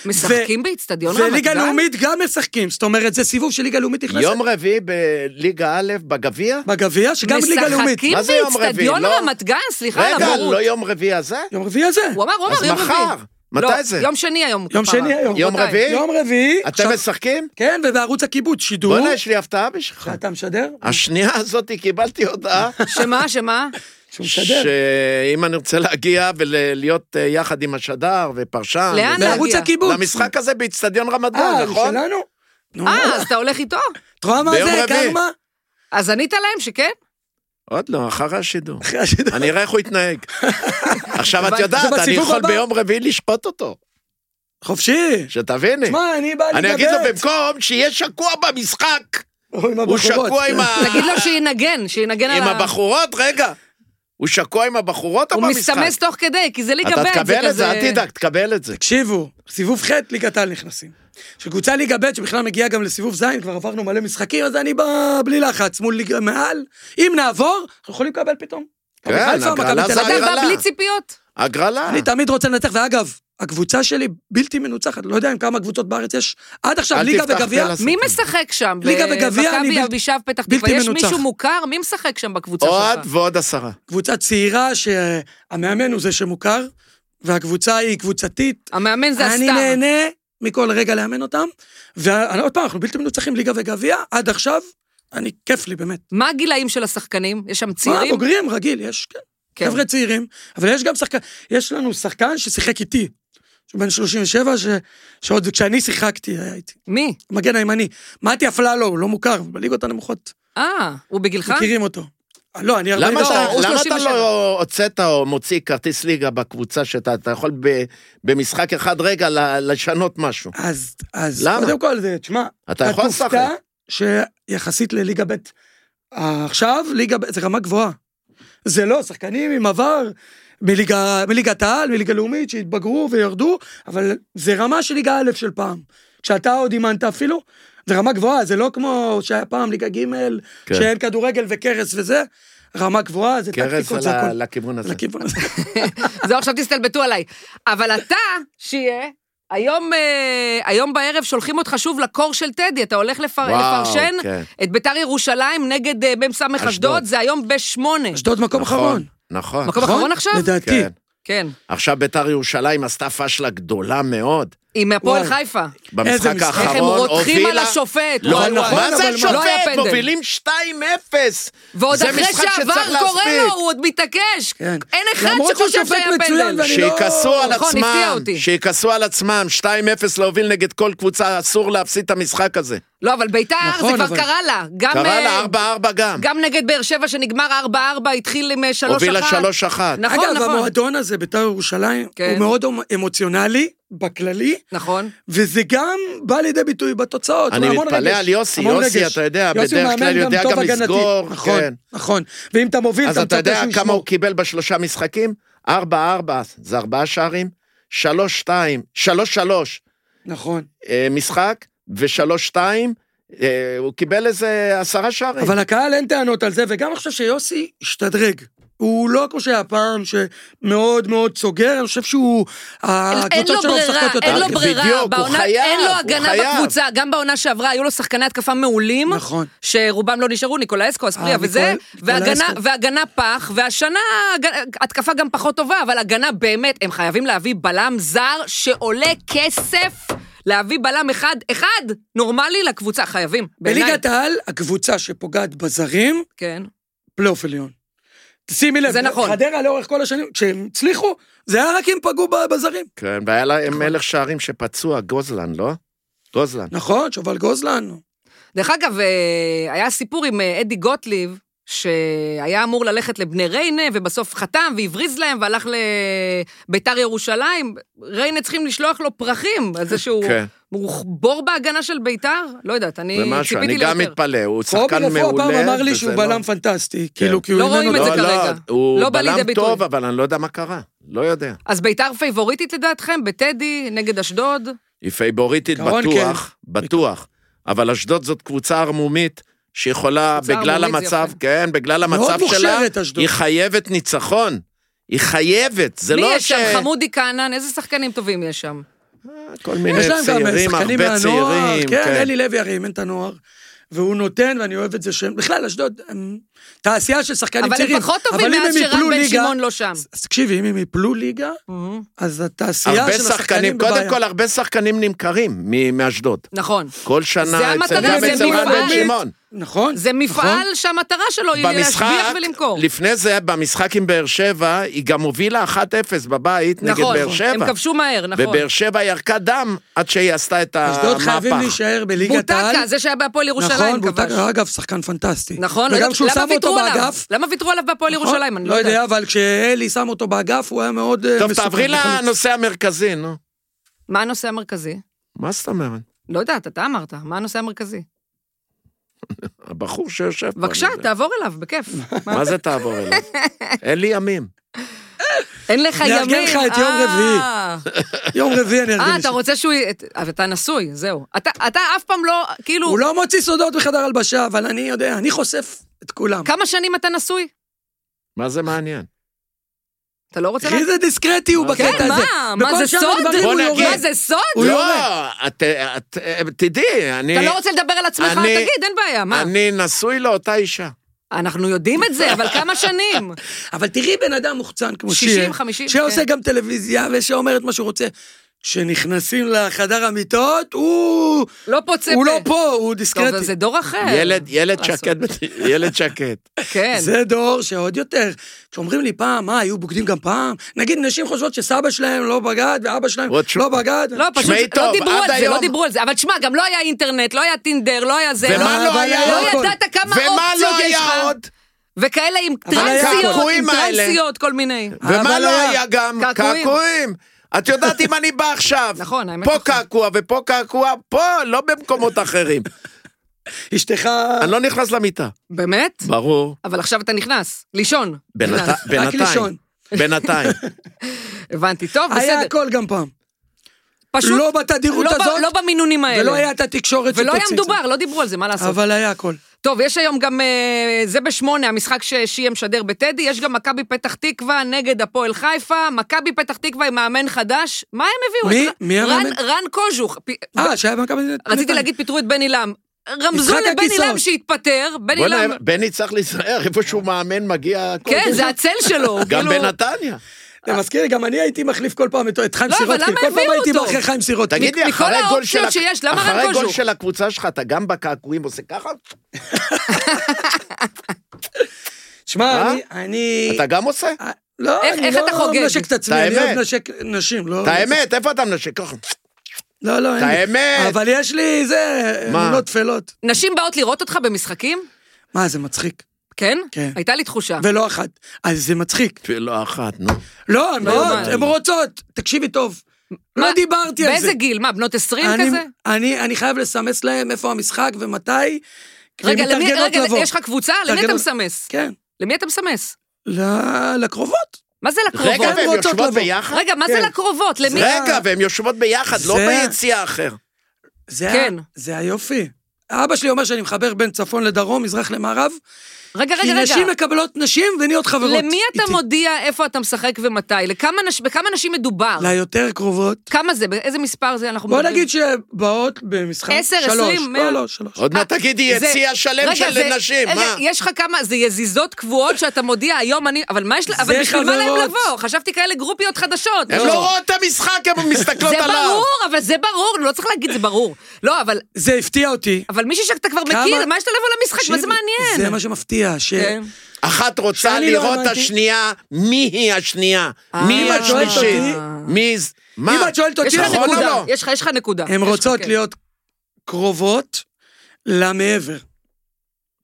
Speaker 1: משחקים באצטדיון רמת גן?
Speaker 3: וליגה לאומית גם משחקים, זאת אומרת, זה סיבוב של ליגה לאומית נכנסת.
Speaker 2: יום רביעי בליגה א' בגביע?
Speaker 3: בגביע, שגם ליגה לאומית.
Speaker 1: משחקים
Speaker 2: מה זה יום רביעי?
Speaker 1: באצטדיון
Speaker 2: לא.
Speaker 1: רמת גן? סליחה על
Speaker 2: רגע,
Speaker 1: הבורות.
Speaker 2: לא יום רביעי הזה?
Speaker 3: יום רביעי הזה.
Speaker 1: הוא אמר, הוא
Speaker 2: אז
Speaker 1: אמר, יום רביעי.
Speaker 2: מחר.
Speaker 1: לא,
Speaker 2: מתי זה?
Speaker 1: יום שני היום.
Speaker 3: יום
Speaker 1: כפרה.
Speaker 3: שני היום.
Speaker 2: יום
Speaker 1: רבותיי.
Speaker 2: רביעי?
Speaker 3: יום רביעי.
Speaker 2: אתם משחקים?
Speaker 3: כן, ובערוץ הכיבוד, שידור. אה,
Speaker 2: בוא'נה, יש לי הפתעה בשבילך.
Speaker 3: אתה משדר?
Speaker 2: אה, השנייה הזאת קיבלתי הודעה
Speaker 1: שמה, שמה?
Speaker 3: שהוא אה, משדר.
Speaker 2: שאם אני רוצה להגיע ולהיות אה, יחד עם השדר ופרשן,
Speaker 1: לאן?
Speaker 2: וזה,
Speaker 3: בערוץ
Speaker 1: להגיע.
Speaker 3: הכיבוד.
Speaker 2: למשחק הזה באיצטדיון רמת גן,
Speaker 3: אה,
Speaker 2: נכון?
Speaker 3: שלנו? נו,
Speaker 1: אה, אז אתה הולך איתו?
Speaker 3: את רואה מה
Speaker 2: ביום
Speaker 3: זה,
Speaker 2: רביעי.
Speaker 3: קרמה?
Speaker 1: אז ענית להם שכן?
Speaker 2: עוד לא, אחרי השידור.
Speaker 3: אחרי השידור.
Speaker 2: אני אראה איך הוא יתנהג. עכשיו, את
Speaker 1: הבנתי.
Speaker 2: יודעת,
Speaker 3: זה
Speaker 2: אני
Speaker 3: בסיבוב
Speaker 2: יכול
Speaker 3: הבא.
Speaker 2: ביום רביעי לשפוט אותו,
Speaker 3: חופשי.
Speaker 2: שתביני.
Speaker 3: שמע, אני בא
Speaker 2: אני
Speaker 3: ליגה
Speaker 2: אגיד לו,
Speaker 3: ב'.
Speaker 2: במקום שיהיה שקוע במשחק,
Speaker 3: או, עם
Speaker 2: הוא
Speaker 3: הבחורות,
Speaker 2: שקוע
Speaker 3: כן.
Speaker 2: עם ה-
Speaker 1: תגיד לו שינגן, שינגן על
Speaker 2: עם
Speaker 1: ה...
Speaker 2: הבחורות, רגע. הוא שקוע עם הבחורות או
Speaker 1: הוא
Speaker 2: במשחק?
Speaker 1: מסתמס תוך כדי, כי זה ליגה ב', זה
Speaker 2: אתה
Speaker 1: כזה...
Speaker 2: תקבל את זה, אל תדאג, תקבל את זה.
Speaker 3: תקשיבו, סיבוב ח' ליגת העל נכנסים. שקבוצה ליגה ב' שבכלל מגיעה גם לסיבוב ז', כבר עברנו מלא משחקים, אז אני בא בלי לחץ מול ליגה מעל. אם נעבור, אנחנו יכולים לקבל פתאום.
Speaker 2: כן,
Speaker 3: מכבי חיפה, מכבי
Speaker 2: הגרלה
Speaker 3: תל
Speaker 2: זה
Speaker 3: אביב.
Speaker 1: אתה
Speaker 2: הגרלה.
Speaker 1: בא בלי ציפיות.
Speaker 2: הגרלה.
Speaker 3: אני תמיד רוצה לנצח, ואגב, הקבוצה שלי בלתי מנוצחת, לא יודע עם כמה קבוצות בארץ יש עד עכשיו,
Speaker 2: אל
Speaker 3: ליגה
Speaker 2: תפתח
Speaker 3: וגביע.
Speaker 2: טלס.
Speaker 1: מי משחק שם?
Speaker 3: ליגה בגביע, אני
Speaker 1: במכבי
Speaker 3: בל-
Speaker 1: אבישב פתח
Speaker 3: בלתי
Speaker 1: תקווה. יש
Speaker 3: מנוצח.
Speaker 1: מישהו מוכר? מי משחק שם בקבוצה
Speaker 2: עוד
Speaker 1: שלך?
Speaker 2: ועוד עשרה.
Speaker 3: קבוצה צעירה שהמאמן הוא זה שמוכר, והקבוצה היא קבוצתית.
Speaker 1: המאמן זה
Speaker 3: אני
Speaker 1: הסתם.
Speaker 3: נהנה מכל רגע לאמן אותם, ועוד פעם, אנחנו בלתי מנוצחים ליגה וגביע, עד עכשיו, אני, כיף לי באמת.
Speaker 1: מה הגילאים של השחקנים? יש שם
Speaker 3: צעירים?
Speaker 1: צעירים?
Speaker 3: בוגרים, רגיל, יש, כן.
Speaker 1: כן.
Speaker 3: חבר'ה צעירים, אבל יש גם שחקן, יש לנו שחקן ששיחק איתי, שהוא בן 37, ש... שעוד כשאני שיחקתי היה איתי,
Speaker 1: מי?
Speaker 3: מגן הימני. מתי אפללו, הוא לא מוכר, הוא בליגות הנמוכות,
Speaker 1: אה, הוא בגילך?
Speaker 3: מכירים אותו. אה, לא, אני
Speaker 2: למה
Speaker 1: לא,
Speaker 2: אתה-
Speaker 1: הוא
Speaker 2: למה אתה
Speaker 1: 37.
Speaker 2: לא הוצאת או מוציא כרטיס ליגה בקבוצה שאתה אתה יכול ב- במשחק אחד רגע ל- לשנות משהו?
Speaker 3: אז, אז
Speaker 2: למה?
Speaker 3: קודם כל, זה, תשמע,
Speaker 2: אתה יכול לשחק.
Speaker 3: תופתע שיחסית לליגה ב' אה, עכשיו, ליגה ב', זה רמה גבוהה. זה לא, שחקנים עם עבר מליגה- מליגת העל, מליגה לאומית, שהתבגרו וירדו, אבל זה רמה של ליגה א' של פעם. כשאתה עוד אימנת אפילו, זה רמה גבוהה, זה לא כמו שהיה פעם ליגה ג',
Speaker 2: כן.
Speaker 3: שאין כדורגל וקרס וזה, רמה גבוהה, זה
Speaker 2: קרס
Speaker 3: טקטיקות, זה
Speaker 2: ל-
Speaker 3: הכול.
Speaker 2: לכיוון הזה.
Speaker 3: לכיוון הזה.
Speaker 1: זהו, עכשיו תסתלבטו עליי. אבל אתה, שיהיה, היום, אה, היום בערב שולחים אותך שוב לקור של טדי, אתה הולך לפר...
Speaker 2: וואו,
Speaker 1: לפרשן
Speaker 2: כן.
Speaker 1: את ביתר ירושלים נגד אה, מ"ס
Speaker 2: אשדוד.
Speaker 1: אשדוד, זה היום בשמונה.
Speaker 3: אשדוד מקום אחרון.
Speaker 2: נכון, נכון.
Speaker 1: מקום
Speaker 3: נכון?
Speaker 1: אחרון עכשיו?
Speaker 3: לדעתי.
Speaker 2: כן.
Speaker 1: כן.
Speaker 2: עכשיו ביתר ירושלים עשתה פשלה גדולה מאוד.
Speaker 1: עם הפועל
Speaker 3: וואי.
Speaker 1: חיפה.
Speaker 3: איזה
Speaker 2: במשחק
Speaker 3: משחק.
Speaker 1: איך הם
Speaker 2: האחרון
Speaker 1: רותחים על
Speaker 2: הובילה...
Speaker 1: השופט.
Speaker 2: לא,
Speaker 1: וואי, וואי.
Speaker 2: מה זה
Speaker 3: אבל מה?
Speaker 1: לא היה
Speaker 2: השופט?
Speaker 1: פנדל.
Speaker 2: מובילים 2-0.
Speaker 1: ועוד
Speaker 2: זה
Speaker 1: אחרי
Speaker 2: משחק שצריך
Speaker 1: שעבר קורא
Speaker 2: להספיק.
Speaker 1: לו, הוא עוד מתעקש.
Speaker 3: כן.
Speaker 1: אין אחד
Speaker 3: למרות שהוא
Speaker 1: שחושב
Speaker 3: שופט
Speaker 1: שהיה
Speaker 3: מצוין,
Speaker 1: פנדל.
Speaker 3: ואני- לא-
Speaker 2: שיכעסו על
Speaker 1: נכון, הפתיע
Speaker 2: עצמם,
Speaker 1: אותי.
Speaker 2: שיכעסו על עצמם, 2-0 להוביל נגד כל קבוצה, אסור להפסיד את המשחק הזה.
Speaker 1: לא, אבל ביתר, זה
Speaker 3: נכון,
Speaker 1: כבר
Speaker 3: אבל-
Speaker 1: קרה לה. גם,
Speaker 2: קרה
Speaker 1: אה,
Speaker 2: לה 4-4 גם.
Speaker 1: גם נגד באר שבע שנגמר 4-4, התחיל עם אה, 3-1.
Speaker 2: הובילה 3-1.
Speaker 1: נכון,
Speaker 3: אגב,
Speaker 1: נכון.
Speaker 3: המועדון הזה, בית"ר ירושלים,
Speaker 1: כן.
Speaker 3: הוא מאוד אמ-, אמוציונלי, בכללי,
Speaker 1: נכון.
Speaker 3: וזה גם בא לידי ביטוי בתוצאות.
Speaker 2: אני
Speaker 3: הוא המון
Speaker 2: מתפלא
Speaker 3: רגש,
Speaker 2: על יוסי,
Speaker 3: המון
Speaker 2: יוסי,
Speaker 3: רגש.
Speaker 2: אתה יודע,
Speaker 3: יוסי
Speaker 2: בדרך
Speaker 3: הוא מאמן
Speaker 2: כלל יודע
Speaker 3: טוב
Speaker 2: גם
Speaker 3: הגנתית.
Speaker 2: לסגור,
Speaker 3: נכון,
Speaker 2: כן.
Speaker 3: נכון. ואם אתה מוביל,
Speaker 2: אז
Speaker 3: אתה
Speaker 2: אתה
Speaker 3: מצפה
Speaker 2: יודע
Speaker 3: שהוא
Speaker 2: כמה הוא
Speaker 3: ישמור.
Speaker 2: קיבל בשלושה משחקים? 4-4, זה ארבעה שערים, 3-2, 3-3
Speaker 3: נכון.
Speaker 2: אה, משחק, ו-3-2, אה, הוא קיבל איזה עשרה שערים.
Speaker 3: אבל לקהל אין טענות על זה, וגם אני חושב שיוסי השתדרג. הוא הוא לא כמו שהיה פעם, שמאוד מאוד סוגר, אני חושב שהוא...
Speaker 1: אין לו
Speaker 3: אה, הקבוצות שלו
Speaker 1: ברירה,
Speaker 3: משחקות יותר.
Speaker 1: אין לו
Speaker 2: בדיוק,
Speaker 1: ברירה,
Speaker 2: הוא
Speaker 1: בעונה-
Speaker 2: חייב,
Speaker 1: אין לו
Speaker 2: הוא
Speaker 1: הגנה
Speaker 2: חייב.
Speaker 1: בקבוצה, גם בעונה שעברה היו לו שחקני התקפה מעולים,
Speaker 3: נכון.
Speaker 1: שרובם לא נשארו, ניקולאסקו, אספריה
Speaker 3: אה,
Speaker 1: וזה,
Speaker 3: ניקול-
Speaker 1: והגנה-
Speaker 3: ניקולאסקו.
Speaker 1: והגנה פח, והשנה הג- התקפה גם פחות טובה, אבל הגנה באמת, הם חייבים להביא בלם זר שעולה כסף, להביא בלם אחד, אחד, נורמלי לקבוצה, חייבים, בעיניי.
Speaker 3: בליגת העל, הקבוצה שפוגעת בזרים,
Speaker 1: כן.
Speaker 3: פלייאוף עליון. שימי לב,
Speaker 1: זה נכון.
Speaker 3: חדרה לאורך כל השנים, כשהם הצליחו, זה היה רק אם פגעו ב- בזרים.
Speaker 2: כן, והיה להם מלך שערים שפצוע, גוזלן, לא? גוזלן.
Speaker 3: נכון, שובל גוזלן.
Speaker 1: דרך אגב, אה, היה סיפור עם אה, אדי גוטליב, שהיה אמור ללכת לבני ריינה, ובסוף חתם והבריז להם, והלך לביתר ירושלים. ריינה צריכים לשלוח לו פרחים, על זה שהוא
Speaker 2: כן.
Speaker 1: הוא בור בהגנה של ביתר? לא יודעת, אני
Speaker 2: זה משהו,
Speaker 1: ציפיתי
Speaker 2: אני
Speaker 1: ליותר.
Speaker 2: גם מתפלא, הוא
Speaker 3: קובי
Speaker 2: שחקן מעולה.
Speaker 3: רפואה פעם אמר לי
Speaker 2: וזה
Speaker 3: שהוא
Speaker 2: לא-
Speaker 3: בלם פנטסטי, כאילו, כי הוא
Speaker 1: לא
Speaker 3: אימן
Speaker 1: רואים את
Speaker 3: אותו.
Speaker 1: זה כרגע.
Speaker 2: הוא
Speaker 1: לא בא
Speaker 2: בלם
Speaker 1: לידי ביטוי.
Speaker 2: טוב, אבל אני לא יודע מה קרה. לא יודע.
Speaker 1: אז ביתר פייבוריטית לדעתכם? בטדי, נגד אשדוד?
Speaker 2: היא פייבוריטית
Speaker 3: קרון,
Speaker 2: בטוח,
Speaker 1: כן.
Speaker 2: בטוח. אבל אשדוד זאת קבוצה ערמומית, שיכולה,
Speaker 1: קבוצה
Speaker 2: בגלל
Speaker 1: ערמומית זה
Speaker 2: המצב,
Speaker 1: יפה.
Speaker 2: כן, בגלל המצב שלה,
Speaker 3: מוכשרת, אשדוד.
Speaker 2: היא חייבת ניצחון. היא חייבת, זה
Speaker 1: מי
Speaker 2: לא
Speaker 1: יש
Speaker 2: ש...
Speaker 1: שם? חמודי כהנן? איזה שחקנים טובים יש שם?
Speaker 2: כל מיני
Speaker 3: יש להם גם
Speaker 2: צעירים,
Speaker 3: שחקנים
Speaker 2: הרבה
Speaker 3: מהנוער,
Speaker 2: צעירים.
Speaker 3: כן, אלי לוי הרי אימן את הנוער, והוא נותן, ואני אוהב את זה שהם, בכלל, אשדוד, הם תעשייה של שחקנים
Speaker 1: אבל
Speaker 3: צעירים.
Speaker 1: הם פחות טובים
Speaker 3: אבל אם
Speaker 1: מאז
Speaker 3: הם
Speaker 1: שרן
Speaker 3: יפלו
Speaker 1: בן
Speaker 3: ליגה-
Speaker 1: שמעון לא שם.
Speaker 3: אז תקשיבי, אם הם יפלו ליגה,
Speaker 1: Mhm.
Speaker 3: אז התעשייה
Speaker 2: הרבה
Speaker 3: של השחקנים
Speaker 2: שחקנים, קודם
Speaker 3: בבעיה.
Speaker 2: כל, הרבה שחקנים נמכרים מ- מאשדוד.
Speaker 1: נכון.
Speaker 2: כל שנה
Speaker 1: זה המטרה,
Speaker 2: אצל
Speaker 1: זה
Speaker 2: אצל רן
Speaker 1: מפעל.
Speaker 2: בן שמעון.
Speaker 3: נכון.
Speaker 1: זה מפעל
Speaker 3: נכון.
Speaker 1: שהמטרה שלו היא להשביח
Speaker 2: במשחק,
Speaker 1: ולמכור.
Speaker 2: לפני זה, במשחק עם באר שבע, היא גם הובילה 1-0 בבית נגד
Speaker 1: נכון,
Speaker 2: באר שבע.
Speaker 1: הם כבשו מהר, נכון.
Speaker 2: ובאר שבע ירקה דם עד שהיא עשתה את
Speaker 3: אשדוד חייבים
Speaker 2: המהפך.
Speaker 3: להישאר בליגת העל.
Speaker 1: בוטקה, זה שהיה בהפועל ירושלים
Speaker 3: נכון,
Speaker 1: כבש.
Speaker 3: בוטקה, אגב, שחקן פנטסטי.
Speaker 1: נכון, לא
Speaker 3: וגם
Speaker 1: יודעת-
Speaker 3: כשהוא
Speaker 1: למה
Speaker 3: שם אותו
Speaker 1: ויתרו עליו?
Speaker 3: באגף, נכון?
Speaker 1: למה ויתרו עליו בהפועל ירושלים? אני
Speaker 3: לא יודע, אבל כשאלי שם אותו באגף, הוא היה מאוד אה,
Speaker 2: טוב,
Speaker 3: מסוכן.
Speaker 2: תעברי
Speaker 3: נכון.
Speaker 2: לנושא המרכזי, נו.
Speaker 1: מה הנושא המרכזי?
Speaker 2: מה זאת אומרת?
Speaker 1: לא יודעת, אתה אמרת, מה הנושא המרכזי?
Speaker 2: הבחור שיושב פה.
Speaker 1: בבקשה,
Speaker 3: לא
Speaker 2: אני יודע.
Speaker 1: תעבור אליו, בכיף. מה-
Speaker 2: מה זה תעבור אליו? אין לי ימים.
Speaker 1: אין לך
Speaker 3: אני
Speaker 1: ימים.
Speaker 3: אארגן לך את יום
Speaker 1: אה.
Speaker 3: רביעי. יום רביעי אני ארגיש.
Speaker 1: אה, אתה רוצה שהוא... י- את- אבל אתה נשוי, זהו. אתה אתה אף פעם לא, כאילו,
Speaker 3: הוא לא מוציא סודות בחדר הלבשה, אבל אני יודע, אני חושף את כולם.
Speaker 1: כמה שנים אתה נשוי?
Speaker 2: מה זה מעניין?
Speaker 1: אתה לא רוצה...
Speaker 3: תראי
Speaker 1: לדעת?
Speaker 3: זה דיסקרטי הוא
Speaker 2: כן,
Speaker 3: בקטע
Speaker 1: כן,
Speaker 3: הזה.
Speaker 1: מה? מה
Speaker 3: בכל
Speaker 1: זה
Speaker 3: שאר
Speaker 1: סוד?
Speaker 3: הדברים
Speaker 2: בוא
Speaker 3: הוא
Speaker 2: נגיד.
Speaker 3: יורה.
Speaker 1: מה זה סוד?
Speaker 3: הוא
Speaker 2: לא,
Speaker 3: יורה.
Speaker 2: את- את- תדעי, אני...
Speaker 1: אתה לא רוצה לדבר על עצמך?
Speaker 2: אני-
Speaker 1: תגיד, אין בעיה, מה?
Speaker 2: אני נשוי לאותה אישה.
Speaker 1: אנחנו יודעים את זה, אבל כמה שנים?
Speaker 3: אבל תראי בן אדם מוחצן כמו
Speaker 1: 60,
Speaker 3: שיר,
Speaker 1: 50,
Speaker 3: שעושה
Speaker 1: כן.
Speaker 3: גם טלוויזיה ושאומר את מה שהוא רוצה. כשנכנסים לחדר המיטות, הוא...
Speaker 1: לא פוצה פה.
Speaker 3: הוא לא פה, הוא
Speaker 1: טוב, אבל
Speaker 3: דיסקרטי.
Speaker 1: זה דור אחר.
Speaker 2: ילד, ילד
Speaker 1: אה. מה
Speaker 2: שקט, ילד שקט.
Speaker 1: כן.
Speaker 3: זה דור שעוד יותר. כשאומרים לי פעם, מה, היו בוגדים גם פעם? נגיד, נשים חושבות שסבא שלהם לא בגד, ואבא שלהם
Speaker 2: עוד ש-
Speaker 3: לא בגד.
Speaker 1: לא,
Speaker 2: שמעי
Speaker 1: פשוט לא
Speaker 2: טוב,
Speaker 1: דיברו
Speaker 2: עד
Speaker 1: על זה,
Speaker 2: היום-
Speaker 1: לא דיברו על זה. אבל תשמע, גם לא היה אינטרנט, לא היה טינדר, לא היה זה.
Speaker 2: ומה
Speaker 1: אבל
Speaker 2: לא היה
Speaker 1: לא
Speaker 3: עוד?
Speaker 1: ידעת כמה
Speaker 2: ומה לא
Speaker 1: אופציות יש
Speaker 2: היה
Speaker 1: לך.
Speaker 2: עוד?
Speaker 1: וכאלה עם
Speaker 3: אבל היה
Speaker 1: טרנסיות, עם
Speaker 2: הקעקועים האלה.
Speaker 1: טרנסיות, כל מיני.
Speaker 2: ומה
Speaker 3: אבל
Speaker 2: לא
Speaker 3: היה.
Speaker 2: היה גם?
Speaker 1: קעקועים.
Speaker 2: קעקועים. את יודעת אם אני בא עכשיו,
Speaker 1: נכון, האמת
Speaker 2: פה
Speaker 1: נכון.
Speaker 2: קעקוע ופה קעקוע, פה, לא במקומות אחרים.
Speaker 3: אשתך...
Speaker 2: אני לא נכנס למיטה.
Speaker 1: באמת?
Speaker 2: ברור.
Speaker 1: אבל עכשיו אתה נכנס, לישון.
Speaker 2: בינתי-
Speaker 1: נכנס.
Speaker 2: בינתיים.
Speaker 3: לישון.
Speaker 2: בינתיים.
Speaker 1: הבנתי, טוב,
Speaker 3: היה
Speaker 1: בסדר.
Speaker 3: הכל גם פעם.
Speaker 1: פשוט
Speaker 3: לא בתדירות
Speaker 1: לא ב- לא
Speaker 3: הזאת,
Speaker 1: במינונים האלה.
Speaker 3: ולא היה את התקשורת
Speaker 1: ולא היה
Speaker 3: שתוציא את זה.
Speaker 1: מדובר, לא דיברו על זה, מה לעשות.
Speaker 3: אבל היה הכל.
Speaker 1: טוב, יש היום גם, אה, זה בשמונה, המשחק ששיהיה משדר בטדי, יש גם מכבי פתח תקווה נגד הפועל חיפה, מכבי פתח תקווה עם מאמן חדש, מה הם הביאו?
Speaker 3: מי?
Speaker 1: את-
Speaker 3: מי
Speaker 1: רן,
Speaker 3: המאמן?
Speaker 1: רן קוז'וך. פ-
Speaker 3: אה, שהיה במכבי...
Speaker 1: רציתי
Speaker 3: נתניה.
Speaker 1: להגיד, פיטרו את בן עילם. רמזו
Speaker 3: משחק
Speaker 1: לבן
Speaker 3: הכיסאות.
Speaker 1: עילם שהתפטר, בן עילם,
Speaker 2: בוא'נה, בני צריך להיזהר, איפה שהוא מאמן מגיע... הכל.
Speaker 1: לא אמ- כן, זה הצל שלו.
Speaker 2: גם
Speaker 1: כאילו-
Speaker 2: בנתניה.
Speaker 3: אתה מזכיר, גם אני הייתי מחליף כל פעם את את חיים
Speaker 1: לא, אבל
Speaker 3: סירוטקין.
Speaker 1: למה
Speaker 3: כל פעם
Speaker 1: הביאו
Speaker 3: הייתי
Speaker 1: אותו?
Speaker 3: אחרי חיים סירוטקין.
Speaker 2: תגיד לי,
Speaker 1: מכל
Speaker 2: אחרי גול של...
Speaker 1: האופציות
Speaker 2: הק-
Speaker 1: שיש, למה רק
Speaker 2: אחרי גול
Speaker 1: גוז'וק?
Speaker 2: של הקבוצה שלך, אתה גם בקעקועים עושה ככה?
Speaker 3: שמע,
Speaker 2: אה?
Speaker 3: אני... אני...
Speaker 2: אתה גם עושה?
Speaker 3: אה, לא,
Speaker 1: איך-
Speaker 3: אני
Speaker 1: איך אתה
Speaker 3: לא
Speaker 1: חוגג?
Speaker 3: מנשק את עצמי,
Speaker 2: את
Speaker 3: אני אוהב
Speaker 2: האמת.
Speaker 3: לנשק נשים, לא...
Speaker 2: את האמת, איפה אתה מנשק? ככה.
Speaker 3: לא, לא,
Speaker 2: את
Speaker 3: אין לי.
Speaker 2: האמת.
Speaker 3: אבל יש לי, זה,
Speaker 2: מה?
Speaker 3: אמונות טפלות.
Speaker 1: נשים באות לראות אותך במשחקים?
Speaker 3: מה, זה מצחיק.
Speaker 1: כן?
Speaker 3: כן.
Speaker 1: הייתה לי תחושה.
Speaker 3: ולא אחת. אז זה מצחיק.
Speaker 2: אפילו אחת, נו.
Speaker 3: לא, הן באות,
Speaker 1: יאומן.
Speaker 3: הן רוצות. תקשיבי טוב. לא
Speaker 1: מה-
Speaker 3: דיברתי על זה.
Speaker 1: באיזה גיל? מה, בנות 20
Speaker 3: אני-
Speaker 1: כזה?
Speaker 3: אני אני חייב לסמס להם איפה המשחק ומתי.
Speaker 1: רגע, למי,
Speaker 3: ומתארגנות
Speaker 1: רגע,
Speaker 3: לבוא.
Speaker 1: יש לך קבוצה? למי אתה
Speaker 3: מתארגנות-
Speaker 1: מסמס?
Speaker 3: כן.
Speaker 1: למי אתה מסמס?
Speaker 3: ל- לקרובות.
Speaker 1: מה זה לקרובות?
Speaker 2: רגע, והן
Speaker 3: רוצות
Speaker 2: יושבות
Speaker 3: לבוא.
Speaker 2: ביחד?
Speaker 1: רגע, מה זה
Speaker 3: כן.
Speaker 1: לקרובות? למי?
Speaker 2: רגע, והן יושבות ביחד, לא
Speaker 3: זה-
Speaker 2: ביציאה אחר.
Speaker 3: זה
Speaker 1: כן.
Speaker 3: ה- זה היופי. אבא שלי אומר שאני מחבר בין צפון לדרום, מזרח למערב,
Speaker 1: רגע,
Speaker 3: כי
Speaker 1: רגע, רגע.
Speaker 3: נשים מקבלות נשים ונהיות חברות
Speaker 1: למי אתה
Speaker 3: איתי.
Speaker 1: מודיע איפה אתה משחק ומתי? לכמה נש... בכמה נשים מדובר?
Speaker 3: ליותר קרובות.
Speaker 1: כמה זה? באיזה מספר זה אנחנו
Speaker 3: בוא
Speaker 1: מדברים?
Speaker 3: נגיד שבאות במשחק
Speaker 1: עשר,
Speaker 3: שלוש.
Speaker 1: עשרים, מאה.
Speaker 3: לא, לא, שלוש.
Speaker 2: עוד מעט תגידי
Speaker 1: אה, זה-
Speaker 2: יציע שלם
Speaker 1: רגע,
Speaker 2: של
Speaker 1: זה-
Speaker 2: נשים,
Speaker 1: רגע,
Speaker 2: מה?
Speaker 1: יש לך כמה, זה יזיזות קבועות שאתה מודיע היום אני, אבל מה יש, לה- אבל
Speaker 3: זה
Speaker 1: בשביל מה להם
Speaker 3: חברות.
Speaker 1: לבוא? חשבתי כאלה גרופיות חדשות.
Speaker 2: הן
Speaker 1: לא.
Speaker 2: לא רואות את המשחק, הן מסתכלות
Speaker 1: זה
Speaker 2: עליו.
Speaker 1: ברור, אבל זה ברור, לא צריך להגיד זה ברור. לא, אבל,
Speaker 3: זה הפתיע אותי.
Speaker 1: אבל מישהי שאתה כבר
Speaker 3: כמה-
Speaker 1: מכיר, מה יש לה לבוא למשחק? מה זה
Speaker 3: תקשיב,
Speaker 1: מעניין?
Speaker 3: זה מה שמפתיע, ש...
Speaker 1: כן.
Speaker 2: אחת רוצה
Speaker 3: שאני לא
Speaker 2: לראות את
Speaker 3: הבנתי.
Speaker 2: השנייה, מי היא השנייה? מי
Speaker 1: אה,
Speaker 3: שואלת
Speaker 2: השלישית?
Speaker 1: אותי?
Speaker 2: מי ז... מה?
Speaker 3: אם את שואלת
Speaker 1: יש
Speaker 3: אותי,
Speaker 1: לך
Speaker 2: נכון או
Speaker 1: נקודה,
Speaker 2: לא?
Speaker 1: יש לך- יש לך נקודה. יש
Speaker 3: הן
Speaker 1: לך,
Speaker 3: רוצות
Speaker 1: כן.
Speaker 3: להיות קרובות למעבר.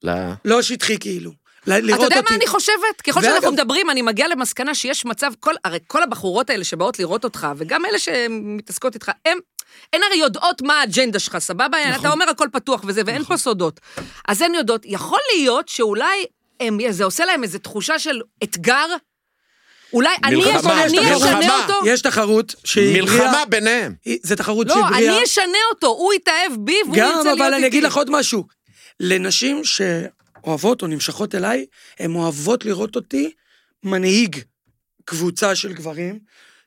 Speaker 2: לא.
Speaker 3: לא שטחי כאילו. ל- לראות
Speaker 1: אתה
Speaker 3: אותי.
Speaker 1: יודע מה אני חושבת? ככל
Speaker 3: ואגב-
Speaker 1: שאנחנו מדברים, אני מגיעה למסקנה שיש מצב, כל, הרי כל הבחורות האלה שבאות לראות אותך, וגם אלה שמתעסקות איתך, הן, הן הרי יודעות מה האג'נדה שלך, סבבה? נכון. אתה אומר הכל פתוח וזה, ואין
Speaker 3: נכון.
Speaker 1: פה סודות. אז הן יודעות, יכול להיות שאולי הם, זה עושה להם איזו תחושה של אתגר, אולי אני,
Speaker 2: מלחמה,
Speaker 1: אשנה- אני
Speaker 2: מלחמה.
Speaker 1: אשנה אותו.
Speaker 3: יש תחרות שהיא...
Speaker 2: מלחמה ביניהם.
Speaker 3: זה תחרות
Speaker 1: לא,
Speaker 3: שהיא בריאה.
Speaker 1: אני אשנה אותו, הוא יתאהב בי והוא ירצה להיות
Speaker 3: גם,
Speaker 1: איתי.
Speaker 3: אבל אני אגיד לך עוד משהו. לנשים שאוהבות או נמשכות אליי, הן אוהבות לראות אותי מנהיג קבוצה של גברים,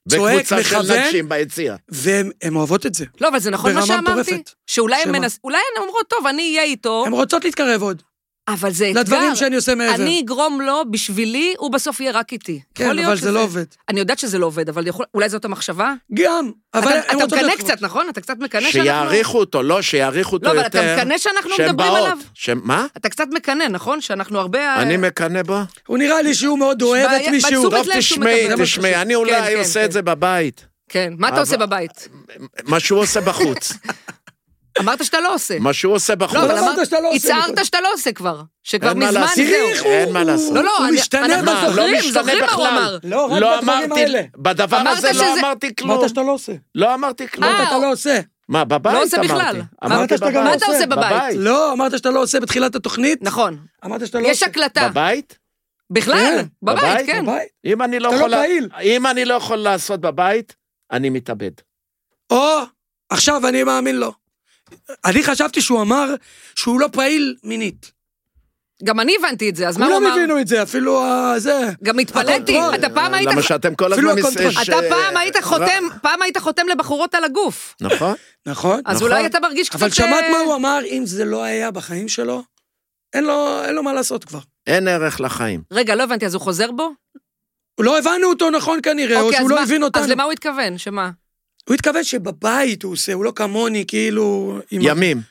Speaker 3: צועק,
Speaker 2: בקבוצה של
Speaker 3: מכוון,
Speaker 2: נשים ביציע.
Speaker 3: והן הן אוהבות את זה.
Speaker 1: לא, אבל זה נכון מה
Speaker 3: ברמה
Speaker 1: שאמרתי?
Speaker 3: מטורפת.
Speaker 1: שאולי הן
Speaker 3: שמה?
Speaker 1: מנס- אולי הן אומרות, טוב, אני אהיה איתו,
Speaker 3: הן רוצות להתקרב עוד,
Speaker 1: אבל זה אתגר.
Speaker 3: לדברים שאני עושה מעבר.
Speaker 1: אני אגרום לו, בשבילי, הוא בסוף יהיה רק איתי. יכול
Speaker 3: כן,
Speaker 1: להיות
Speaker 3: אבל
Speaker 1: שזה-
Speaker 3: זה לא עובד.
Speaker 1: אני יודעת שזה לא עובד, אבל יכול- אולי זאת המחשבה?
Speaker 3: גם, אבל
Speaker 1: אתה-
Speaker 3: הן
Speaker 1: אתה
Speaker 3: רוצות
Speaker 1: מקנא
Speaker 3: להיות
Speaker 1: קצת, נכון? אתה קצת מקנא שאנחנו...
Speaker 2: שיעריכו אותו, לא, שיעריכו אותו
Speaker 1: לא,
Speaker 2: יותר.
Speaker 1: אבל אתה מקנא שאנחנו
Speaker 2: שהן
Speaker 1: מדברים
Speaker 2: באות.
Speaker 1: עליו.
Speaker 2: שהן- מה?
Speaker 1: אתה קצת מקנא, נכון? שאנחנו הרבה...
Speaker 2: אני מקנא בו?
Speaker 3: הוא נראה לי שהוא מאוד אוהב
Speaker 1: בעיה-
Speaker 3: את מישהו.
Speaker 1: בתשומת
Speaker 2: טוב,
Speaker 1: לב שהוא
Speaker 2: תשמעי,
Speaker 1: מקבל.
Speaker 2: תשמעי, אני
Speaker 1: כן,
Speaker 2: אולי
Speaker 1: כן,
Speaker 2: עושה
Speaker 1: כן.
Speaker 2: את זה בבית.
Speaker 1: כן, מה אתה
Speaker 2: אבל-
Speaker 1: עושה בבית?
Speaker 2: מה שהוא עושה בחוץ.
Speaker 1: אמרת שאתה לא עושה.
Speaker 2: מה שהוא עושה בחוץ.
Speaker 1: לא, אבל
Speaker 3: אמרת
Speaker 1: אמרת...
Speaker 3: שאתה לא עושה
Speaker 1: הצהרת
Speaker 3: בכלל.
Speaker 1: שאתה לא עושה כבר. שכבר
Speaker 2: אין מה
Speaker 1: מזמן
Speaker 2: לעשות.
Speaker 1: זהו.
Speaker 2: אין מה לעשות.
Speaker 1: לא, לא,
Speaker 3: הוא
Speaker 1: אני-
Speaker 3: משתנה
Speaker 1: אנחנו
Speaker 2: מה,
Speaker 3: בדברים,
Speaker 1: זוכרים,
Speaker 2: לא משתנה
Speaker 1: זוכרים מה הוא
Speaker 2: בכלל.
Speaker 1: אמר.
Speaker 3: לא, רק
Speaker 2: לא
Speaker 3: בדברים
Speaker 2: אמרתי,
Speaker 3: האלה.
Speaker 2: בדבר
Speaker 1: אמרת
Speaker 2: הזה לא
Speaker 1: שזה-
Speaker 2: אמרתי כלום.
Speaker 3: אמרת שאתה לא עושה.
Speaker 2: לא אמרתי כלום.
Speaker 1: אה,
Speaker 3: אמרת שאתה לא עושה.
Speaker 2: מה, בבית אמרתי.
Speaker 1: לא עושה בכלל.
Speaker 2: אמרתי
Speaker 3: אמרת שאתה גם
Speaker 2: בבית.
Speaker 1: מה אתה
Speaker 3: עושה?
Speaker 1: עושה בבית?
Speaker 3: לא, אמרת שאתה לא עושה בתחילת התוכנית.
Speaker 1: נכון.
Speaker 3: אמרת שאתה לא
Speaker 1: יש
Speaker 3: עושה.
Speaker 1: הקלטה.
Speaker 2: בבית?
Speaker 1: בכלל?
Speaker 3: כן,
Speaker 1: בבית,
Speaker 2: בבית,
Speaker 1: כן.
Speaker 3: בבית.
Speaker 2: אם אני לא
Speaker 3: אתה לא
Speaker 2: יכול...
Speaker 3: פעיל.
Speaker 2: אם אני לא יכול לעשות בבית, אני מתאבד.
Speaker 3: או, עכשיו אני מאמין לו. אני חשבתי שהוא אמר שהוא לא פעיל מינית.
Speaker 1: גם אני הבנתי את זה, אז מה הוא
Speaker 3: כולם
Speaker 1: אמר?
Speaker 3: הבינו נכון. את זה, אפילו ה- זה.
Speaker 1: גם התפלאתי,
Speaker 3: הקונטרול.
Speaker 1: אתה פעם היית...
Speaker 2: למה שאתם כל
Speaker 3: אפילו
Speaker 2: הזמן... מס-
Speaker 3: הקונטרול.
Speaker 2: אה, ש-
Speaker 1: אתה פעם היית
Speaker 2: ר-
Speaker 1: חותם, פעם היית חותם לבחורות על הגוף.
Speaker 2: נכון.
Speaker 3: נכון.
Speaker 1: אז
Speaker 2: נכון.
Speaker 1: אולי אתה מרגיש קצת...
Speaker 3: אבל שמעת
Speaker 1: אה,
Speaker 3: מה הוא אמר? אם זה לא היה בחיים שלו, אין לו, אין לו מה לעשות כבר.
Speaker 2: אין ערך לחיים.
Speaker 1: רגע, לא הבנתי, אז הוא חוזר בו?
Speaker 3: לא הבנו אותו נכון כנראה, או
Speaker 1: אוקיי,
Speaker 3: שהוא
Speaker 1: אז
Speaker 3: לא
Speaker 1: מה-
Speaker 3: הבין אותנו.
Speaker 1: אז למה הוא התכוון? שמה?
Speaker 3: הוא התכוון שבבית הוא עושה, הוא לא כמוני, כאילו... עם-
Speaker 2: ימים.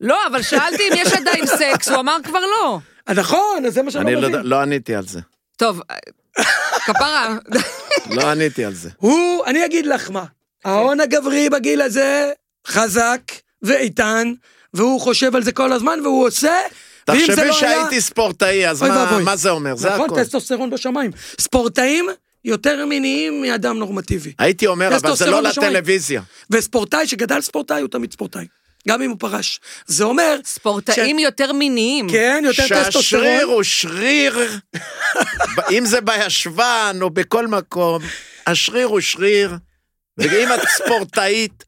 Speaker 1: לא, אבל שאלתי אם יש עדיין סקס, הוא אמר כבר לא.
Speaker 3: אה, נכון, אז זה מה שאני
Speaker 2: אני
Speaker 3: לא
Speaker 2: לא
Speaker 3: מבין.
Speaker 2: יודע- לא עניתי על זה.
Speaker 1: טוב, אה, כפרה.
Speaker 2: לא עניתי על זה.
Speaker 3: הוא, אני אגיד לך מה, ההון הגברי בגיל הזה חזק ואיתן, והוא חושב על זה כל הזמן, והוא עושה, ואם זה
Speaker 2: תחשבי
Speaker 3: לא היה...
Speaker 2: שהייתי ספורטאי, אז
Speaker 3: אוי
Speaker 2: מה-
Speaker 3: ואבוי.
Speaker 2: מה זה אומר? זה
Speaker 3: נכון,
Speaker 2: הכול.
Speaker 3: טסטוסטרון בשמיים. ספורטאים יותר מיניים מאדם נורמטיבי.
Speaker 2: הייתי אומר, אבל זה לא
Speaker 3: טסטוסטרון בשמיים.
Speaker 2: לטלוויזיה.
Speaker 3: וספורטאי שגדל ספורטאי הוא תמיד ספורטאי, גם אם הוא פרש. זה אומר,
Speaker 1: ספורטאים יותר מיניים.
Speaker 3: כן, יותר
Speaker 2: שהשריר
Speaker 3: טסטוסטרון.
Speaker 2: הוא שריר, ב- אם זה בישבן או בכל מקום, השריר הוא שריר, ואם את ספורטאית,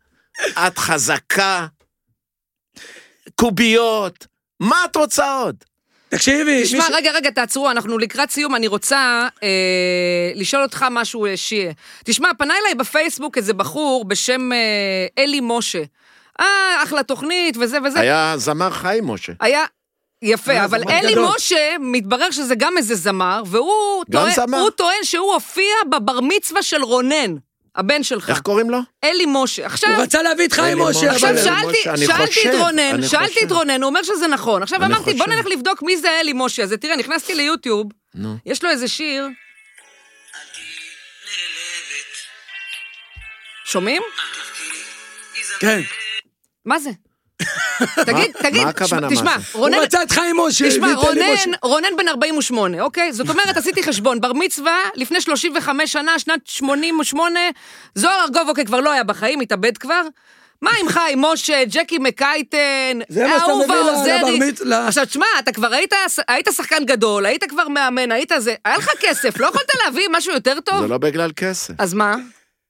Speaker 2: את חזקה, קוביות, מה את רוצה עוד?
Speaker 3: תקשיבי,
Speaker 1: תשמע,
Speaker 3: מישהו-
Speaker 1: רגע, רגע, תעצרו, אנחנו לקראת סיום, אני רוצה אה, לשאול אותך משהו, אה, שיה. תשמע, פנה אליי בפייסבוק איזה בחור בשם אה, אלי משה. אה, אחלה תוכנית וזה וזה.
Speaker 2: היה זמר חיים, משה.
Speaker 1: היה... יפה,
Speaker 3: אה,
Speaker 1: אבל
Speaker 3: זמר
Speaker 1: אלי
Speaker 3: גדול.
Speaker 1: משה, מתברר שזה גם איזה זמר, והוא
Speaker 2: גם
Speaker 1: טוען,
Speaker 2: זמר.
Speaker 1: הוא טוען שהוא הופיע בבר מצווה של רונן, הבן
Speaker 2: איך
Speaker 1: שלך,
Speaker 2: קוראים לו?
Speaker 1: אלי משה. עכשיו,
Speaker 3: הוא רצה להביא את חיים
Speaker 2: אלי
Speaker 3: משה,
Speaker 2: משה.
Speaker 1: עכשיו
Speaker 3: אבל...
Speaker 2: אלי משה,
Speaker 1: שאלתי,
Speaker 2: אני
Speaker 1: שאלתי
Speaker 2: חושב,
Speaker 1: את רונן,
Speaker 2: אני
Speaker 1: שאלתי
Speaker 2: חושב.
Speaker 1: את רונן, הוא אומר שזה נכון. עכשיו
Speaker 2: אני
Speaker 1: אמרתי, בוא
Speaker 2: חושב.
Speaker 1: נלך לבדוק מי זה אלי משה הזה. תראה, נכנסתי ליוטיוב,
Speaker 2: נו.
Speaker 1: יש לו איזה שיר. שומעים?
Speaker 3: כן.
Speaker 1: מה זה? תגיד, תגיד,
Speaker 2: מה הכוונה, מה
Speaker 1: תשמע,
Speaker 2: זה?
Speaker 1: רונן,
Speaker 3: הוא רצה את חיים משה,
Speaker 1: תשמע,
Speaker 3: הביא את אלי משה.
Speaker 1: רונן, רונן בן 48, אוקיי? זאת אומרת, עשיתי חשבון, בר מצווה לפני 35 שנה, שנת 88, זוהר ארגוב, אוקיי, כבר לא היה בחיים, התאבד כבר. מה עם חיים משה, ג'קי מקייטן,
Speaker 3: זה מה שאתה מביא ל- לבר מצ- ל-
Speaker 1: עכשיו, תשמע, אתה כבר היית, היית שחקן גדול, היית כבר מאמן, היית זה, היה לך כסף, לא יכולת להביא משהו יותר טוב?
Speaker 2: זה לא בגלל כסף.
Speaker 1: אז מה?
Speaker 2: אה,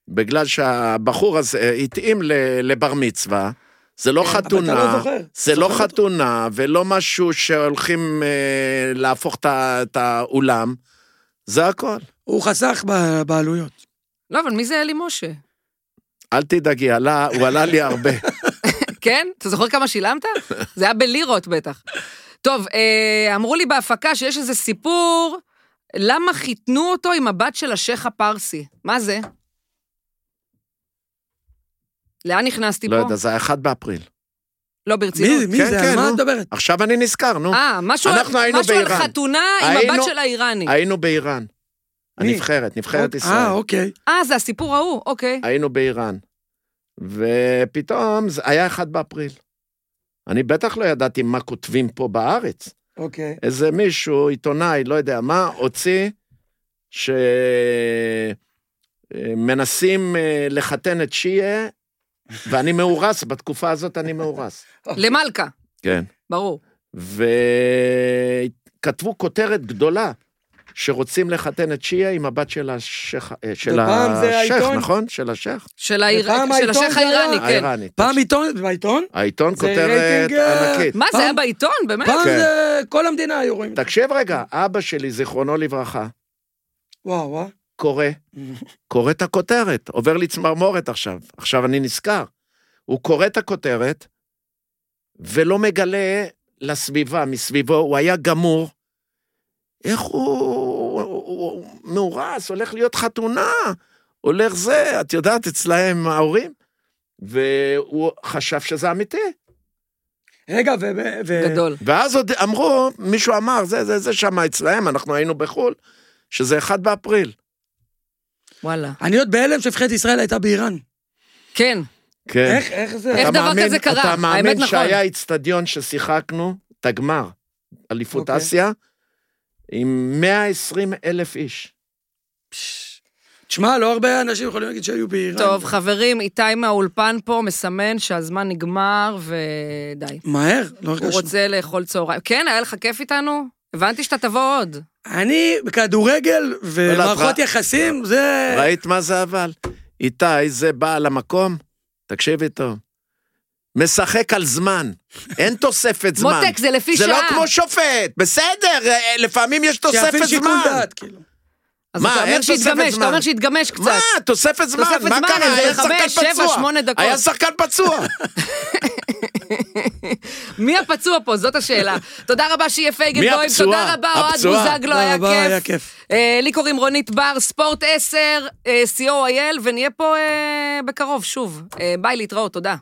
Speaker 2: בגלל שהבחור הזה התאים ל- לבר מצווה, זה לא
Speaker 1: כן, אבל
Speaker 3: אבל אתה לא
Speaker 2: חתונה,
Speaker 3: זוכר.
Speaker 2: זה לא
Speaker 3: זוכר אותו.
Speaker 2: חתונה ולא משהו שהולכים אה, להפוך את ה- את האולם, זה הכל.
Speaker 3: הוא חסך ב- בעלויות.
Speaker 1: לא, אבל מי זה אלי משה?
Speaker 2: אל תדאגי, עלה, הוא עלה לי הרבה.
Speaker 1: כן? אתה זוכר כמה שילמת? זה היה בלירות בטח. טוב, אה, אמרו לי בהפקה שיש איזה סיפור, למה חיתנו אותו עם הבת של השייח הפרסי? מה זה? לאן נכנסתי
Speaker 2: לא
Speaker 1: פה?
Speaker 2: יודע, זה היה 1 באפריל.
Speaker 1: לא, ברצינות.
Speaker 3: מי מי
Speaker 2: כן,
Speaker 3: זה?
Speaker 2: כן,
Speaker 3: על מה
Speaker 2: נו.
Speaker 3: את מדברת?
Speaker 2: עכשיו אני נזכר, נו.
Speaker 1: אה, משהו, על-
Speaker 2: אנחנו היינו
Speaker 1: משהו על
Speaker 2: באיראן.
Speaker 1: חתונה עם הבת
Speaker 2: היינו-
Speaker 1: של האיראני.
Speaker 2: היינו באיראן.
Speaker 3: מי?
Speaker 2: הנבחרת, נבחרת
Speaker 3: אה,
Speaker 2: ישראל.
Speaker 3: אוקיי.
Speaker 1: אה, זה הסיפור ההוא, אוקיי.
Speaker 2: היינו באיראן. ופתאום זה היה 1 באפריל. אני בטח לא ידעתי מה כותבים פה בארץ.
Speaker 3: אוקיי.
Speaker 2: איזה מישהו, עיתונאי, לא יודע מה, הוציא שמנסים אה, לחתן את שיה, ואני מאורס, בתקופה הזאת אני מאורס.
Speaker 1: למלכה,
Speaker 2: כן.
Speaker 1: ברור.
Speaker 2: וכתבו כותרת גדולה. שרוצים לחתן את שיה עם הבת של השייח, אה, של
Speaker 3: ופעם זה
Speaker 2: השייח,
Speaker 3: העיתון?
Speaker 2: נכון? של השייח,
Speaker 1: של האיר-
Speaker 3: ופעם
Speaker 1: של
Speaker 3: העיתון
Speaker 1: השייח
Speaker 3: זה היה-
Speaker 1: האיראני, כן.
Speaker 2: האיראנית.
Speaker 3: פעם עיתון, בעיתון?
Speaker 2: העיתון
Speaker 3: זה
Speaker 2: כותרת
Speaker 3: רייטינג, אה,
Speaker 2: ענקית.
Speaker 1: מה, זה
Speaker 3: פעם-
Speaker 1: היה בעיתון, באמת?
Speaker 3: פעם
Speaker 2: כן.
Speaker 3: זה כל המדינה היו רואים.
Speaker 2: תקשיב רגע, אבא שלי, זיכרונו לברכה,
Speaker 3: וואו, וואו.
Speaker 2: קורא, קורא את הכותרת, עובר לי צמרמורת עכשיו, עכשיו אני נזכר. הוא קורא את הכותרת, ולא מגלה לסביבה, מסביבו, הוא היה גמור. איך הוא, הוא, הוא, הוא מאורס, הולך להיות חתונה, הולך זה, את יודעת, אצלהם ההורים. והוא חשב שזה אמיתי.
Speaker 3: רגע, ו- ו...
Speaker 1: גדול.
Speaker 2: ואז עוד אמרו, מישהו אמר, זה, זה, זה שם אצלהם, אנחנו היינו בחו"ל, שזה 1 באפריל.
Speaker 1: וואלה.
Speaker 3: אני עוד בהלם שנבחרת ישראל הייתה באיראן.
Speaker 1: כן.
Speaker 2: כן.
Speaker 3: איך, איך זה?
Speaker 1: איך
Speaker 2: אתה
Speaker 1: דבר
Speaker 2: מאמין-
Speaker 1: כזה קרה?
Speaker 2: אתה
Speaker 1: האמת
Speaker 2: מאמין
Speaker 1: נכון.
Speaker 2: שהיה איצטדיון ששיחקנו, את הגמר, אליפות
Speaker 3: אוקיי.
Speaker 2: אסיה, עם 120 אלף איש.
Speaker 3: תשמע, לא הרבה אנשים יכולים להגיד שהיו באיראן.
Speaker 1: טוב, חברים, איתי מהאולפן פה מסמן שהזמן נגמר ודי.
Speaker 3: מהר, לא
Speaker 1: הוא
Speaker 3: הרגשנו.
Speaker 1: רוצה לאכול צהריים. כן, היה לך כיף איתנו? הבנתי שאתה תבוא עוד.
Speaker 3: אני, בכדורגל ומערכות
Speaker 2: רא-
Speaker 3: יחסים, זה...
Speaker 2: לא, ראית מה זה אבל? איתי, זה בעל המקום, תקשיבי טוב, משחק על זמן, אין תוספת זמן.
Speaker 1: מותק, זה לפי
Speaker 2: זה
Speaker 1: שעה.
Speaker 2: לא כמו שופט, בסדר, אה, לפעמים יש
Speaker 3: שיפעיל
Speaker 2: תוספת
Speaker 3: שיקול
Speaker 2: זמן.
Speaker 3: דעת, כאילו.
Speaker 1: אז
Speaker 2: מה,
Speaker 1: אתה אומר
Speaker 2: אין תוספת
Speaker 1: שהתגמש, אתה
Speaker 2: זמן.
Speaker 1: אומר שהתגמש קצת.
Speaker 2: מה, תוספת זמן,
Speaker 1: תוספת
Speaker 2: מה
Speaker 1: זמן,
Speaker 2: קרה?
Speaker 1: אבל
Speaker 2: היה
Speaker 1: חמש,
Speaker 2: שחקן
Speaker 1: שבע,
Speaker 2: פצוע.
Speaker 1: שמונה דקות.
Speaker 2: היה שחקן פצוע.
Speaker 1: מי הפצוע פה? זאת השאלה. תודה רבה שיהיה פייגלבוים,
Speaker 2: הפצועה?
Speaker 1: תודה רבה, אוהד
Speaker 2: הפצועה.
Speaker 1: בוזגלו,
Speaker 3: תודה
Speaker 1: היה
Speaker 3: רבה, היה
Speaker 1: כיף.
Speaker 3: כיף.
Speaker 1: אה, לי קוראים רונית בר, ספורט 10, אה, co.il, ונהיה פה אה, בקרוב שוב. אה, ביי, להתראות, תודה.